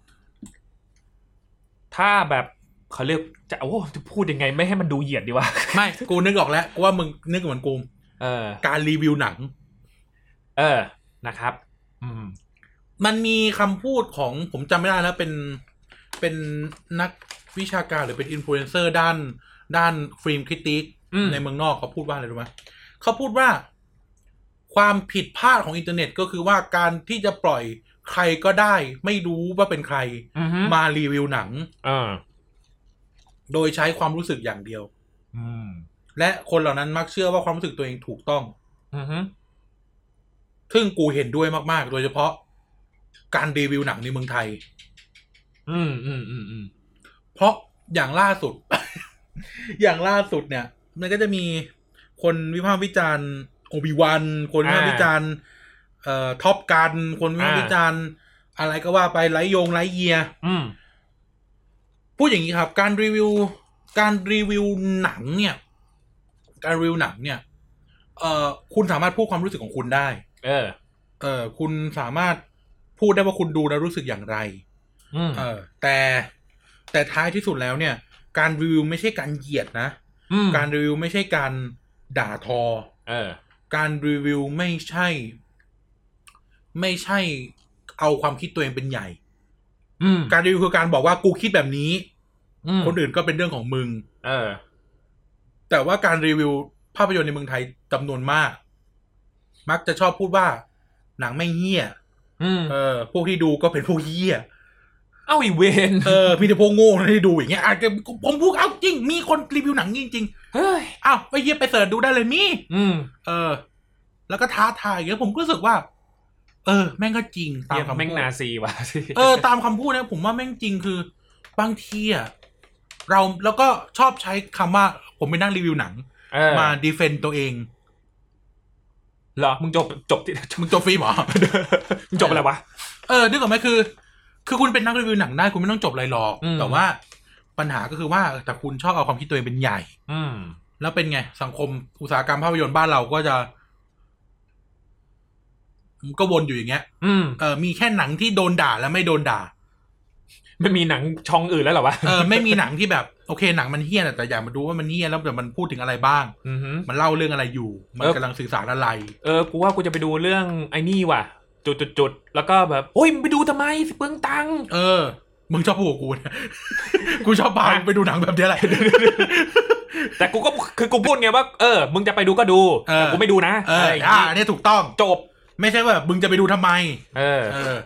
[SPEAKER 1] ถ้าแบบเขาเรียกจะโอ้โหจะพูดยังไง ไม่ให้มันดูเหยียดดีวะ
[SPEAKER 2] ไม่ กูนึกออกแล้วกูว่ามึงนึกเหมือนกู
[SPEAKER 1] เออ
[SPEAKER 2] การรีวิวหนัง
[SPEAKER 1] เออนะครับ อืม
[SPEAKER 2] มันมีคำพูดของผมจำไม่ได้แล้วเป็นเป็นนักวิชาการหรือเป็นอินฟลูเอนเซอร์ด้าน ด้านฟิล์มคริติก
[SPEAKER 1] อืม
[SPEAKER 2] ในเมืองนอกเขาพูดว่าอะไรรู้ไหมเขาพูดว่าความผิดพลาดของอินเทอร์เน็ตก็คือว่าการที่จะปล่อยใครก็ได้ ไม่รู้ว่าเป็นใคร
[SPEAKER 1] อือฮึ
[SPEAKER 2] มารีวิวหนัง
[SPEAKER 1] เออ
[SPEAKER 2] โดยใช้ความรู้สึกอย่างเดียว
[SPEAKER 1] อืม
[SPEAKER 2] และคนเหล่านั้นมักเชื่อว่าความรู้สึกตัวเองถูกต้อง
[SPEAKER 1] อือฮึ
[SPEAKER 2] ซึ่งกูเห็นด้วยมากๆ โดยเฉพาะการรีวิวหนังในเมืองไทย
[SPEAKER 1] อืมอืมอืมอืม
[SPEAKER 2] เพราะอย่างล่าสุด อย่างล่าสุดเนี่ย มันก็จะมีคนวิพากษ์วิจารณ์โอบิวันคนวิพากษ์วิจารณ์เอ่อท็อปกันคนวิพากษ์วิจารณ์อะไรก็ว่าไปไลท์โยงไลท์เยียร์
[SPEAKER 1] อืม
[SPEAKER 2] พูดอย่างนี้ครับ การรีวิว การรีวิวหนังเนี่ย การรีวิวหนังเนี่ยเอ่อคุณสามารถพูดความรู้สึกของคุณได้
[SPEAKER 1] เออ
[SPEAKER 2] เอ่อคุณสามารถพูดได้ว่าคุณดูแล้วรู้สึกอย่างไร
[SPEAKER 1] อืม
[SPEAKER 2] เออ แต่แต่ท้ายที่สุดแล้วเนี่ย การรีวิวไม่ใช่การเหยียดนะ
[SPEAKER 1] ม
[SPEAKER 2] การรีวิวไม่ใช่การด่าทอ
[SPEAKER 1] เออ
[SPEAKER 2] การรีวิวไม่ใช่ ไม่ใช่เอาความคิดตัวเองเป็นใหญ่
[SPEAKER 1] อืม
[SPEAKER 2] การรีวิวคือการบอกว่ากูคิดแบบนี้
[SPEAKER 1] อืม
[SPEAKER 2] คนอื่นก็เป็นเรื่องของมึง
[SPEAKER 1] เออ
[SPEAKER 2] แต่ว่าการรีวิวภาพยนตร์ในเมืองไทยจำนวนมาก มักจะชอบพูดว่า หนังไม่เหี้ย
[SPEAKER 1] อืม
[SPEAKER 2] เออ พวกที่ดูก็เป็นพวกเหี้ย
[SPEAKER 1] เอ้าอีเวน
[SPEAKER 2] เออมีแต่พวกโง่ที่ดูอย่างเงี้ยอาจจะผมพูดเอาจริง มีคนรีวิวหนังจริง
[SPEAKER 1] เฮ้ย
[SPEAKER 2] ๆอ้าวไปเหี้ยไปเสิร์ชดูได้เลยมี
[SPEAKER 1] อืม
[SPEAKER 2] เออ แล้วก็ท้าทายอย่างเงี้ยผมก็รู้สึกว่า เออ แม่งก็จริงตาม
[SPEAKER 1] เหี้ย
[SPEAKER 2] คำ
[SPEAKER 1] แม่ง
[SPEAKER 2] พูด
[SPEAKER 1] นาซีว่ะ
[SPEAKER 2] เออ ตามคำพูดนะผมว่าแม่งจริงคือบางทีอะเราแล้วก็ชอบใช้คำว่า ผมไปนั่งรีวิวหนัง
[SPEAKER 1] เออ
[SPEAKER 2] มาดีเฟนต์ตัวเอง
[SPEAKER 1] เหรอมึงจบจบที่
[SPEAKER 2] มึงจบฟรีเหรอ
[SPEAKER 1] มึงจบอะไรวะ
[SPEAKER 2] เออนึกออกไหมคือ คือคุณเป็นนักรีวิวหนังได้คุณไม่ต้องจบอะไรหรอก
[SPEAKER 1] อืม
[SPEAKER 2] แต่ว่าปัญหาก็คือว่าแต่คุณชอบเอาความคิดตัวเองเป็นใหญ่
[SPEAKER 1] อืม
[SPEAKER 2] แล้วเป็นไง สังคมอุตสาหกรรมภาพยนตร์บ้านเราก็จะมันก็วนอยู่อย่างเงี้ย
[SPEAKER 1] อืม
[SPEAKER 2] เออมีแค่หนังที่โดนด่าและไม่โดนด่า
[SPEAKER 1] ไม่มีหนังช่องอื่นแล้วเหรอวะ
[SPEAKER 2] เอ อ ไม่มีหนังที่แบบ โอเคหนังมันเฮี้ยนะแต่อยากมาดูว่ามันเฮี้ยแล้วแต่มันพูดถึงอะไรบ้าง
[SPEAKER 1] อือหือ
[SPEAKER 2] มันเล่าเรื่องอะไรอยู่ มัน
[SPEAKER 1] เออ
[SPEAKER 2] กำลังสื่อสารอะไร
[SPEAKER 1] เออ กูว่ากูจะไปดูเรื่องไอ้นี่ว่ะ จุดจุดจุดๆๆแล้วก็แบบโอ้ยมึงไปดูทำไมเปลืองตังค์
[SPEAKER 2] เออ มึงชอบพูดกับกูนะ กูชอบพามึงไปดูหนังแบบเนี้ยแหละ
[SPEAKER 1] แต่กูก็คือกูพูดไงว่าเออ มึงจะไปดูก็ดู
[SPEAKER 2] เออ
[SPEAKER 1] แต่กูไม่ดูนะ
[SPEAKER 2] เออ
[SPEAKER 1] อะไรอย่าง
[SPEAKER 2] อ่า
[SPEAKER 1] งี้
[SPEAKER 2] เนี่ยถูกต้อง
[SPEAKER 1] จบ
[SPEAKER 2] ไม่ใช่ว่าแบบมึงจะไปดูทำไม
[SPEAKER 1] เออ
[SPEAKER 2] เออ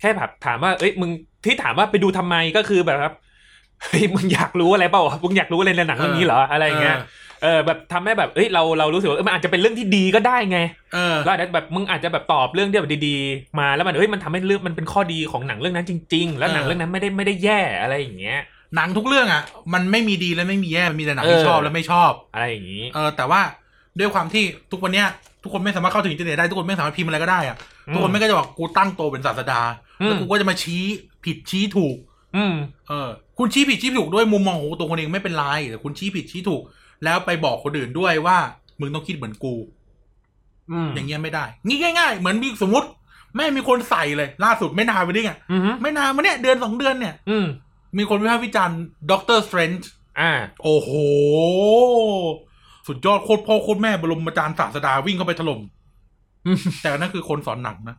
[SPEAKER 1] แค่แบบถามว่า เอ้ยมึงที่ถามว่าไปดูทำไมก็คือแบบครับเฮ้ยมึงอยากรู้อะไรเปล่ามึงอยากรู้อะไรในหนังเรื่องนี้เหรออะไรอย่างเงี้ยเออแบบทำให้แบบเอ้ยเราเรารู้สึกว่าเอ้ยมันอาจจะเป็นเรื่องที่ดีก็ได้ไง
[SPEAKER 2] เออ
[SPEAKER 1] แล้วอาจจะแบบมึงอาจจะแบบตอบเรื่องที่แบบดีๆ มาแล้วมันเอ้ยมันทำให้เรื่องมันเป็นข้อดีของหนังเรื่องนั้นจริง ๆ แล้วหนัง
[SPEAKER 2] เออ
[SPEAKER 1] เรื่องนั้นไม่ได้ไม่ได้แย่อะไรอย่างเงี้ย
[SPEAKER 2] หนังทุกเรื่องอ่ะ มันไม่มีดีและไม่มีแย่ มันมีแต่หนังที่
[SPEAKER 1] เออ
[SPEAKER 2] ชอบและไม่ชอบ
[SPEAKER 1] อะไรอย่างงี้
[SPEAKER 2] เออ แต่ว่าด้วยความที่ทุกวันเนี้ยทุกคนไม่สามารถเข้าถึงอินเทอร์เน็ตได้ ทุกคนไม่สามารถพิมพ์อะไรก็ได้อ่ะ ทุกคนไม่ก็จะบอกกูตั้งโตวเป็นศาสดา แล้วกูก็จะมาชี้ผิดชี้ถูก
[SPEAKER 1] อืม
[SPEAKER 2] เออ คุณชี้ผิดชี้ถูกด้วยมุมมองของตัวคนเองไม่เป็นไรแต่คุณชี้ผิดชี้ถูก แล้วไปบอกคนอื่นด้วยว่า มึงต้องคิดเหมือนกู
[SPEAKER 1] อืม
[SPEAKER 2] อย่างเงี้ยไม่ได้ นี่ง่าย ๆ เหมือนมีสมมติแม่งมีคนใส่เลย ล่าสุดไม่นานไปนี่ไง
[SPEAKER 1] อืม
[SPEAKER 2] ไม่นานมาเนี่ยเดือนสองเดือนเนี่ย
[SPEAKER 1] อืม
[SPEAKER 2] มีคนวิพากษ์วิจารณ์ด็อกเตอร์สเตรนจ์
[SPEAKER 1] อ่า
[SPEAKER 2] โอ้โห สุดยอดโคตรพ่อโคตรแม่บรมอาจารย์ศาสดาวิ่งเข้าไปถล่ม
[SPEAKER 1] อืม
[SPEAKER 2] แต่นั่นคือคนสอนหนังนะ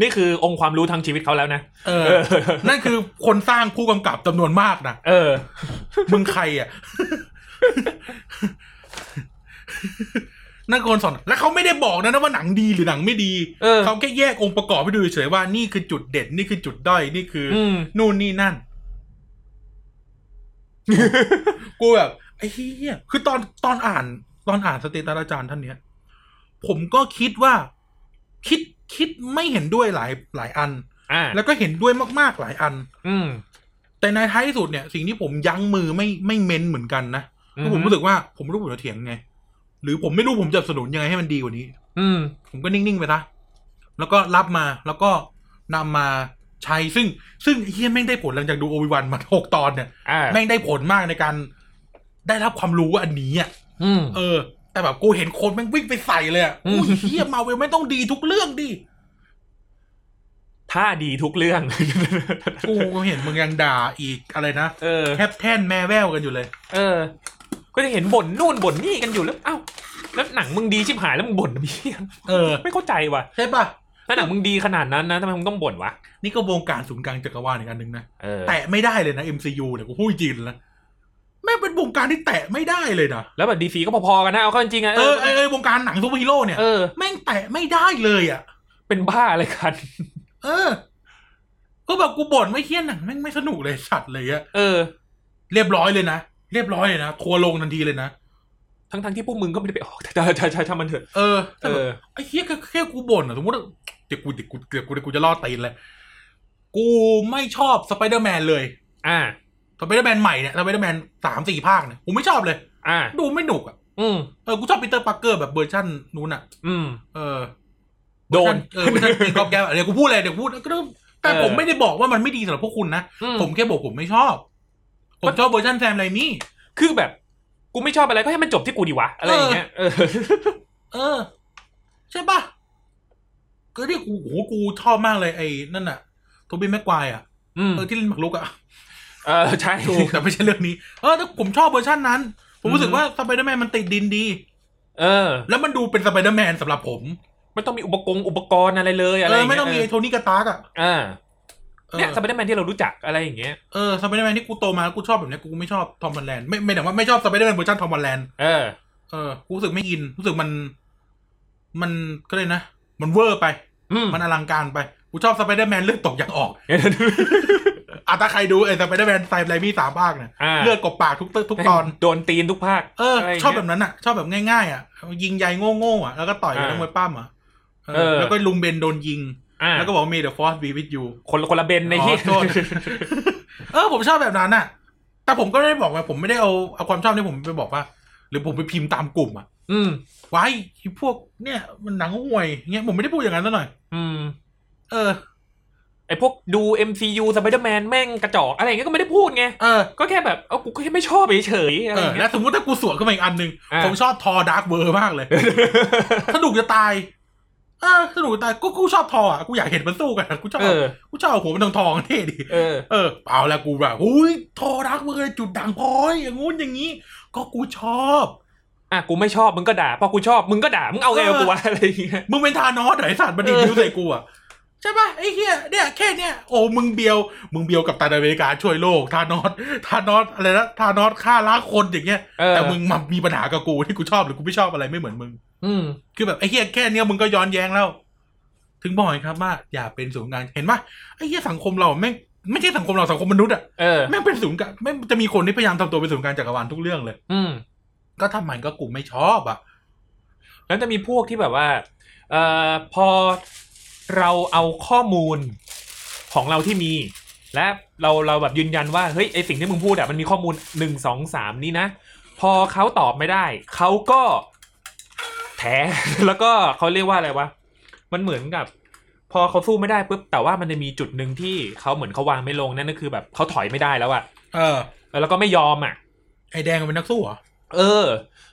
[SPEAKER 1] นี่คือองค์ความรู้ทางชีวิตเขาแล้วนะ
[SPEAKER 2] เอ
[SPEAKER 1] เอ
[SPEAKER 2] อ
[SPEAKER 1] อ
[SPEAKER 2] นั่นคือคนสร้างผู้กำกับจำนวนมากนะ
[SPEAKER 1] เออ
[SPEAKER 2] มึงใครอ่ะ นั่นคือคนสอน แล้วเขาไม่ได้บอกนะนะว่าหนังดีหรือหนังไม่ดี
[SPEAKER 1] เออ
[SPEAKER 2] แค่แยกองค์ประกอบไปดูเฉยๆว่านี่คือจุดเด่นนี่คือจุดด้อยนี่คืออ
[SPEAKER 1] อืม
[SPEAKER 2] นู่นนี่นั่น กูแบบไอ้เหี้ยคือตอนตอนอ่าน ตอนอ่านสเตตัสอาจารย์ท่านเนี้ย ผมก็คิดว่า คิดคิดไม่เห็นด้วยหลายหลายอัน
[SPEAKER 1] อ่า
[SPEAKER 2] แล้วก็เห็นด้วยมากๆหลายอัน
[SPEAKER 1] อืม
[SPEAKER 2] แต่ในท้ายที่สุดเนี่ย สิ่งที่ผมยั้งมือไม่ไม่เม้นเหมือนกันนะเพราะผมรู้สึกว่าผมไม่รู้ผมจะเถียงไง หรือผมไม่รู้ผมจะสนับสนุนยังไงให้มันดีกว่านี้
[SPEAKER 1] อืม
[SPEAKER 2] ผมก็นิ่ง ๆ ไปซะแล้วก็รับมาแล้วก็นำมาใช้ซึ่ง ซึ่งไอ้เฮียแม่งได้ผลหลังจากดูโอวิวันมาหกตอนเนี่ย
[SPEAKER 1] อ่า
[SPEAKER 2] แม่งได้ผลมากในการได้รับความรู้อันนี้อ่ะ
[SPEAKER 1] อืม
[SPEAKER 2] เออ แต่แบบกูเห็นคนแม่งวิ่งไปใส่เลยอ่ะ
[SPEAKER 1] อื
[SPEAKER 2] อุ้
[SPEAKER 1] ม
[SPEAKER 2] ยเฮียมาเวลไม่งต้องดีทุกเรื่องดิ
[SPEAKER 1] ถ้าดีทุกเรื่อง
[SPEAKER 2] กูก็เห็นมึงยังด่าอีกอะไรนะ
[SPEAKER 1] เออ
[SPEAKER 2] แทบแท่นแม่แววกันอยู่เลย
[SPEAKER 1] เออ ก็จะเห็นบ่นนู่นบ่นนี่กันอยู่แล้ว เอ้า แล้วหนังมึงดีชิบหายแล้วมึงบ่นทำไมเหี้ย
[SPEAKER 2] เออ
[SPEAKER 1] ไม่เข้าใจว่ะ
[SPEAKER 2] ใช่ปะ
[SPEAKER 1] ถ้าหนังมึงดีขนาดนั้นนะทำไมมึงต้องบ่นวะ
[SPEAKER 2] นี่ก็วงการศูนย์กลางจักรวาลอีกอันหนึ่งนะ
[SPEAKER 1] เออ
[SPEAKER 2] แตะไม่ได้เลยนะ MCU เนี่ยกูพูดจริงๆนะแม่งเป็นวงการที่แตะไม่ได้เลยนะ
[SPEAKER 1] แล้วแบบดีซีก็พอๆกันนะ เอาเข้าจริงๆอะ
[SPEAKER 2] เออไอไอวงการหนังซูเปอร์ฮีโร่เนี่ย
[SPEAKER 1] เออ
[SPEAKER 2] แม่งแตะไม่ได้เลยอ่ะ
[SPEAKER 1] เป็นบ้าอะไรกัน
[SPEAKER 2] เออ ก็แบบกูบ่นไม่าเฮี้ยหนังแม่งไม่สนุกเลยสัตว์เลยอะ
[SPEAKER 1] เออ
[SPEAKER 2] เรียบร้อยเลยนะเรียบร้อยเลยนะทัวร์ลงทันทีเลยนะ
[SPEAKER 1] ทั้งๆที่พวกมึงก็ไม่ได้ไปออกแต่ใช่ใช่ใช่มันเถอะ
[SPEAKER 2] เออ
[SPEAKER 1] เอ
[SPEAKER 2] แต่แบบ
[SPEAKER 1] อ
[SPEAKER 2] ไอ้เฮี้ยแค่แค่กูบ่นอะสมมติว่าเดี๋ยวกูเดี๋ยวกูเดี๋ยวกูเดี๋ยวกูจะล่อตีนเลยกูไม่ชอบสไปเดอร์แมนเลย
[SPEAKER 1] อ่า
[SPEAKER 2] สไปเดอร์แมนใหม่เนี่ยสไปเดอร์แมนสามสี่ภาคเนี่ยกูไม่ชอบเลย
[SPEAKER 1] อ่า
[SPEAKER 2] ดูไม่หนุกอ่ะ
[SPEAKER 1] อืม
[SPEAKER 2] เออ กูชอบปีเตอร์ปาร์เกอร์แบบเวอร์ชั่นนู้นอ่ะ
[SPEAKER 1] อืม
[SPEAKER 2] เออ
[SPEAKER 1] โดน
[SPEAKER 2] เวอร์ชัเออเวอร์ชันตีกอล์ฟแกมเดี๋ยวกูพูดเลยเดี๋ยวกูพูดก็ต้อง แต่
[SPEAKER 1] เออ
[SPEAKER 2] ผมไม่ได้บอกว่ามันไม่ดีสำหรับพวกคุณนะ
[SPEAKER 1] ผ
[SPEAKER 2] ผมมแค่บอกผมไม่ชอบ ผมชอบเวอร์ชันแซมไรมี่
[SPEAKER 1] คือแบบกูไม่ชอบอะไรก็ให้มันจบที่กูดีวะอะไรอย่างเงี้ยเออ
[SPEAKER 2] เออ ใช่ปะก็เรียกกูโอ้โหกูชอบมากเลยไอ้นั่นน่ะโทบี้แม็กควายอ่ะ
[SPEAKER 1] อืม
[SPEAKER 2] เออที่เล่นหมากรุกอ่ะ
[SPEAKER 1] เออใช่
[SPEAKER 2] ถูก แต่ไม่ใช่เรื่องนี้ เออแต่ผมชอบเวอร์ชันนั้น ผมรู้สึ
[SPEAKER 1] อื
[SPEAKER 2] ก
[SPEAKER 1] ม
[SPEAKER 2] ว่าสไปเดอร์แมนมันติดดินดี
[SPEAKER 1] เออ
[SPEAKER 2] แล้วมันดูเป็นสไปเดอร์แมนสำหรับผม
[SPEAKER 1] ไม่ต้องมีอุปกรณ์อุปกรณ์อะไรเลยอะไรอ
[SPEAKER 2] เออย่าง
[SPEAKER 1] เงี้ย
[SPEAKER 2] ไม่ต้องมีไอ้โทนี่กระตากอ่ะ
[SPEAKER 1] เออ
[SPEAKER 2] เออ
[SPEAKER 1] เนี่ยสไปเดอร์แมนที่เรารู้จักอะไรอย่างเงี้ย
[SPEAKER 2] เออสไปเดอร์แมนที่กูโตมาแล้วกูชอบแบบเนี้ยกูไม่ชอบทอมบอลแลนด์ไม่ไม่แต่ว่าไม่ชอบสไปเดอร์แมนเวอร์ชันทอมบอลแลนด์
[SPEAKER 1] เออ
[SPEAKER 2] เออกูรู้สึกไม่อินรู้สึกมัน มันก็เลยนะ มันเวอร์ไป
[SPEAKER 1] อืม
[SPEAKER 2] มันอลังการไป กูชอบสไปเดอร์แมนเลือดตกอย่างออก อ่ะถ้าใครดูไอ้สไปเดอร์แมนไซไลมี่สามภาคเนี่ย
[SPEAKER 1] า
[SPEAKER 2] เลือดกบปากทุกทุกตอน
[SPEAKER 1] โดนตีนทุกภาค
[SPEAKER 2] เออ
[SPEAKER 1] อะไรอย่างเงี้ย
[SPEAKER 2] ชอบแบบนั้นอ่ะ ชอบแบบง่ายๆอ่ะ ยิงใยโง่ๆอ่ะ แล้วก็ต่อยกับ
[SPEAKER 1] อ่า
[SPEAKER 2] นักมวยปั้มอ่ะเออ
[SPEAKER 1] เออ
[SPEAKER 2] แล้วก็ลุงเบนโดนยิง
[SPEAKER 1] อ่า
[SPEAKER 2] แล้วก็บอกมีเดอะฟอร์สบีวิ y ยู
[SPEAKER 1] คนละคนละเบนในที่
[SPEAKER 2] โทษ เออผมชอบแบบนั้นอ่ะ แต่ผมก็ไม่ได้บอกว่าผมไม่ได้เอาเอาความชอบนี่ผมไปบอกว่า หรือผมไปพิมพ์ตามกลุ่มอ่ะ
[SPEAKER 1] อืม
[SPEAKER 2] ว้ายไอ้พวกเนี่ย มันหนังห่วยเงี้ยผมไม่ได้พูดอย่างนั้นซะหน่อย
[SPEAKER 1] อืม
[SPEAKER 2] เออ
[SPEAKER 1] ไอพวกดู MCU สไปเดอร์แมนแม่งกระจอกอะไรอย่างเงี้ยก็ไม่ได้พูดไง
[SPEAKER 2] เออ
[SPEAKER 1] ก็แค่แบบเอากูก็แค่ไม่ชอบเฉยๆอะไร
[SPEAKER 2] เอ
[SPEAKER 1] อ
[SPEAKER 2] อย่าง
[SPEAKER 1] เงี้
[SPEAKER 2] แล้
[SPEAKER 1] ย
[SPEAKER 2] วสมมติถ้ากูสวนเข้ามาอีกอันหนึ่ง
[SPEAKER 1] อ่า
[SPEAKER 2] ผมชอบทอดาร์กเวอร์มากเลย สนุกจะตาย เออสนุกจะตายกูกูชอบทออ่ะกูอยากเห็นมันสู้กันอะกูชอบ
[SPEAKER 1] เออ
[SPEAKER 2] กูชอบเอาหัวมันทองทองๆเท่ดี
[SPEAKER 1] เออ
[SPEAKER 2] เออเอาละกูแบบหุยโทรรักมึงเลยจุดด่างพร้อยอย่างงู้นอย่างนี้ ก็กูชอบ
[SPEAKER 1] อ่ะกูไม่ชอบมึงก็ด่าพอกูชอบมึงก็ด่ามึงเอาไงกับกูวะอะไรอย่างเงี้ย
[SPEAKER 2] มึงเป็นทานอสเหรอไอสัตว์มันดีด
[SPEAKER 1] เออ
[SPEAKER 2] นิ้วใส่กูอะใช่ปะไอ้เฮียเนี่ยแค่เนี้ยโอ้มึงเบียว มึงเบียวกับตาอเมริกาช่วยโลกทานอสทานอสอะไรนะทานอสฆ่าล้างคนอย่างเงี้ย
[SPEAKER 1] เออ
[SPEAKER 2] แต่มึงมามีปัญหากับกูที่กูชอบหรือกูไม่ชอบอะไรไม่เหมือนมึง
[SPEAKER 1] อืม
[SPEAKER 2] คือแบบไอ้เฮียแค่เนี้ยมึงก็ย้อนแย้งแล้ว ถึงบอกไงครับว่าอย่าเป็นศูนย์กลางเห็นปะไอ้เฮียสังคมเราแม่งไม่ใช่สังคมเราสังคมมนุษย์อะ
[SPEAKER 1] เออ
[SPEAKER 2] แม่งเป็นศูนย์กลางแม่งจะมีคนที่พยายามทำตัวเป็นศูนย์กลางจักรวาลทุกเรื่องเลย
[SPEAKER 1] อืม
[SPEAKER 2] ก็ทำมันก็กูไม่ชอบอ่ะ
[SPEAKER 1] แล้วจะมีพวกที่แบบว่า เอ่อ พอเราเอาข้อมูลของเราที่มี และเราเราแบบยืนยันว่าเฮ้ยไอสิ่งที่มึงพูดอะมันมีข้อมูลหนึ่งสองสามนี้นะ พอเขาตอบไม่ได้ เขาก็แถ แล้ว ก็เขาเรียกว่าอะไรวะ มันเหมือนกับ พอเขาสู้ไม่ได้ปุ๊บแต่ว่ามันจะมีจุดหนึ่งที่เขาเหมือนเขาวางไม่ลงนั่นก็คือแบบเขาถอยไม่ได้แล้วอะ
[SPEAKER 2] เออ
[SPEAKER 1] แล้วก็ไม่ยอมอะ
[SPEAKER 2] ไอแดงมันเป็นนักสู้เหรอ
[SPEAKER 1] เออ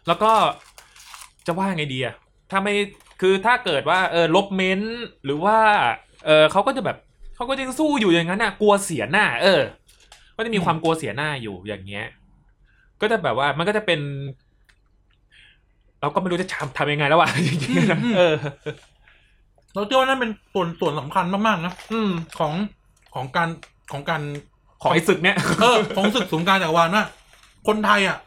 [SPEAKER 1] แล้วก็จะว่าไงดีอะถ้าไม่คือถ้าเกิดว่าเออลบเม้นต์หรือว่า เออเขาก็จะแบบเขาก็จะสู้อยู่อย่างนั้นน่ะ กลัวเสียหน้า เออ ก็จะมีความกลัวเสียหน้าอยู่อย่างเงี้ย ก็จะแบบว่ามันก็จะเป็น เราก็ไม่รู้จะทำทำยังไงแล้วอะอย่างเงี้ยนะ
[SPEAKER 2] อืมอืม
[SPEAKER 1] เออ
[SPEAKER 2] เราเชื่อว่านั่นเป็นส่วนส่วนสำคัญมากๆนะ
[SPEAKER 1] อืม
[SPEAKER 2] ของของการของการ
[SPEAKER 1] ของไอ้ศึกเนี่ย
[SPEAKER 2] เออของศึกศูนย์กลางจักรวาลว่าคนไทยอ่ะ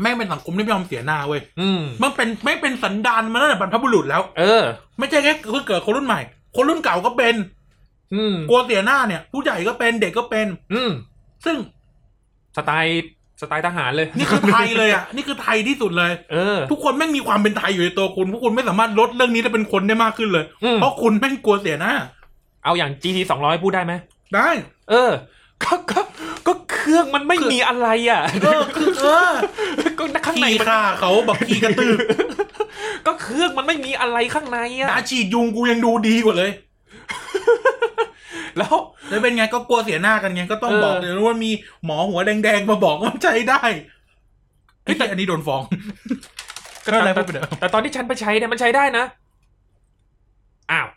[SPEAKER 2] แม่งเป็นสังคมที่ไม่ยอมเสียหน้าเว้ย
[SPEAKER 1] อืม
[SPEAKER 2] มันเป็นไม่เป็นสันดานมาตั้งแต่บรรพบุรุษแล้ว
[SPEAKER 1] เออ
[SPEAKER 2] ไม่ใช่แค่เพิ่งเกิดคนรุ่นใหม่ คนรุ่นเก่าก็เป็น
[SPEAKER 1] อืม
[SPEAKER 2] กลัวเสียหน้าเนี่ย ผู้ใหญ่ก็เป็นเด็กก็เป็น
[SPEAKER 1] อืม
[SPEAKER 2] ซึ่ง
[SPEAKER 1] สไตล์สไตล์ทหารเลย
[SPEAKER 2] นี่คือไทยเลยอ่ะนี่คือไทยที่สุดเลย
[SPEAKER 1] เออ
[SPEAKER 2] ทุกคนแม่งมีความเป็นไทยอยู่ในตัวคุณ พวกคุณไม่สามารถลดเรื่องนี้ได้เป็นคนได้มากขึ้นเลย
[SPEAKER 1] อืม
[SPEAKER 2] เพราะคุณแม่งกลัวเสียหน้า
[SPEAKER 1] เอาอย่าง GT สองร้อยพูดได้ไหม
[SPEAKER 2] ได้
[SPEAKER 1] เออ ก็ก็ก็เครื่องมันไม่มีอะไรอ่ะ
[SPEAKER 2] เออ คือเออ
[SPEAKER 1] ก็ข้างใน
[SPEAKER 2] ขี่
[SPEAKER 1] มัน
[SPEAKER 2] ฆ่าเขาแบบขี่กระตือ
[SPEAKER 1] ก็เครื่องมันไม่มีอะไรข้างในอ่ะ
[SPEAKER 2] ดาฉีดยุงกูยังดูดีกว่าเลย
[SPEAKER 1] แล้ว
[SPEAKER 2] แล้วเป็นไงก็กลัวเสียหน้ากันไงก็ต้อง
[SPEAKER 1] เออ
[SPEAKER 2] บอกเลยว่ามีหมอหัวแดงๆ มาบอกว่าใช้ได้ไอ้ยแต่อันนี้โดนฟ้อง ก็อะไรพูดไปเถอะ
[SPEAKER 1] แต่ตอนที่ฉันไปใช้เนี่ยมันใช้ได้นะ อ้าว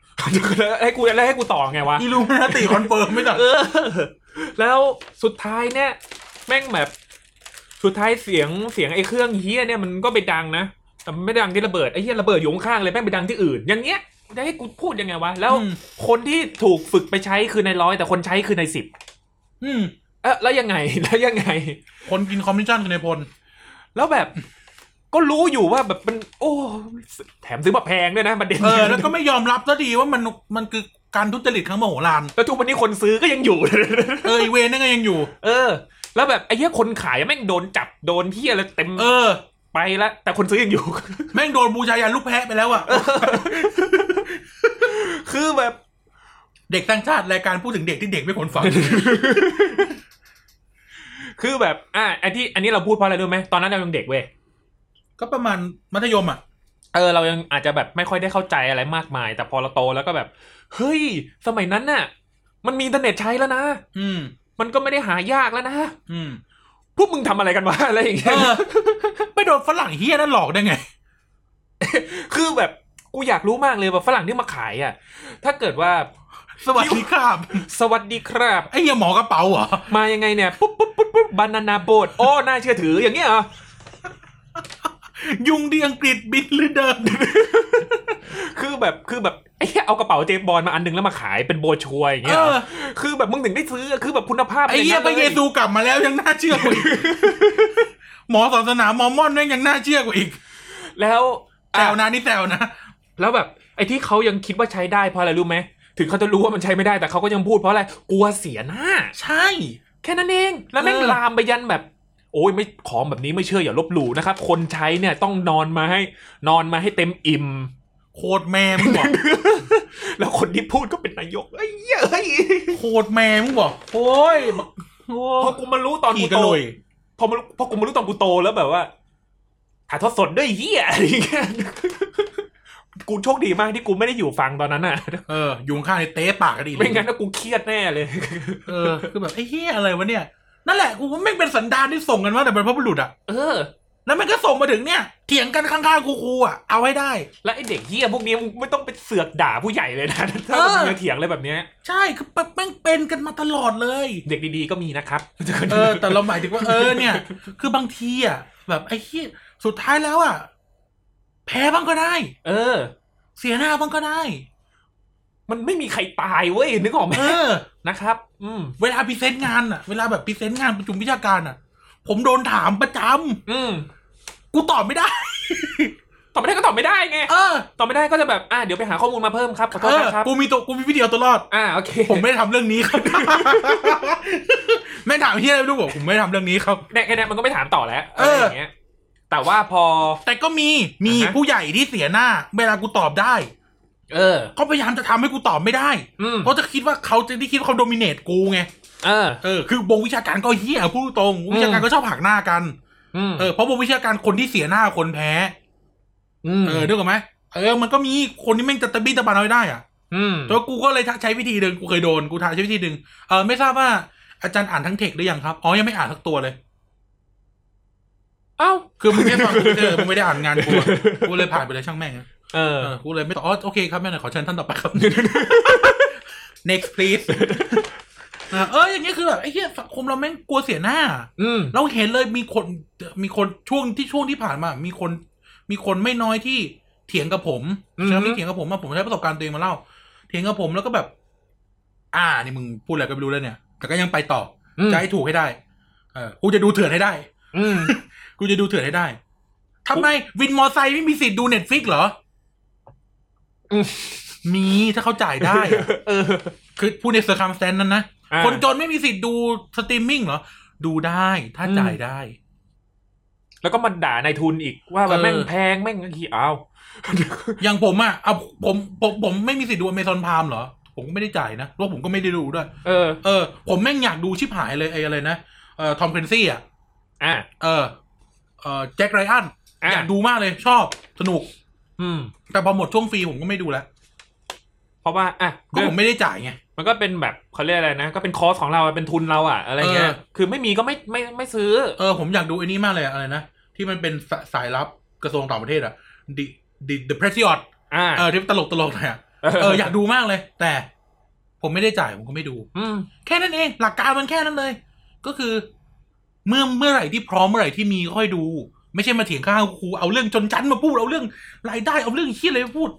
[SPEAKER 1] แล้วให้กูแล้วให้กูต่อไงวะ
[SPEAKER 2] อีลูมินาติคอนเฟิร์มไม่ต่าง
[SPEAKER 1] เออ แล้วสุดท้ายเนี่ย แม่งแบบ สุดท้ายเสียงเสียงไอ้เครื่องเฮียเนี่ยมันก็ไปดังนะ แต่มันไม่ได้ดังที่ระเบิดไอ้เฮียระเบิดอยู่ข้างๆเลยแม่งไปดังที่อื่น อย่างเงี้ยจะให้กูพูดยังไงวะ แล้ว
[SPEAKER 2] อืม
[SPEAKER 1] คนที่ถูกฝึกไปใช้คือในร้อยแต่คนใช้คือในสิบ
[SPEAKER 2] อืม
[SPEAKER 1] เออแล้วยัง ไง แล้วยังไง
[SPEAKER 2] คนกินคอมมิชชั่นคือในพล
[SPEAKER 1] แล้วแบบ ก็รู้อยู่ว่าแบบมัน โอ้แถมซื้อมาแพงด้วยนะประเด็น
[SPEAKER 2] เออ แล้วก็ไม่ยอมรับซะดีว่ามันมันคือการทุจริตครั้งมโหฬาร
[SPEAKER 1] แล้วทุกวันนี้คนซื้อก็ยังอยู่
[SPEAKER 2] เออไอ้เวนนั่นก็ยังอยู่
[SPEAKER 1] เออ แล้วแบบไอ้เหี้ยคนขายแม่งโดนจับโดนเหี้ยอะไรเต็ม
[SPEAKER 2] เออ
[SPEAKER 1] ไปละแต่คนซื้อยังอยู่
[SPEAKER 2] แม่งโดนบูชายันลูกแพะไปแล้วอะ
[SPEAKER 1] คือแบบ
[SPEAKER 2] เด็กตั้งชาติรายการพูดถึงเด็กที่เด็กไม่ควร ฟัง
[SPEAKER 1] คือแบบ อ่ะไอ้ที่อันนี้เราพูดเพราะอะไรรู้ไหมตอนนั้นเรายังเด็กเว้ย
[SPEAKER 2] ก็ประมาณมัธยมอะ
[SPEAKER 1] เออเรายังอาจจะแบบไม่ค่อยได้เข้าใจอะไรมากมาย แต่พอเราโตแล้วก็แบบ เฮ้ย สมัยนั้นน่ะ มันมีอินเทอร์เน็ตใช้แล้วนะ
[SPEAKER 2] อืม
[SPEAKER 1] มันก็ไม่ได้หายากแล้วนะ
[SPEAKER 2] อืม
[SPEAKER 1] พวกมึงทำอะไรกันวะ อะไรอย่าง
[SPEAKER 2] เอ
[SPEAKER 1] เงี้ย
[SPEAKER 2] อ ไปโดนฝรั่งเฮี้ยนั่นหลอกได้ไง
[SPEAKER 1] คือแบบกูอยากรู้มากเลยแบบฝรั่งที่มาขายอ่ะ ถ้าเกิดว่า
[SPEAKER 2] สวัสดีครับ
[SPEAKER 1] สวัสดีครับ
[SPEAKER 2] ไอ้เหี้ยหมอกระเป๋าเหรอ
[SPEAKER 1] มายังไงเนี่ย ปุ๊บปุ๊บปุ๊บปุ๊บบานานาโบดโอ้ น่าเชื่อถืออย่างเงี้ยเหรอ
[SPEAKER 2] ยุงที่อังกฤษบินหรือเดิน
[SPEAKER 1] คือแบบคือแบบไอ้เหี้ยเอากระเป๋าเจมส์บอลมาอันนึงแล้วมาขายเป็นโบชัวอย่าง
[SPEAKER 2] เอ
[SPEAKER 1] เงี้ยเหรอ
[SPEAKER 2] อ
[SPEAKER 1] คือแบบมึงถึงได้ซื้อคือแบบคุณภาพ
[SPEAKER 2] ไอ้เหี้ยพ
[SPEAKER 1] ป็น
[SPEAKER 2] ระเยซูกลับมาแล้วยังน่าเชื่อกว่า อีก หมอศาสนามอร์มอนแม่งยังน่าเชื่อกว่าอีก
[SPEAKER 1] แล้ว
[SPEAKER 2] แซ
[SPEAKER 1] อ่ะ
[SPEAKER 2] วนะนี่แซวนะ
[SPEAKER 1] แล้วแบบไอ้ที่เขายังคิดว่าใช้ได้เพราะอะไรรู้ไหมถึงเขาจะรู้ว่ามันใช้ไม่ได้แต่เขาก็ยังพูดเพราะอะไรกลัวเสียหน้า
[SPEAKER 2] ใช่
[SPEAKER 1] แค่นั้นเองแล้วแม่ง
[SPEAKER 2] เออ
[SPEAKER 1] ลามไปยันแบบ โอ้ยไม่ของแบบนี้ไม่เชื่ออย่าลบหลู่นะครับ คนใช้เนี่ยต้องนอนมาให้นอนมาให้เต็มอิ่ม
[SPEAKER 2] โคตรแม่มึง บอก
[SPEAKER 1] แล้วคนที่พูดก็เป็นนายกไอ้เหี้ยเฮ้ย
[SPEAKER 2] โคตรแม่มึงบอก
[SPEAKER 1] โอ้ย
[SPEAKER 2] โอ้
[SPEAKER 1] พอกูมารู้ตอน
[SPEAKER 2] ขี่
[SPEAKER 1] กู
[SPEAKER 2] กระ
[SPEAKER 1] โต
[SPEAKER 2] โหลย
[SPEAKER 1] พอมารู้พอกูมารู้ตอนกูโตแล้วแบบว่าถ่ายทอดสดด้วยเฮียอะไรอย่างเงี้ยกูโชคดีมากที่กูไม่ได้อยู่ฟังตอนนั้นน่ะ
[SPEAKER 2] เออ ยุงข้างในเตะปากกันอีก
[SPEAKER 1] ไม่งั้นน่ะกูเครียดแน่เลย
[SPEAKER 2] เออ คือแบบไอ้เหี้ยอะไรวะเนี่ย นั่นแหละกูว่าแม่งเป็นสันดานที่ส่งกันมาแต่เป็นพระบุรุษอะ
[SPEAKER 1] เออ
[SPEAKER 2] แล้วแม่งก็ส่งมาถึงเนี่ย เถียงกันข้างๆครูๆอะเอาให้ได้
[SPEAKER 1] แล้วไอเด็กเฮียพวกนี้มึงไม่ต้องไปเสือกด่าผู้ใหญ่เลยนะถ้า
[SPEAKER 2] เออ
[SPEAKER 1] มึงจะเถียงอะไรแบบเนี้ย
[SPEAKER 2] ใช่ คือแม่งเป็นกันมาตลอดเลย
[SPEAKER 1] เด็กดีๆก็มีนะครับ
[SPEAKER 2] เออ แต่เราหมายถึงว่าเออเนี่ย คือบางทีอ่ะ แบบไอ้ที่สุดท้ายแล้วอ่ะ แพ้บ้างก็ได้
[SPEAKER 1] เออ
[SPEAKER 2] เสียหน้าบ้างก็ได้
[SPEAKER 1] มันไม่มีใครตายเว้ยนึกออกไหม
[SPEAKER 2] เออ
[SPEAKER 1] นะครับ อืม
[SPEAKER 2] เวลาพรีเซนต์งานอ่ะ เวลาแบบพรีเซนต์งานประชุมวิชาการอ่ะ ผมโดนถามประจำ
[SPEAKER 1] อืม
[SPEAKER 2] กูตอบไม่ได้
[SPEAKER 1] ตอบไม่ได้ก็ตอบไม่ได้ไง
[SPEAKER 2] เออ
[SPEAKER 1] ตอบไม่ได้ก็จะแบบอ่ะเดี๋ยวไปหาข้อมูลมาเพิ่มครับขอโท
[SPEAKER 2] เอ
[SPEAKER 1] ษ
[SPEAKER 2] อ
[SPEAKER 1] นะครับ
[SPEAKER 2] กูมีตัวกูมีวิดีโอตัวรอด
[SPEAKER 1] อ่าโอเค
[SPEAKER 2] ผมไม่ได้ทำเรื่องนี้ครับ ไม่ถามที่อะไรไม่รู้บอกผมไม่ได้ทำเรื่องนี้ครับ
[SPEAKER 1] เนี่ยแค่เนี้ยมันก็ไม่ถามต่อแล้วอะไรอย่างเงี้ย แต่ว่าพอ
[SPEAKER 2] แต่ก็มีมี
[SPEAKER 1] อ่าฮะ
[SPEAKER 2] ผู้ใหญ่ที่เสียหน้า เวลากูตอบได้
[SPEAKER 1] เออ
[SPEAKER 2] เขาพยายามจะทำให้กูตอบไม่ได้
[SPEAKER 1] อืม
[SPEAKER 2] เพราะจะคิดว่าเขาจะได้คิดว่าเขาโดมิเนตกูไง
[SPEAKER 1] เออ
[SPEAKER 2] เออ คือวงวิชาการก็เฮี้ยพูดตรงวงวิชาการ
[SPEAKER 1] อืม
[SPEAKER 2] ก็ชอบหักหน้ากัน
[SPEAKER 1] อืม
[SPEAKER 2] เออ เพราะวงวิชาการคนที่เสียหน้าคนแพ้
[SPEAKER 1] อืม
[SPEAKER 2] เออนึกออกไหมเออ มันก็มีคนที่แม่งจะตะบี้ตะบันเอาไม่ได้อะ
[SPEAKER 1] อืม
[SPEAKER 2] แต่ว่ากูก็เลยใช้วิธีหนึ่งกูเคยโดน กูทาใช้วิธีหนึ่งเออ ไม่ทราบว่าอาจารย์อ่านทั้งเทคหรือยังครับ อ๋อ ยังไม่อ่านทั้งตัวเลย
[SPEAKER 1] เอ้า
[SPEAKER 2] คือมึงแค่ฟังกูเจอมึงไม่ได้อ่านงานกูอะกูเลยผ่านไปเลยช่างแม่งอะ
[SPEAKER 1] เออ
[SPEAKER 2] เออ กูเลยไม่ตอบอ๋อ โอเคครับแม่หน่อยขอเชิญท่านต่อไปครับ next please เออเอออย่างเงี้ยคือแบบไอ้เหี้ยสังคมเราแม่งกลัวเสียหน้า
[SPEAKER 1] อืม
[SPEAKER 2] เราเห็นเลยมีคนมีคนช่วงที่ช่วงที่ผ่านมา มีคน มีคนไม่น้อยที่เถียงกับผม
[SPEAKER 1] อือฮึ
[SPEAKER 2] ใช่ไหมเถียงกับผมมาผมใช้ประสบการณ์ตัวเองมาเล่า เถียงกับผมแล้วก็แบบ อ่านี่มึงพูดอะไรก็ไม่รู้แล้วเนี่ย แต่ก็ยังไปต่ออจะให้ถูกให้ได้ เออกูจะดูเถื่อนให้ได้
[SPEAKER 1] อืม
[SPEAKER 2] กูจะดูเถื่อนให้ได้ทำไมวินมอไซค์ไม่มีสิทธิ์ดูเน็ตฟิกเหรออ
[SPEAKER 1] ม
[SPEAKER 2] มีถ้าเขาจ่ายได้ อะ
[SPEAKER 1] เออ
[SPEAKER 2] คือพูดในเซอร์คัมสแตนนั้นนะ
[SPEAKER 1] อ่า
[SPEAKER 2] คนจนไม่มีสิทธิ์ดูสตรีมมิ่งเหรอดูได้ถ้าจ่ายได้
[SPEAKER 1] แล้วก็มาด่านายทุนอีกว่าแบบ
[SPEAKER 2] เออ
[SPEAKER 1] แม่งแพงแม่งขี้เอา
[SPEAKER 2] อย่างผมอะเอาผมผมผมไม่มีสิทธิ์ดูอเมซอนพามเหรอ ผมก็ไม่ได้จ่ายนะแล้วผมก็ไม่ได้ดูด้วย
[SPEAKER 1] เออ
[SPEAKER 2] เออ ผมแม่งอยากดูชิบหายเลยไอ้อะไรนะ เอ่อทอมเคลนซี่อะ
[SPEAKER 1] อ่ะ
[SPEAKER 2] เออ เอ่อแจ็คไรอัน
[SPEAKER 1] อ่ะ
[SPEAKER 2] อยากดูมากเลยชอบ สนุก
[SPEAKER 1] อืม
[SPEAKER 2] แต่พอหมดช่วงฟรีผมก็ไม่ดูแล้ว
[SPEAKER 1] เพราะว่า อ่ะ
[SPEAKER 2] ก็ผมไม่ได้จ่ายไง
[SPEAKER 1] มันก็เป็นแบบเขาเรียกอะไรนะ ก็เป็นคอร์สของเราอะเป็นทุนเราอะอะไรเงี้ย
[SPEAKER 2] เออ
[SPEAKER 1] คือไม่มีก็ไม่ไม่ไม่ซื้อ
[SPEAKER 2] เออผมอยากดูไอ้นี่มากเลยอะอะไรนะ ที่มันเป็นสาสายลับกระทรวงต่างประเทศอะดิดิเดอะเพรสซิออต
[SPEAKER 1] อ่า
[SPEAKER 2] เออที่ตลกตลกๆหน่อยอะ
[SPEAKER 1] เออ
[SPEAKER 2] เอออยากดูมากเลย แต่ผมไม่ได้จ่ายผมก็ไม่ดู
[SPEAKER 1] อืม
[SPEAKER 2] แค่นั้นเอง หลักการมันแค่นั้นเลย ก็คือ เมื่อเมื่อไหร่ที่พร้อมเมื่อไหร่ที่มีก็ค่อยดู ไม่ใช่มาเถียงข้างครูเอาเรื่องจนจันมาพูดเอาเรื่องรายได้เอาเรื่องเฮี้ยอะไรมาพูด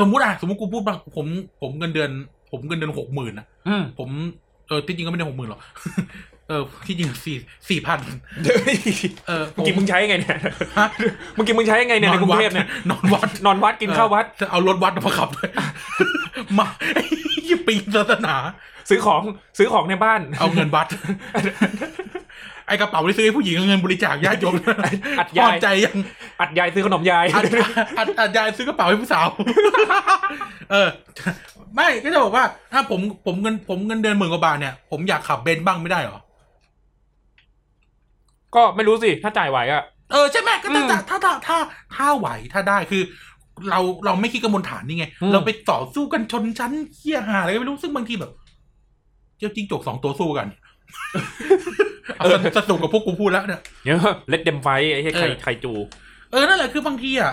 [SPEAKER 2] สมมุติอะสมมติกูพูดบ้างผมผมเงินเดือน ผมเงินเดือนหกหมื่นนะ
[SPEAKER 1] อืม
[SPEAKER 2] ผมเออที่จริงก็ไม่ได้หกหมื่นหร อก เออที่จริงสี่สี่พัน
[SPEAKER 1] เฮ้ย
[SPEAKER 2] เออ
[SPEAKER 1] เมื่อกี้มึงใช้ไงเนี่ย
[SPEAKER 2] ฮะ
[SPEAKER 1] เมื่อกี้มึงใช้ไงเนี่ยในกรุงเทพเนี่ย
[SPEAKER 2] นอนวัด
[SPEAKER 1] นอนวัดกินข้าววัด
[SPEAKER 2] เออเอารถวัดมาขับ ด้วยมาไอ้เหี้ยปีนศาสนา
[SPEAKER 1] ซื้อของซื้อของในบ้าน
[SPEAKER 2] เอาเงินวัด ไอกระเป๋าที่ซื้อให้ผู้หญิงเอาเงินบริจาคญาติโยม
[SPEAKER 1] อัดยาย
[SPEAKER 2] พใจยัง
[SPEAKER 1] อัดยายซื้อขนมย าย
[SPEAKER 2] อัดอัดอัดยายซื้อกระเป๋าให้ผู้สาว เออ ไม่ก็จะบอกว่า ถ้าผมผมเงินผมเงินเดือนหมื่นกว่าบาทเนี่ย ผมอยากขับเบนซ์บ้างไม่ได้เหรอ
[SPEAKER 1] ก็ไม่รู้สิ ถ้าจ่ายไหวอะ
[SPEAKER 2] เออใช่ไหมก็ถ้า
[SPEAKER 1] อืม
[SPEAKER 2] ถ้าถ้าถ้าถ้าไหวถ้าได้คือ เราเราไม่คิดกระมวลฐานนี่ไง
[SPEAKER 1] อืม
[SPEAKER 2] เราไปต่อสู้กันชนชั้นเคี้ยหาอะไรก็ไม่รู้ซึ่งบางทีแบบ เจ้าจิ้งจกสองตัวสู้กัน เอาสนสนุกกับพวกกูพูดแล้วเนี่ย
[SPEAKER 1] เนี่ยเล็ดเดมไฟไอ้เหี้ยไค
[SPEAKER 2] เออ
[SPEAKER 1] ไคจู
[SPEAKER 2] เออนั่นแหละคือบางทีอ่ะ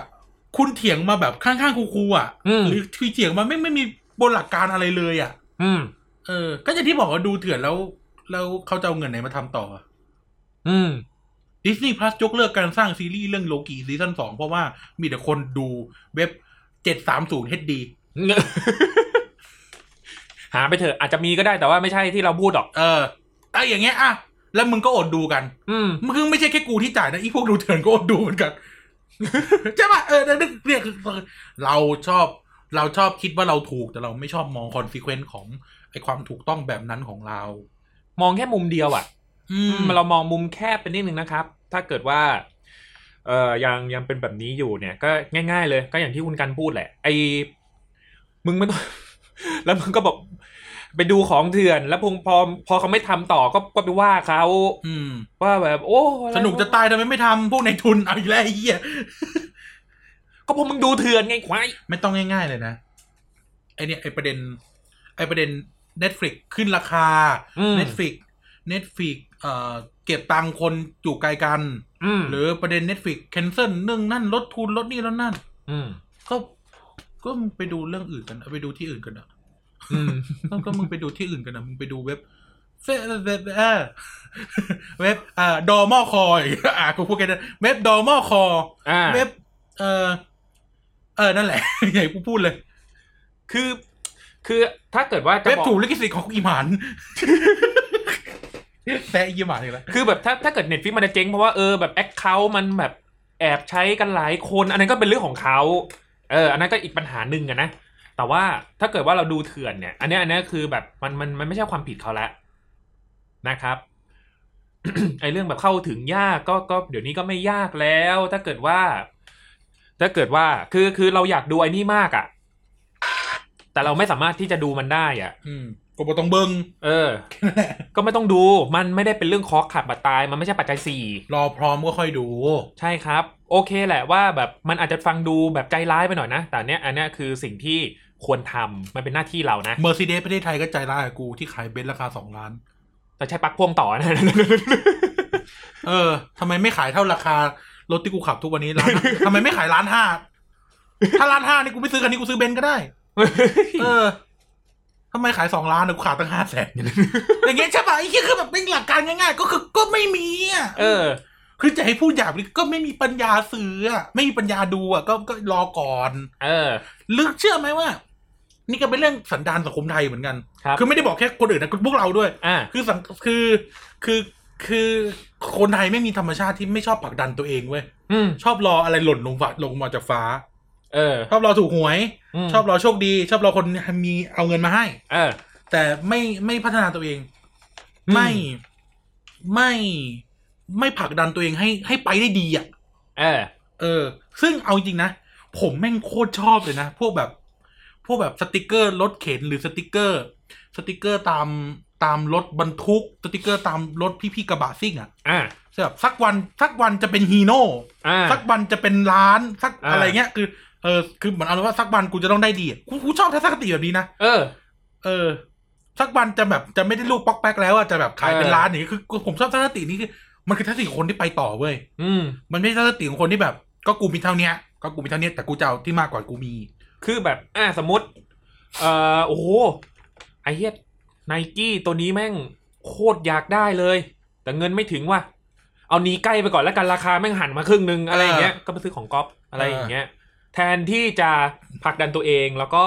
[SPEAKER 2] คุณเถียงมาแบบข้างๆครูๆอ่ะ
[SPEAKER 1] อืม
[SPEAKER 2] หรือคือเถียงมาไม่ไม่มีบนหลักการอะไรเลยอ่ะ
[SPEAKER 1] อืม
[SPEAKER 2] เออ ก็อย่างที่บอกว่าดูเถื่อนแล้วแล้วเขาจะเอาเงินไหนมาทำต่อ
[SPEAKER 1] อืม
[SPEAKER 2] ดิสนีย์พลัสยกเลิกการสร้างซีรีส์เรื่องโลกีซีซั่นสองเพราะว่ามีแต่คนดูเว็บเจ็ดสามศูนย์ HD
[SPEAKER 1] หาไปเถอะอาจจะมีก็ได้แต่ว่าไม่ใช่ที่เราพูดหรอก
[SPEAKER 2] เออไอะอย่างเงี้ยอ่ะแล้วมึงก็อดดูกัน
[SPEAKER 1] อืม
[SPEAKER 2] มึงไม่ใช่แค่กูที่จ่ายนะอีพวกดูเถื่อนก็อดดูเหมือนกัน ใช่ปะเออนั่นนึกเรียกเราชอบ เราชอบคิดว่าเราถูกแต่เราไม่ชอบมองคอนฟิเควนซ์ของไอความถูกต้องแบบนั้นของเรา
[SPEAKER 1] มองแค่มุมเดียวอ่ะ
[SPEAKER 2] อืม
[SPEAKER 1] เรามองมุมแคบเป็นนิดนึงนะครับ ถ้าเกิดว่า เอ่อยังยังเป็นแบบนี้อยู่เนี่ย ก็ง่ายๆเลย ก็อย่างที่คุณกันพูดแหละ ไอ้มึงไม่ ต้อง แล้วมึงก็บอกไปดูของเถื่อน แล้วพงพอพอเขาไม่ทำต่อก็ก็ไปว่าเขา
[SPEAKER 2] อืม
[SPEAKER 1] ว่าแบบ โอ้อะไร
[SPEAKER 2] สนุกจะตายทำไมไม่ทำพวกในายทุนเอาอีกแล้วไอ้เหี้ย
[SPEAKER 1] ก็เพราะมึงดูเถื่อนไงควาย
[SPEAKER 2] ไม่ต้องง่ายๆเลยนะ ไอเนี่ยไอประเด็น ไอประเด็น Netflix ขึ้นราคา
[SPEAKER 1] อืม
[SPEAKER 2] Netflix Netflix เอ่อเก็บตังค์คนอยู่ไกลกัน
[SPEAKER 1] อืม
[SPEAKER 2] หรือประเด็น Netflix แคนเซิลนึ่องนั่นลดทุนลดนี่ลดนั่น
[SPEAKER 1] อืม
[SPEAKER 2] ก็ก็มึงไปดูเรื่องอื่นกันเอาไปดูที่อื่นกันอะ
[SPEAKER 1] อืม
[SPEAKER 2] ก็ก็มึงไปดูที่อื่นกันอะมึงไปดูเว็บเฟซเว็บเออเว็บอ่าดอมอคอยอ่ะกูพูดแค่นั้นเว็บดอมอคอ
[SPEAKER 1] อ่า
[SPEAKER 2] เว็บ เออเออ นั่นแหละ อย่าใหญ่กูพูดเลย
[SPEAKER 1] คือ คือถ้าเกิดว่าจะ
[SPEAKER 2] เว็บ
[SPEAKER 1] บอก
[SPEAKER 2] ถูกลิขสิทธิ์ของอีหมาน แต่อีหมานอีกแล้ว
[SPEAKER 1] คือแบบถ้าถ้าเกิดเน็ตฟิกมันจะเจ๊งเพราะว่าเออแบบแอคเคาท์มันแบบแอบใช้กันหลายคน อันนั้นก็เป็นเรื่องของเขาเออ อันนั้นก็อีกปัญหาหนึ่งอะนะ แต่ว่าถ้าเกิดว่าเราดูเถื่อนเนี่ย อันเนี้ยอันเนี้ยคือแบบมันมันมันไม่ใช่ความผิดเขาละนะครับ ไอเรื่องแบบเข้าถึงยากก็ก็เดี๋ยวนี้ก็ไม่ยากแล้ว ถ้าเกิดว่า ถ้าเกิดว่าคือคือเราอยากดูไอ้นี่มากอะแต่เราไม่สามารถที่จะดูมันได้อะ
[SPEAKER 2] อืมกูบอต้องเบิง
[SPEAKER 1] เออ
[SPEAKER 2] แค่นั้นแหละ
[SPEAKER 1] ก็ไม่ต้องดู มันไม่ได้เป็นเรื่องคอขาดบาดตาย มันไม่ใช่ปัจจัยสี่
[SPEAKER 2] รอพร้อมก็ค่อยดู
[SPEAKER 1] ใช่ครับ โอเคแหละว่าแบบมันอาจจะฟังดูแบบใจร้ายไปหน่อยนะ แต่เนี้ยอันเนี้ยคือสิ่งที่ควรทำ มันเป็นหน้าที่เรานะ
[SPEAKER 2] เมอร์ซีเดสประเทศไทยก็ใจร้ายกับกูที่ขายเบนซ์ราคาสองล้าน
[SPEAKER 1] แต่ใช้ปลั๊กพ่วงต่อนะ
[SPEAKER 2] เออทำไมไม่ขายเท่าราคารถที่กูขับทุกวันนี้ ร้าน ทำไมไม่ขายล้านห้า ถ้าล้านห้านี่กูไม่ซื้อคันนี้กูซื้อเบนซ์ก็ได้ เออทำไมขายสองล้านอะกูขาดตั้งห้าแสน อย่างเงี้ยใช่ปะไอ้เหี้ยคือแบบเป็นหลักการง่ายๆ ก็คือก็ไม่มีอ่ะ
[SPEAKER 1] เออ
[SPEAKER 2] คือจะให้พูดหยาบนี่ก็ไม่มีปัญญาซื้ออะไม่มีปัญญาดูอ่ะก็ก็รอก่อน
[SPEAKER 1] เออ
[SPEAKER 2] ลึกเชื่อไหมว่า นี่ก็เป็นเรื่องสันดานสังคมไทยเหมือนกัน
[SPEAKER 1] ครับ
[SPEAKER 2] คือไม่ได้บอกแค่คนอื่นนะพวกเราด้วย
[SPEAKER 1] อ่า
[SPEAKER 2] คือสังคือคือคือคนไทยไม่มีธรรมชาติที่ไม่ชอบผลักดันตัวเองเว้ย
[SPEAKER 1] อืม
[SPEAKER 2] ชอบรออะไรหล่นลงฟ้าลงมาจากฟ้า
[SPEAKER 1] เออ
[SPEAKER 2] ชอบรอถูกหวย
[SPEAKER 1] ม
[SPEAKER 2] ชอบรอโชคดี ชอบรอคนมีเอาเงินมาให้
[SPEAKER 1] เออ
[SPEAKER 2] แต่ไม่ไม่พัฒนาตัวเอง
[SPEAKER 1] อืม
[SPEAKER 2] ไม่ไม่ไม่ผลักดันตัวเองให้ให้ไปได้ดีอ่ะ
[SPEAKER 1] เออ
[SPEAKER 2] เออ ซึ่งเอาจริงนะ ผมแม่งโคตรชอบเลยนะ พวกแบบ พวกแบบสติกเกอร์รถเข็นหรือสติกเกอร์ สติกเกอร์ตามตามรถบรรทุก สติกเกอร์ตามรถพี่ๆกระบะซิ่งอ่ะ
[SPEAKER 1] อ่า
[SPEAKER 2] ใช่แบบสักวันสักวันจะเป็นฮีโน่
[SPEAKER 1] อ่า
[SPEAKER 2] สักวันจะเป็นร้านสัก
[SPEAKER 1] อ่า
[SPEAKER 2] อะไรเงี้ยคือเออคือเหมือนเอาเป็นว่าสักวันกูจะต้องได้ดีอะกูกูชอบทัศนคติแบบนี้นะ
[SPEAKER 1] เออ
[SPEAKER 2] เออ สักวันจะแบบจะไม่ได้ลูกป๊อกแป๊กแล้วอะจะแบบขายเป็น
[SPEAKER 1] เออ
[SPEAKER 2] ร้านอย่างนี้คือคือผมชอบทัศนคตินี้คือมันคือทัศนคติของคนที่ไปต่อเว้ย
[SPEAKER 1] อืม
[SPEAKER 2] มันไม่ใช่ทัศนคติของคนที่แบบ ก็กูมีเท่าเนี้ยก็กูมีเท่าเนี้ยแต่กูจะเอาที่มากกว่ากูมี
[SPEAKER 1] คือแบบ อ่า สมมติ เอ่อ โอ้โห ไอเฮียไนกี้ตัวนี้แม่งโคตรอยากได้เลย แต่เงินไม่ถึงว่ะ เอานี้ใกล้ไปก่อนแล้วกันราคาแม่งหันมาครึ่งหนึ่งอะไรอย่างเงี้ย ก็ไปซื้อของก๊อปอะไรอย่างเงี้ย แทนที่จะผลักดันตัวเองแล้วก็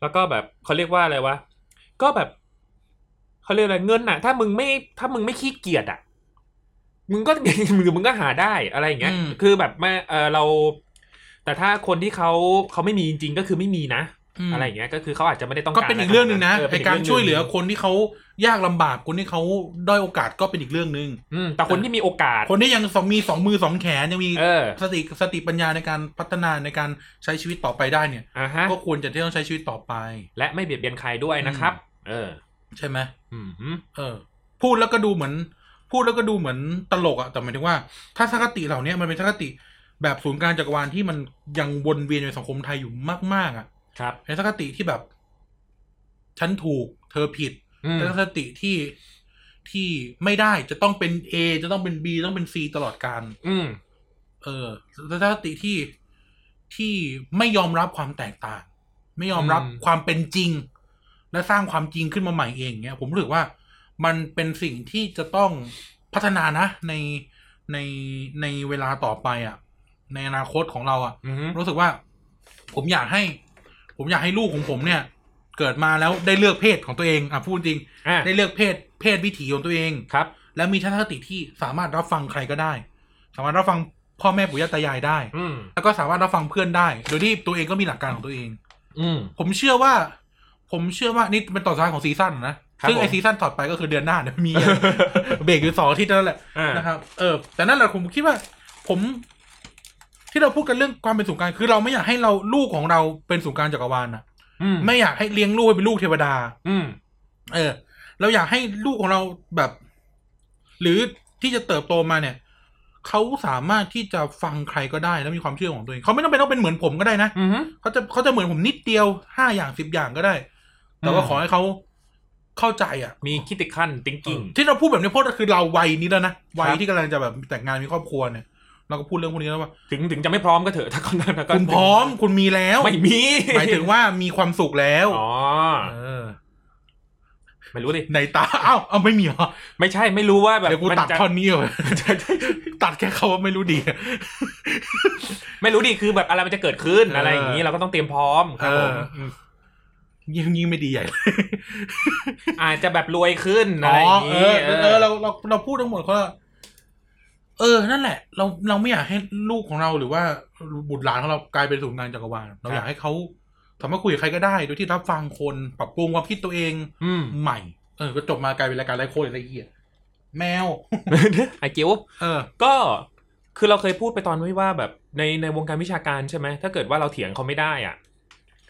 [SPEAKER 1] แล้วก็แบบเขาเรียกว่าอะไรวะ ก็แบบเขาเรียกอะไรเงินน่ะ ถ้ามึงไม่ ถ้ามึงไม่ขี้เกียจอ่ะ มึงก็ หรือมึงก็หาได้อะไรอย่างเงี้ย
[SPEAKER 2] อืม
[SPEAKER 1] คือแบบแม่เออเรา แต่ถ้าคนที่เขาเขาไม่มีจริงๆก็คือไม่มีนะ
[SPEAKER 2] ม
[SPEAKER 1] อะไรอย่างเงี้ยก็คือเขาอาจจะไม่ได้ต้อง
[SPEAKER 2] ก็เป็นอีกเรื่องหนึ่งนะไอ
[SPEAKER 1] ป็ก
[SPEAKER 2] การ
[SPEAKER 1] งนึ่ง
[SPEAKER 2] ช่วยเหลือคนที่เขายากลำบากคนที่เขาด้อยโอกาสก็เป็นอีกเรื่องหนึ่ง
[SPEAKER 1] อืมแต่คนที่มีโอกาส
[SPEAKER 2] คนที่ยังสองมีสองมือสองแขนยังมี
[SPEAKER 1] เออ
[SPEAKER 2] สติสติปัญญาในการพัฒนาในการใช้ชีวิตต่อไปได้เนี่ย
[SPEAKER 1] อ่ะฮะ
[SPEAKER 2] ก็ควรจะที่ต้องใช้ชีวิตต่อไป
[SPEAKER 1] และไม่เบียดเบียนใครด้วยนะครับ เออ
[SPEAKER 2] ใช่ไหม
[SPEAKER 1] อืมฮึ
[SPEAKER 2] เออพูดแล้วก็ดูเหมือน พูดแล้วก็ดูเหมือนตลกอะแต่หมายถึงว่าถ้าทัศนคติเหล่าเนี้ยมันเป็นทัศนคติ แบบศูนย์กลางจักรวาลที่มันยังวนเวียนอยู่ในสังคมไทยอยู่มาก ๆ อ่ะ
[SPEAKER 1] ครับ
[SPEAKER 2] ในทัศนคติที่แบบ ฉันถูก เธอผิด
[SPEAKER 1] อืม
[SPEAKER 2] ทัศนคติที่ที่ไม่ได้จะต้องเป็น A จะต้องเป็น B ต้องเป็น C ตลอดการ
[SPEAKER 1] อืม
[SPEAKER 2] เออทัศนคติที่ที่ไม่ยอมรับความแตกต่าง ไม่ยอมรับความเป็นจริง และสร้างความจริงขึ้นมาใหม่เองเนี่ยผมรู้สึกว่ามันเป็นสิ่งที่จะต้องพัฒนานะ ในในในเวลาต่อไปอะ่ะ ในอนาคตของเราอ่ะ
[SPEAKER 1] อืม
[SPEAKER 2] รู้สึกว่า ผมอยากให้ ผมอยากให้ลูกของผมเนี่ย เกิดมาแล้วได้เลือกเพศของตัวเองอ่ะพูดจริง
[SPEAKER 1] อ่ะ
[SPEAKER 2] ได้เลือกเพศเพศวิถีของตัวเอง
[SPEAKER 1] ครับ
[SPEAKER 2] และมีทัศนคติที่สามารถรับฟังใครก็ได้ สามารถรับฟังพ่อแม่ปู่ย่าตายายได้
[SPEAKER 1] อืม
[SPEAKER 2] แล้วก็สามารถรับฟังเพื่อนได้ โดยที่ตัวเองก็มีหลักการของตัวเอง
[SPEAKER 1] อืม
[SPEAKER 2] ผมเชื่อว่า ผมเชื่อว่านี่เป็นตอนสุดท้ายของซีซั่นนะ
[SPEAKER 1] ครับ
[SPEAKER 2] ซึ่งไอ
[SPEAKER 1] ผม
[SPEAKER 2] ซีซั่นต่อไปก็คือเดือนหน้าเนี่ยมี เบรกอยู่สองอาที่นั่นแหละ
[SPEAKER 1] อ่า
[SPEAKER 2] นะครับ เออ แต่นั่นแหละผมคิดว่า ผม ที่เราพูดกันเรื่องความเป็นศูนย์กลางคือเราไม่อยากให้เราลูกของเราเป็นศูนย์กลางจักรวาลนะ
[SPEAKER 1] อืม
[SPEAKER 2] ไม่อยากให้เลี้ยงลูกให้เป็นลูกเทวดา
[SPEAKER 1] อืม
[SPEAKER 2] เออ เราอยากให้ลูกของเราแบบ หรือที่จะเติบโตมาเนี่ยเขาสามารถที่จะฟังใครก็ได้แล้วมีความเชื่อของตัวเองเขาไม่ต้องเป็นต้องเป็นเหมือนผมก็ได้นะ
[SPEAKER 1] อืม
[SPEAKER 2] เขาจะเขาจะเหมือนผมนิดเดียวห้าอย่างสิบอย่างก็ได้ แต่ว่า
[SPEAKER 1] อืม
[SPEAKER 2] ขอให้เขาเข้าใจอ่ะ
[SPEAKER 1] มีคิดติคันติงกิ้ง
[SPEAKER 2] ที่เราพูดแบบนี้เพราะคือเราวัยนี้แล้วนะวัย
[SPEAKER 1] ครับ
[SPEAKER 2] ที่กำลังจะแบบแต่งงานมีครอบครัวเนี่ย เราก็พูดเรื่องพวกนี้แล้วว่า
[SPEAKER 1] ถึงถึงจะไม่พร้อมก็เถอะ ถ้าคนนั้นก็
[SPEAKER 2] คุณพร้อมคุณมีแล้ว
[SPEAKER 1] ไม่ มี
[SPEAKER 2] หมายถึงว่ามีความสุขแล้ว
[SPEAKER 1] อ๋อ
[SPEAKER 2] เออ
[SPEAKER 1] ไม่รู้ดิ
[SPEAKER 2] ในตาอ้าวเอาไม่มีเหรอ
[SPEAKER 1] ไม่ใช่ไม่รู้ว่าแบบ
[SPEAKER 2] เดี๋ยวกู
[SPEAKER 1] มัน
[SPEAKER 2] ตัด
[SPEAKER 1] จะ
[SPEAKER 2] ท่อน นี้เลย ตัดแค่เขาว่าไม่รู้ดี
[SPEAKER 1] ไม่รู้ดิคือแบบอะไรมันจะเกิดขึ้น
[SPEAKER 2] เอออ
[SPEAKER 1] อะไรอย่างนี้เราก็ต้องเตรียมพร้อมครับผม
[SPEAKER 2] มยิ่งยิ่งไม่ดีใหญ่เลย
[SPEAKER 1] อาจจะแบบรวยขึ้นอะไรอย่าง
[SPEAKER 2] เอ
[SPEAKER 1] นี้
[SPEAKER 2] อ
[SPEAKER 1] เออ
[SPEAKER 2] เออเราเราเราพูดทั้งหมดเขาว่าเออ นั่นแหละ เราเราไม่อยากให้ลูกของเราหรือว่าบุตรหลานของเรากลายเป็นศูนย์กลางจักรวาลเราอยากให้เขาสามารถคุยกับใครก็ได้ โดยที่รับฟังคนปรับปรุงความคิดตัวเอง
[SPEAKER 1] อืม
[SPEAKER 2] ใหม่ เออ ก็จบมากลายเป็นรายการไร้โคตรไร้เหี้ยแมว
[SPEAKER 1] ไอจิ๋ว
[SPEAKER 2] เออ
[SPEAKER 1] ก็คือเราเคยพูดไปตอนที่ว่าแบบในในวงการวิชาการใช่ไหมถ้าเกิดว่าเราเถียงเขาไม่ได้อ่ะ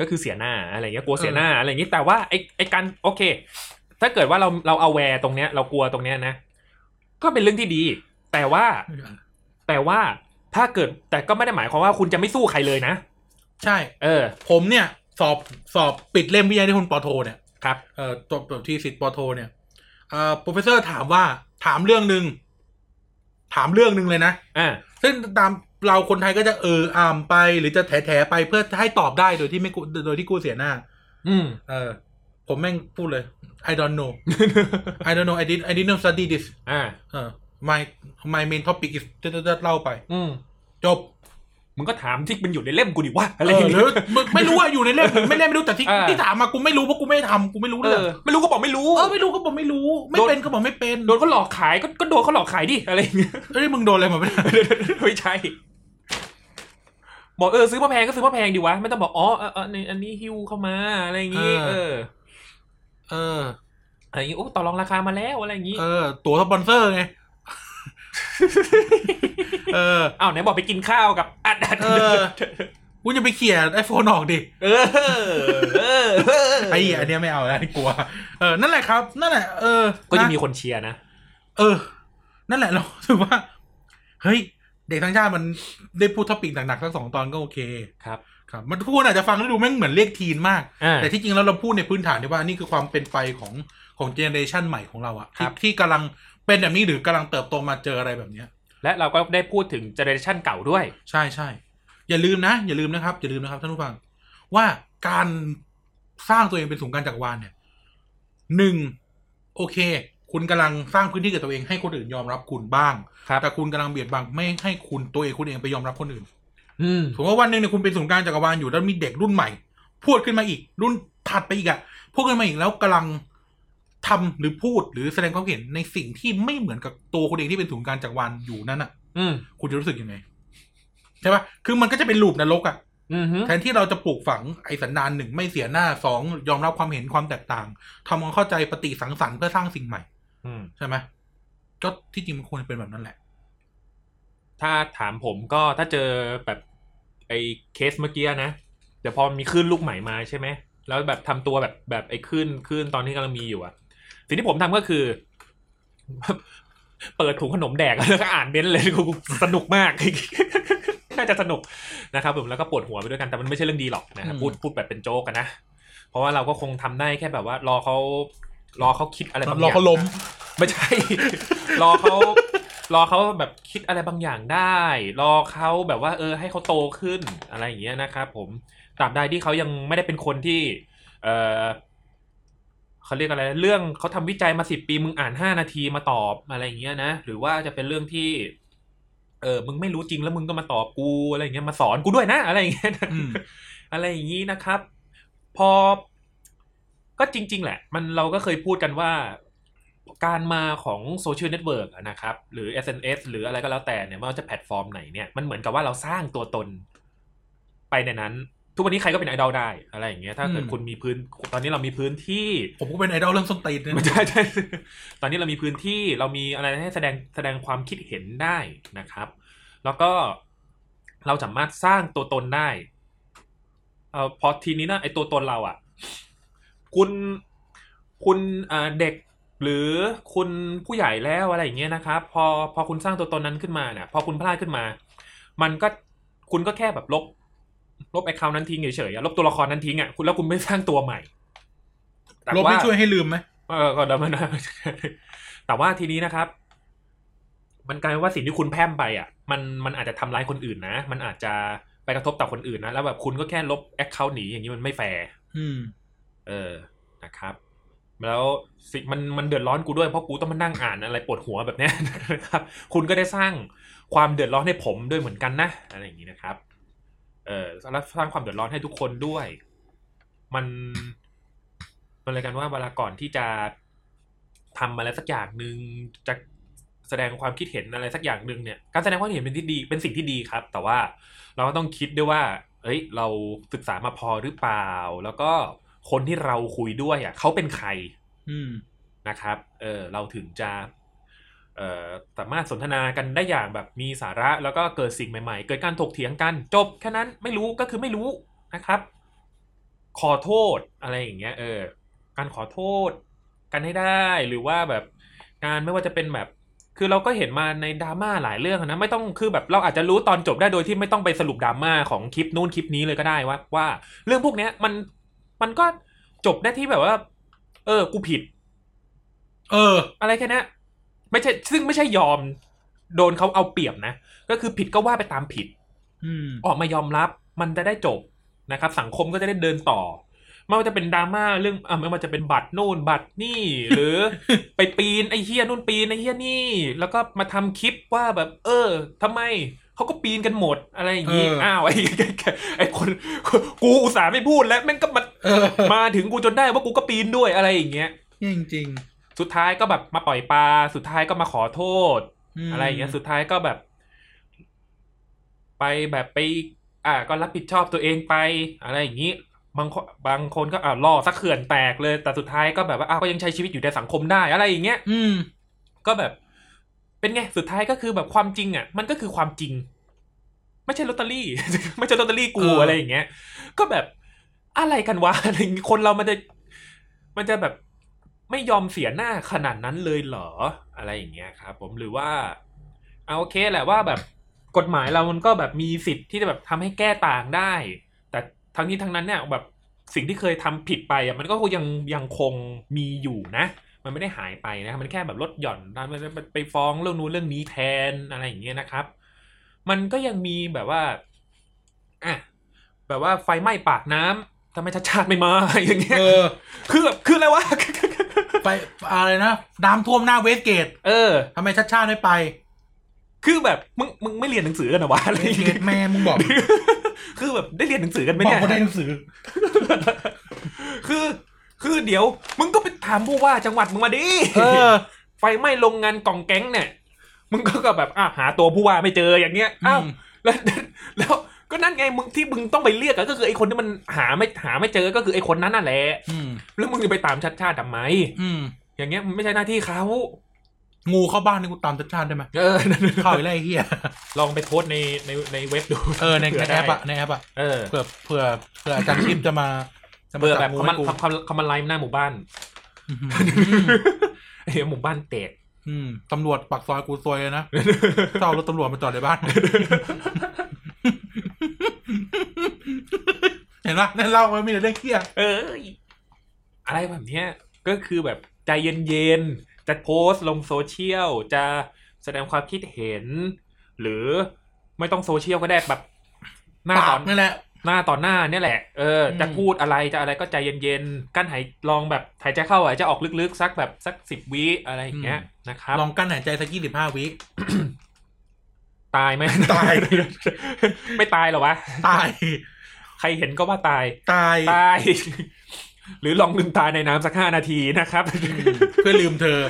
[SPEAKER 1] ก็คือเสียหน้าอะไรอย่างเงี้ยกลัวเสียหน้าอะไรอย่างงี้แต่ว่าไอไอการโอเค ถ้าเกิดว่าเราเราเอาแวร์ตรงเนี้ย เรากลัวตรงเนี้ยนะก็เป็นเรื่องที่ดี แต่ว่าแต่ว่าถ้าเกิดแต่ก็ไม่ได้หมายความว่าคุณจะไม่สู้ใครเลยนะ
[SPEAKER 2] ใช่
[SPEAKER 1] เออ
[SPEAKER 2] ผมเนี่ย สอบสอบปิดเล่มวิทยานิพนธ์ปอโทเนี่ย
[SPEAKER 1] ครับ
[SPEAKER 2] เอ่อจบจบที่สิทธิ์ปอโทเนี่ยเอ่อโปรเฟสเซอร์ถามว่าถามเรื่องหนึ่งถามเรื่องหนึ่งเลยนะ
[SPEAKER 1] อ่า
[SPEAKER 2] ซึ่งตามเราคนไทยก็จะเอออามไป หรือจะแถแถไปเพื่อให้ตอบได้โดยที่ไม่กูโดยที่กูเสียหน้า
[SPEAKER 1] อืม
[SPEAKER 2] เออ ผมแม่งพูดเลย I don't know I don't know I did I didn't study this
[SPEAKER 1] อ่า
[SPEAKER 2] เออ my my main topic is เดๆๆเล่าไป
[SPEAKER 1] อืม
[SPEAKER 2] จบ
[SPEAKER 1] มึงก็ถามที่มันอยู่ในเล่มกูดิว่าอะ
[SPEAKER 2] เอะไร ไร
[SPEAKER 1] อย่าง
[SPEAKER 2] หรื
[SPEAKER 1] เงี้
[SPEAKER 2] อย มึงไม่รู้อะอยู่ในเล่มหรือไม่เล่มไม่รู้แต่ที่
[SPEAKER 1] อ่า
[SPEAKER 2] ที่ถามมากูไม่รู้เพราะกูไม่ได้ทำกูไม่รู้
[SPEAKER 1] เอ
[SPEAKER 2] เรื่อง
[SPEAKER 1] อไม่รู้ก็บอกไม่รู้
[SPEAKER 2] เออไม่รู้ก็บอกไม่รู้ ไม่
[SPEAKER 1] โดน
[SPEAKER 2] เป็นก็บอกไม่เป็น
[SPEAKER 1] โดนเขาหลอกขายก็ก็โดนเขาหลอกขายดิอะไรอย่างเงี้ย
[SPEAKER 2] เอ้ยมึงโดนอะไรมาไม่ได้
[SPEAKER 1] ไม่ใช่บอกเออซื้อมาแพงก็ซื้อมาแพงดีวะไม่ต้องบอกอ๋อเออเออนี่อันนี้ฮิวเข้ามาอะไรอย่างงี้
[SPEAKER 2] เออ
[SPEAKER 1] เออ
[SPEAKER 2] เออ
[SPEAKER 1] อะไรอย่างงี้โอ้ต่อรองราคามาแล้วอะไรอย่างงี้
[SPEAKER 2] เออ ตั๋วสปอนเซอร์ ไง เออ
[SPEAKER 1] อ้าวไหนบอกไปกินข้าวกับอัดอัด
[SPEAKER 2] เออ กูจะไปเขี่ยไอโฟนออกดิ
[SPEAKER 1] เออเออเออ
[SPEAKER 2] ไอ้อันเนี้ยไม่เอาแล้วกลัว เออ นั่นแหละครับ นั่นแหละ เออ
[SPEAKER 1] ก็ยังมี
[SPEAKER 2] น
[SPEAKER 1] คนเชียร์นะ
[SPEAKER 2] เออ นั่นแหละเราถือว่า เฮ้ย เด็กทั้งชาติมันได้พูดท็อปิกหนักๆทั้งสองตอนก็โอเค
[SPEAKER 1] ครับ
[SPEAKER 2] ครับ มันพูดอาจจะฟังแล้วดูแม่งเหมือนเรียกทีนมาก
[SPEAKER 1] อ่า
[SPEAKER 2] แต่ที่จริงแล้วเราพูดในพื้นฐานที่ว่านี่คือความเป็นไปของของเจเนเรชันใหม่ของเราอะ
[SPEAKER 1] ครั
[SPEAKER 2] ที่
[SPEAKER 1] บ
[SPEAKER 2] ที่กำลังเป็นแบบนี้หรือกำลังเติบโตมาเจออะไรแบบเนี้ย
[SPEAKER 1] และเราก็ได้พูดถึงเจเนอเรชันเก่าด้วย
[SPEAKER 2] ใช่ใช่อย่าลืมนะ อย่าลืมนะครับ อย่าลืมนะครับท่านผู้ฟัง ว่าการสร้างตัวเองเป็นศูนย์กลางจักรวาลเนี่ยหนึ่งโอเค คุณกำลังสร้างพื้นที่กับตัวเองให้คนอื่นยอมรับคุณบ้าง
[SPEAKER 1] ครับ
[SPEAKER 2] แต่คุณกำลังเบียดบังไม่ให้คุณตัวเองคุณเองไปยอมรับคนอื่น
[SPEAKER 1] อืม
[SPEAKER 2] สมมติว่าวันหนึ่งเนี่ยคุณเป็นศูนย์กลางจักรวาลอยู่แล้วมีเด็กรุ่นใหม่ พูดขึ้นมาอีก รุ่นถัดไปอีกอะพูดขึ้นมาอีกแล้วกำลังทำหรือพูดหรือแสดงความเห็นในสิ่งที่ไม่เหมือนกับตัวคุณเองที่เป็นศูนย์กลางจักรวาลอยู่นั่นอะ
[SPEAKER 1] อืม
[SPEAKER 2] คุณจะรู้สึกยังไง ใช่ปะคือมันก็จะเป็นลูปนรกอะ
[SPEAKER 1] อืมฮึ
[SPEAKER 2] แทนที่เราจะปลูกฝังไอ้สันดานหนึ่งไม่เสียหน้าสองยอมรับความเห็นความแตกต่างทำความเข้าใจปฏิสังสรรค์เพื่อสร้างสิ่งใหม่
[SPEAKER 1] อืม
[SPEAKER 2] ใช่ไหมก็ที่จริงมันควรเป็นแบบนั้นแหละ
[SPEAKER 1] ถ้าถามผมก็ถ้าเจอแบบไอ้เคสเมื่อกี้นะเดี๋ยวพอมีคลื่นลูกใหม่มาใช่ไหมแล้วแบบทำตัวแบบแบบไอ้คลื่นคลื่นตอนที่กำลังมีอยู่อะสิ่งที่ผมทำก็คือ เปิดถุงขนมแดกแล้วก็อ่านเบนซ์เลยกูสนุกมาก น่าจะสนุกนะครับผมแล้วก็ปวดหัวไปด้วยกันแต่มันไม่ใช่เรื่องดีหรอกนะครับ
[SPEAKER 2] อืม
[SPEAKER 1] พูดพูดแบบเป็นโจ๊กกันนะ เพราะว่าเราก็คงทำได้แค่แบบว่ารอเขารอเขาคิดอะไรบางอ
[SPEAKER 2] รอย่างเขาล้ม
[SPEAKER 1] ไม่ใช่ รอเขารอเขาแบบคิดอะไรบางอย่างได้ รอเขาแบบว่า เออ ให้เขาโตขึ้นอะไรอย่างเงี้ยนะครับผมตราบใดที่เขายังไม่ได้เป็นคนที่ เออเขาเรียกอะไรนะเรื่องเขาทำวิจัยมาสิบปีมึงอ่านห้านาทีมาตอบอะไรอย่างเงี้ยนะหรือว่าจะเป็นเรื่องที่ เออมึงไม่รู้จริงแล้วมึงก็มาตอบกูอะไรอย่างเงี้ยมาสอนกูด้วยนะ อะไรอย่างเงี้ยนะ
[SPEAKER 2] อืม
[SPEAKER 1] อะไรอย่างงี้นะครับ พอ ก็จริง ๆ แหละ มันเราก็เคยพูดกันว่า การมาของโซเชียลเน็ตเวิร์กนะครับ หรือ SNS หรืออะไรก็แล้วแต่เนี่ยไม่ว่าจะแพลตฟอร์มไหนเนี่ยมันเหมือนกับว่าเราสร้างตัวตนไปในนั้น ทุกวันนี้ใครก็เป็นไอดอลได้อะไรอย่างเงี้ยถ้าเกิด
[SPEAKER 2] อืม
[SPEAKER 1] คุณมีพื้น ตอนนี้เรามีพื้นที่
[SPEAKER 2] ผมก็เป็นไอดอลเรื่องส้นตีนนะ
[SPEAKER 1] ไม่ใช่ใช่ ตอนนี้เรามีพื้นที่เรามีอะไรให้แสดงแสดงความคิดเห็นได้นะครับ แล้วก็เราสามารถสร้างตัวตนได้เอ่อพอทีนี้นะไอตัวตนเราอะ่ะ คุณคุณเอ่อเด็กหรือคุณผู้ใหญ่แล้วอะไรอย่างเงี้ยนะครับ พอพอคุณสร้างตัวตนนั้นขึ้นมาเนี่ยพอคุณพลาดขึ้นมา มันก็คุณก็แค่แบบลบ ลบแอคเคาท์นั้นทิ้งเฉยๆอะลบตัวละครนั้นทิ้งอะคุณแล้วคุณไม่สร้างตัวใหม่แต่
[SPEAKER 2] ลบไม่
[SPEAKER 1] ว่า
[SPEAKER 2] ช่วยให้ลืมไหม
[SPEAKER 1] เออก็ดำมันนะ แต่ว่าทีนี้นะครับ มันกลายเป็นว่าสิ่งที่คุณแพร่มไปอ่ะ มันมันอาจจะทำร้ายคนอื่นนะ มันอาจจะไปกระทบต่อคนอื่นนะ แล้วแบบคุณก็แค่ลบแอคเคาท์หนีอย่างนี้มันไม่แฟร์
[SPEAKER 2] อืม
[SPEAKER 1] เออ นะครับ แล้วสิมันมันเดือดร้อนกูด้วยเพราะกูต้องมานั่งอ่านอะไรปวดหัวแบบเนี้ย นะครับ คุณก็ได้สร้างความเดือดร้อนให้ผมด้วยเหมือนกันนะอะไรอย่างนี้นะครับ เออแล้วสร้างความเดือดร้อนให้ทุกคนด้วย มันมันเลยกันว่าเวลาก่อนที่จะทำอะไรสักอย่างหนึ่งจะแสดงความคิดเห็นอะไรสักอย่างหนึ่งเนี่ย การแสดงความเห็นเป็นที่ดีเป็นสิ่งที่ดีครับ แต่ว่า เราก็ต้องคิดด้วยว่า เอ้ย เราศึกษามาพอหรือเปล่า แล้วก็คนที่เราคุยด้วยอ่ะเขาเป็นใคร
[SPEAKER 2] อืม
[SPEAKER 1] นะครับ เออ เราถึงจะเอ่อสามารถสนทนากันได้อย่างแบบมีสาระ แล้วก็เกิดสิ่งใหม่ ๆ เกิดการถกเถียงกัน จบแค่นั้นไม่รู้ก็คือไม่รู้นะครับ ขอโทษอะไรอย่างเงี้ย เออ การขอโทษกันให้ได้หรือว่าแบบการไม่ว่าจะเป็นแบบ คือเราก็เห็นมาในดราม่าหลายเรื่องนะไม่ต้องคือแบบเราอาจจะรู้ตอนจบได้โดยที่ไม่ต้องไปสรุปดราม่าของคลิปนู่นคลิปนี้เลยก็ได้ว่าว่า เรื่องพวกเนี้ยมันมันก็จบได้ที่แบบว่า เออ กูผิด
[SPEAKER 2] เออ
[SPEAKER 1] อะไรแค่เนี้ยไม่ใช่ซึ่งไม่ใช่ยอม โดนเขาเอาเปรียบนะ ก็คือผิดก็ว่าไปตามผิด
[SPEAKER 2] อืม
[SPEAKER 1] ออกมายอมรับมันจะได้จบนะครับ สังคมก็จะได้เดินต่อ ไม่ว่าจะเป็นดราม่าเรื่องอ่ะไม่ว่าจะเป็นบัตรนู่นบัตรนี่ ห รือ ไปปีนไอ้เฮียนู่นปีนไอ้เฮียนี่ แล้วก็มาทำคลิปว่าแบบ เออทำไมเขาก็ปีนกันหมดอะไรอย่างงี้
[SPEAKER 2] เอออ้
[SPEAKER 1] อ้าวไอ้ไอ้ไอ้คนกูอุตส่าห์ไม่พูดแล้วแม่งก็มา
[SPEAKER 2] เออ
[SPEAKER 1] มาถึงกูจนได้ว่ากูก็ปีนด้วยอะไรอย่างเงี้ย
[SPEAKER 2] จริงจริง
[SPEAKER 1] สุดท้ายก็แบบมาปล่อยปลาสุดท้ายก็มาขอโทษ
[SPEAKER 2] ม
[SPEAKER 1] อะไรอย่างเงี้ยสุดท้ายก็แบบ ไปแบบไป อ่า ก็รับผิดชอบตัวเองไป อะไรอย่างนี้ บางคนบางคนก็อ่าล่อสักเขื่อนแตกเลย แต่สุดท้ายก็แบบว่าอ้าวก็ยังใช้ชีวิตอยู่ในสังคมได้อะไรอย่างเงี้ย
[SPEAKER 2] อืม
[SPEAKER 1] ก็แบบ เป็นไงสุดท้ายก็คือแบบความจริงอ่ะ มันก็คือความจริง ไม่ใช่ลอตเตอรี่ ไม่ใช่ลอตเตอรี่กู
[SPEAKER 2] เอออ
[SPEAKER 1] อะไรอย่างเงี้ย ก็แบบอะไรกันวะ อะไรอย่างงี้คนเรามันจะ มันจะแบบไม่ยอมเสียหน้าขนาดนั้นเลยเหรออะไรอย่างเงี้ยครับ ผมหรือว่าเอาโอเคแหละว่าแบบกฎหมายเรามันก็แบบมีสิทธิ์ที่จะแบบทำให้แก้ต่างได้ แต่ทั้งนี้ทั้งนั้นเนี่ยแบบสิ่งที่เคยทำผิดไปอ่ะมันก็คงยังยังคงมีอยู่นะ มันไม่ได้หายไปนะมันแค่แบบลดหย่อนมันไปฟ้องเรื่องนู้นเรื่องนี้แทนอะไรอย่างเงี้ยนะครับ มันก็ยังมีแบบว่าอ่ะแบบว่าไฟไหม้ปากน้ำทำไมชาติชาติไม่มา อย่างเงี้ย
[SPEAKER 2] เออ
[SPEAKER 1] คือแบบคืออะไรวะ
[SPEAKER 2] ไปอะไรนะ น้ำท่วมหน้าเวสเกต
[SPEAKER 1] เออ
[SPEAKER 2] ทำไมชัดชาติไม่ไป
[SPEAKER 1] คือแบบมึงมึงไม่เรียนหนังสือกันเหรอวะอะไร
[SPEAKER 2] เว
[SPEAKER 1] อย่า
[SPEAKER 2] ส
[SPEAKER 1] ง
[SPEAKER 2] เก
[SPEAKER 1] เงี้
[SPEAKER 2] ต
[SPEAKER 1] ย
[SPEAKER 2] แม่มึงบอก
[SPEAKER 1] คือแบบได้เรียนหนังสือกันไหม
[SPEAKER 2] บอก
[SPEAKER 1] เนี่ย
[SPEAKER 2] ว่าได้หนังสือ
[SPEAKER 1] คือ คือเดี๋ยว มึงก็ไปถามผู้ว่าจังหวัดมึงมาดิ
[SPEAKER 2] เออ
[SPEAKER 1] ไฟไหม้โรงงานกล่องแก๊งเนี่ย มึงก็ก็แบบอ่ะหาตัวผู้ว่าไม่เจออย่างเงี้ยอ้าว
[SPEAKER 2] อืม
[SPEAKER 1] แล้ว แล้วก็นั่นไงมึงที่มึงต้องไปเรียกอะก็คือไอ้คนที่มันหาไม่หาไม่เจอก็คือไอ้คนนั้นน่ะแหละ
[SPEAKER 2] อืม
[SPEAKER 1] แล้วมึงจะไปตามชัดชาติทำไม
[SPEAKER 2] อืม
[SPEAKER 1] อย่างเงี้ยมันไม่ใช่หน้าที่เขา
[SPEAKER 2] งูเข้าบ้านนี่กูตามชัดชาติได้ไหม
[SPEAKER 1] เอ อ
[SPEAKER 2] เข้าอีกแล้วไรเฮีย
[SPEAKER 1] ลองไปโพสต์ในในในเว็บดู
[SPEAKER 2] เออใน
[SPEAKER 1] ผื่
[SPEAKER 2] ในแอ
[SPEAKER 1] ได้
[SPEAKER 2] ปอะในแอปอะ
[SPEAKER 1] เออ
[SPEAKER 2] เผื่อเผื่อเผื่ออาจารย์ชิมจะมาจะมา
[SPEAKER 1] เบื่อ
[SPEAKER 2] จั
[SPEAKER 1] แบบ บ
[SPEAKER 2] งู
[SPEAKER 1] เขา
[SPEAKER 2] ให้
[SPEAKER 1] มา
[SPEAKER 2] กู
[SPEAKER 1] เขาเขามาไลฟ์หน้าหมู่ บ้าน
[SPEAKER 2] อื้อหือ
[SPEAKER 1] ไอ้เหี้ยหมู่บ้านเตก
[SPEAKER 2] อืมตำรวจปักซอยกูซวยเลยนะเจ้ารถตำรวจมาจอดในบ้าน เห็นปะนั่นเล่ามันมีแต่เรื่องเครียด
[SPEAKER 1] เอ้ยอะไรแบบเนี้ยก็คือแบบใจเย็นๆ จะโพสต์ลงโซเชียล จะแสดงความคิดเห็น หรือไม่ต้องโซเชียลก็ได้แบบ หน้า
[SPEAKER 2] ปา
[SPEAKER 1] ต่อก
[SPEAKER 2] นั่นแหละ
[SPEAKER 1] หน้าต่อหน้าเนี่ยแหละ เอออ
[SPEAKER 2] ม
[SPEAKER 1] จะพูดอะไรจะอะไรก็ใจเย็นๆ กั้นหายลองแบบหายใจเข้าหายใจออกลึกๆ สักแบบสักสิบวิอะไรอย่างเงี้ยนะครับ
[SPEAKER 2] ลองกั้นหายใจสักยี่สิบห้าวิ
[SPEAKER 1] ตายไหม
[SPEAKER 2] ตาย
[SPEAKER 1] ไม่ตายหรอวะ
[SPEAKER 2] ตาย
[SPEAKER 1] ใครเห็นก็ว่าตาย
[SPEAKER 2] ตาย
[SPEAKER 1] ตาย หรือลองลืมตาในน้ำสักห้านาทีนะครับ
[SPEAKER 2] อืมเพื่อลืมเธอ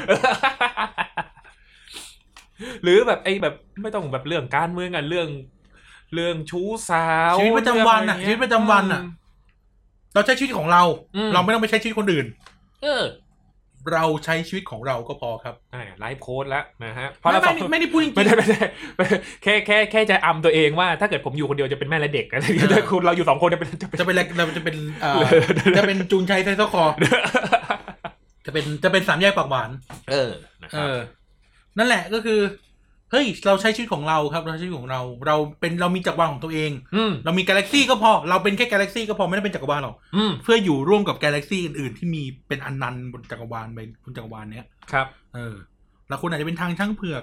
[SPEAKER 1] หรือแบบไอ้แบบไม่ต้องแบบเรื่องการเมืองอะเรื่อง เรื่องชู้สาว
[SPEAKER 2] ชีวิตประจำวันอะ
[SPEAKER 1] เงไรเงี้ย
[SPEAKER 2] ชีวิตประจำวันอะ เราใช้ชีวิตของเรา
[SPEAKER 1] อืม
[SPEAKER 2] เราไม่ต้องไปใช้ชีวิตคนอื่น
[SPEAKER 1] เออ
[SPEAKER 2] เราใช้ชีวิตของเราก็พอครับ
[SPEAKER 1] อ่าไลฟ์โค้ดแล้วนะฮะเพราะ
[SPEAKER 2] ไม่
[SPEAKER 1] เราส
[SPEAKER 2] ไม่
[SPEAKER 1] อง
[SPEAKER 2] ได้ไม่ได้พูดจริง
[SPEAKER 1] ไม่ได้ไม่ได้ไม่ได้แค่แค่แค่จะอำตัวเองว่า ถ้าเกิดผมอยู่คนเดียวจะเป็นแม่และเด็กอะไรอย่างเงี้ยแต่คุณเราอยู่สองคนจะเป็นจะเป็น
[SPEAKER 2] ๆจะเป็นอะไรเราจะเป็นเอ่อจะเป็นจูนชัยไซโซค อร์จะเป็นจะเป็นสามแยกปากหวาน
[SPEAKER 3] เออ
[SPEAKER 1] นะค
[SPEAKER 2] เอ
[SPEAKER 1] รับ
[SPEAKER 2] อ นั่นแหละก็คือ เฮ้ย เราใช้ชีวิตของเราครับ เราใช้ชีวิตของเรา เราเป็นเรามีจักรวาลของตัวเอง
[SPEAKER 1] อืม
[SPEAKER 2] เรามีกาแล็กซี่ก็พอ เราเป็นแค่กาแล็กซี่ก็พอไม่ได้เป็นจักรวาลหรอก
[SPEAKER 1] อืม
[SPEAKER 2] เพื่ออยู่ร่วมกับกาแล็กซี่อื่นๆที่มีเป็นอนันต์บนจักรวาลไปบนจักรวาลเนี้ย
[SPEAKER 1] ครับ
[SPEAKER 2] เออ แล้วคุณอาจจะเป็นทางช่างเผือก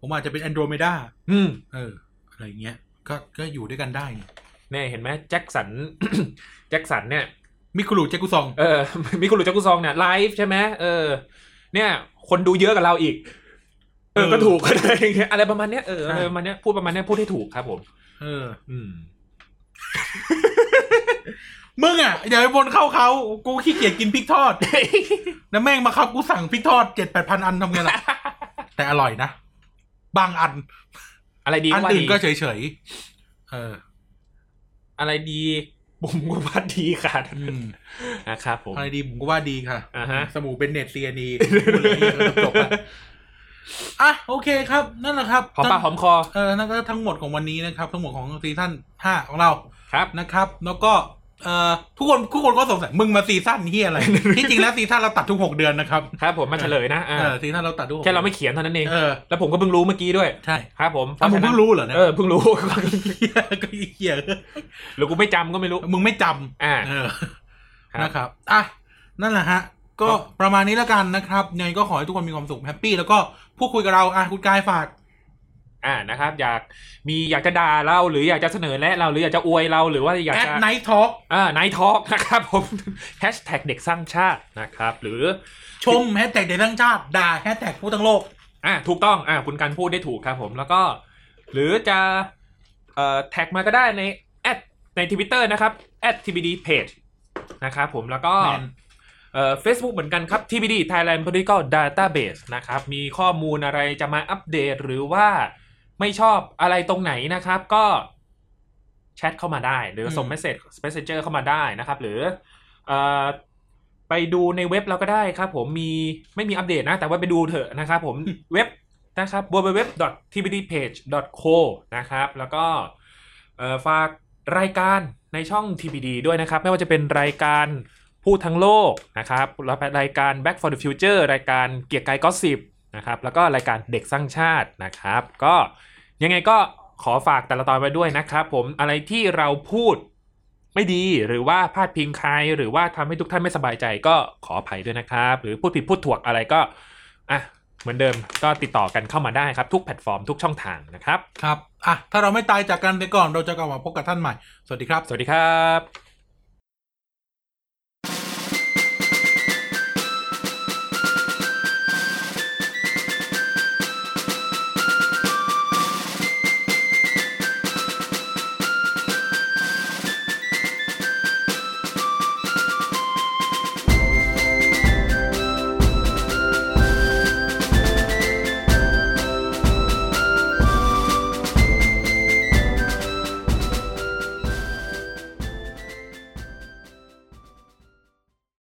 [SPEAKER 2] ผมอาจจะเป็นแอนโดรเมดา
[SPEAKER 1] อืม
[SPEAKER 2] เออ อะไรอย่างเงี้ย ก็ ก็อยู่ด้วยกันได้นี่
[SPEAKER 1] เนี่ยเห็นไหมแจ็คสั น แจ็คสันเนี่ย
[SPEAKER 2] มิคุรุเจกุซอง
[SPEAKER 1] เออ มีคุณหลุยส์จักกุซองเนี่ยไลฟ์ใช่ไหมเออ เนี่ย คนดูเยอะกับเราอีก เออ
[SPEAKER 2] เออ
[SPEAKER 1] ก็ถูก อะไรอย่างเงี้ยอะไรประมาณเนี้ยเออ
[SPEAKER 2] ใช่
[SPEAKER 1] อะไรประมาณเนี้ยพูดประมาณเนี้ยพูดให้ถูกครับผม
[SPEAKER 2] เออ
[SPEAKER 1] อืม
[SPEAKER 2] มึงอ่ะอย่าไปบนเข้าเขา กูขี้เกียจกินพริกทอด แล้วแม่งมาครับกูสั่งพริกทอดเจ็ดแปดพันอันทำไงล่ะ แต่อร่อยนะ บางอัน
[SPEAKER 1] อะไรดี
[SPEAKER 2] อัน
[SPEAKER 1] ว่า
[SPEAKER 2] อื่น
[SPEAKER 1] ดี
[SPEAKER 2] ก็เฉยเฉยๆเออ
[SPEAKER 1] อะไรดีบุ๋มก็ว่าดีค่ะ
[SPEAKER 2] อืม
[SPEAKER 1] นะครับผม
[SPEAKER 2] อะไรดีผมก็ว่าดีค่ะ
[SPEAKER 1] อ่าฮะ
[SPEAKER 2] สมูเป็นเน็ตเซียนีพูดเลยก็จบละอ่ะโอเคครับ นั่นแหละครับ
[SPEAKER 1] หอมปากหอมคอ
[SPEAKER 2] เออนั่นก็ทั้งหมดของวันนี้นะครับ ทั้งหมดของซีซั่นห้าของเรา
[SPEAKER 1] ครับ
[SPEAKER 2] นะครับ แล้วก็เอ่อทุกคนทุกคนก็สงสัยมึงมาซีซั่นเฮียอะไร ที่จริงแล้วซีซั่นเราตัดทุกหกเดือนนะครับ
[SPEAKER 1] ครับผมมาเฉลยนะอ่า
[SPEAKER 2] เออซีซั่นเราตัดทุกหก
[SPEAKER 1] แค่เราไม่เขียนเท่านั้นเอง
[SPEAKER 2] เออ
[SPEAKER 1] แล้วผมก็เพิ่งรู้เมื่อกี้ด้วย
[SPEAKER 2] ใช่
[SPEAKER 1] ครับผม
[SPEAKER 2] อ่ะมึง
[SPEAKER 1] พาะฉะนั้
[SPEAKER 2] เพิ่
[SPEAKER 1] น
[SPEAKER 2] งรู้เหรอเนี่ย
[SPEAKER 1] เออเพิ่งรู้
[SPEAKER 2] เหี้ยก็ไอ้เหี้ย
[SPEAKER 1] หรือกูไม่จำก็ไม่รู้
[SPEAKER 2] มึงไม่จำ
[SPEAKER 1] อ่า
[SPEAKER 2] เออ
[SPEAKER 1] ครับ
[SPEAKER 2] นะครับ อ่ะ นั่นแหละฮะ ก็
[SPEAKER 1] ครับ
[SPEAKER 2] ประมาณนี้แล้วกันนะครับ ยังไงก็ขอให้ทุกคนมีความสุขแฮปปี้ แล้วก็พูดคุยกับเรา อ่ะ คุณกายฝาก
[SPEAKER 1] อ่านะครับ อยากมีอยากจะด่าเราหรืออยากจะเสนอแนะเราหรืออยากจะอวยเราหรือว่าอยาก
[SPEAKER 2] แอด
[SPEAKER 1] จะ
[SPEAKER 2] ไนท์ท็อก
[SPEAKER 1] อ่านายทอกนะครับผม แฮชแท็กเด็กสร้างชาตินะครับ หรือ
[SPEAKER 2] ชมแฮชแท็กเด็กทั้งชาติ ด่าแฮชแท็กผู้ทั้งโลก
[SPEAKER 1] อ่าถูกต้องอ่าคุณการพูดได้ถูกครับผมแล้วก็ หรือจะเอ่อแท็กมาก็ได้ในแอดในทวิตเตอร์นะครับแอด tbd page นะครับผมแล้วก็
[SPEAKER 2] แมน
[SPEAKER 1] เอ่อ Facebook เหมือนกันครับ tbd Thailand Political Database นะครับมีข้อมูลอะไรจะมาอัปเดตหรือว่าไม่ชอบอะไรตรงไหนนะครับก็ แชทเข้ามาได้ หรือส่ง
[SPEAKER 2] อืม
[SPEAKER 1] เมสเซจเมสเซจเจอร์เข้ามาได้นะครับ หรือเอ่อไปดูในเว็บเราก็ได้ครับผมมีไม่มีอัปเดตนะ แต่ว่าไปดูเถอะนะครับผม เว็บนะครับ www.tbdpage.co นะครับ แล้วก็เอ่อฝากรายการในช่อง TBD ด้วยนะครับ ไม่ว่าจะเป็นรายการพูดทั้งโลกนะครับแล้วรายการ Back for the Future รายการเกียร์กายก็สิบนะครับ แล้วก็รายการเด็กสร้างชาตินะครับ ก็ ยังไงก็ขอฝากแต่ละตอนไปด้วยนะครับผมอะไรที่เราพูดไม่ดีหรือว่าพลาดพิงใครหรือว่าทำให้ทุกท่านไม่สบายใจก็ขออภัยด้วยนะครับ หรือพูดผิดพูดถ่วงอะไรก็อ่ะเหมือนเดิมก็ติดต่อกันเข้ามาได้ครับ ทุกแพลตฟอร์มทุกช่องทางนะครับ
[SPEAKER 2] ครับ อ่ะ ถ้าเราไม่ตายจากกันไปก่อน เราจะกลับมาพบกับท่านใหม่ สวัสดีครับ
[SPEAKER 1] สวัสดีครับ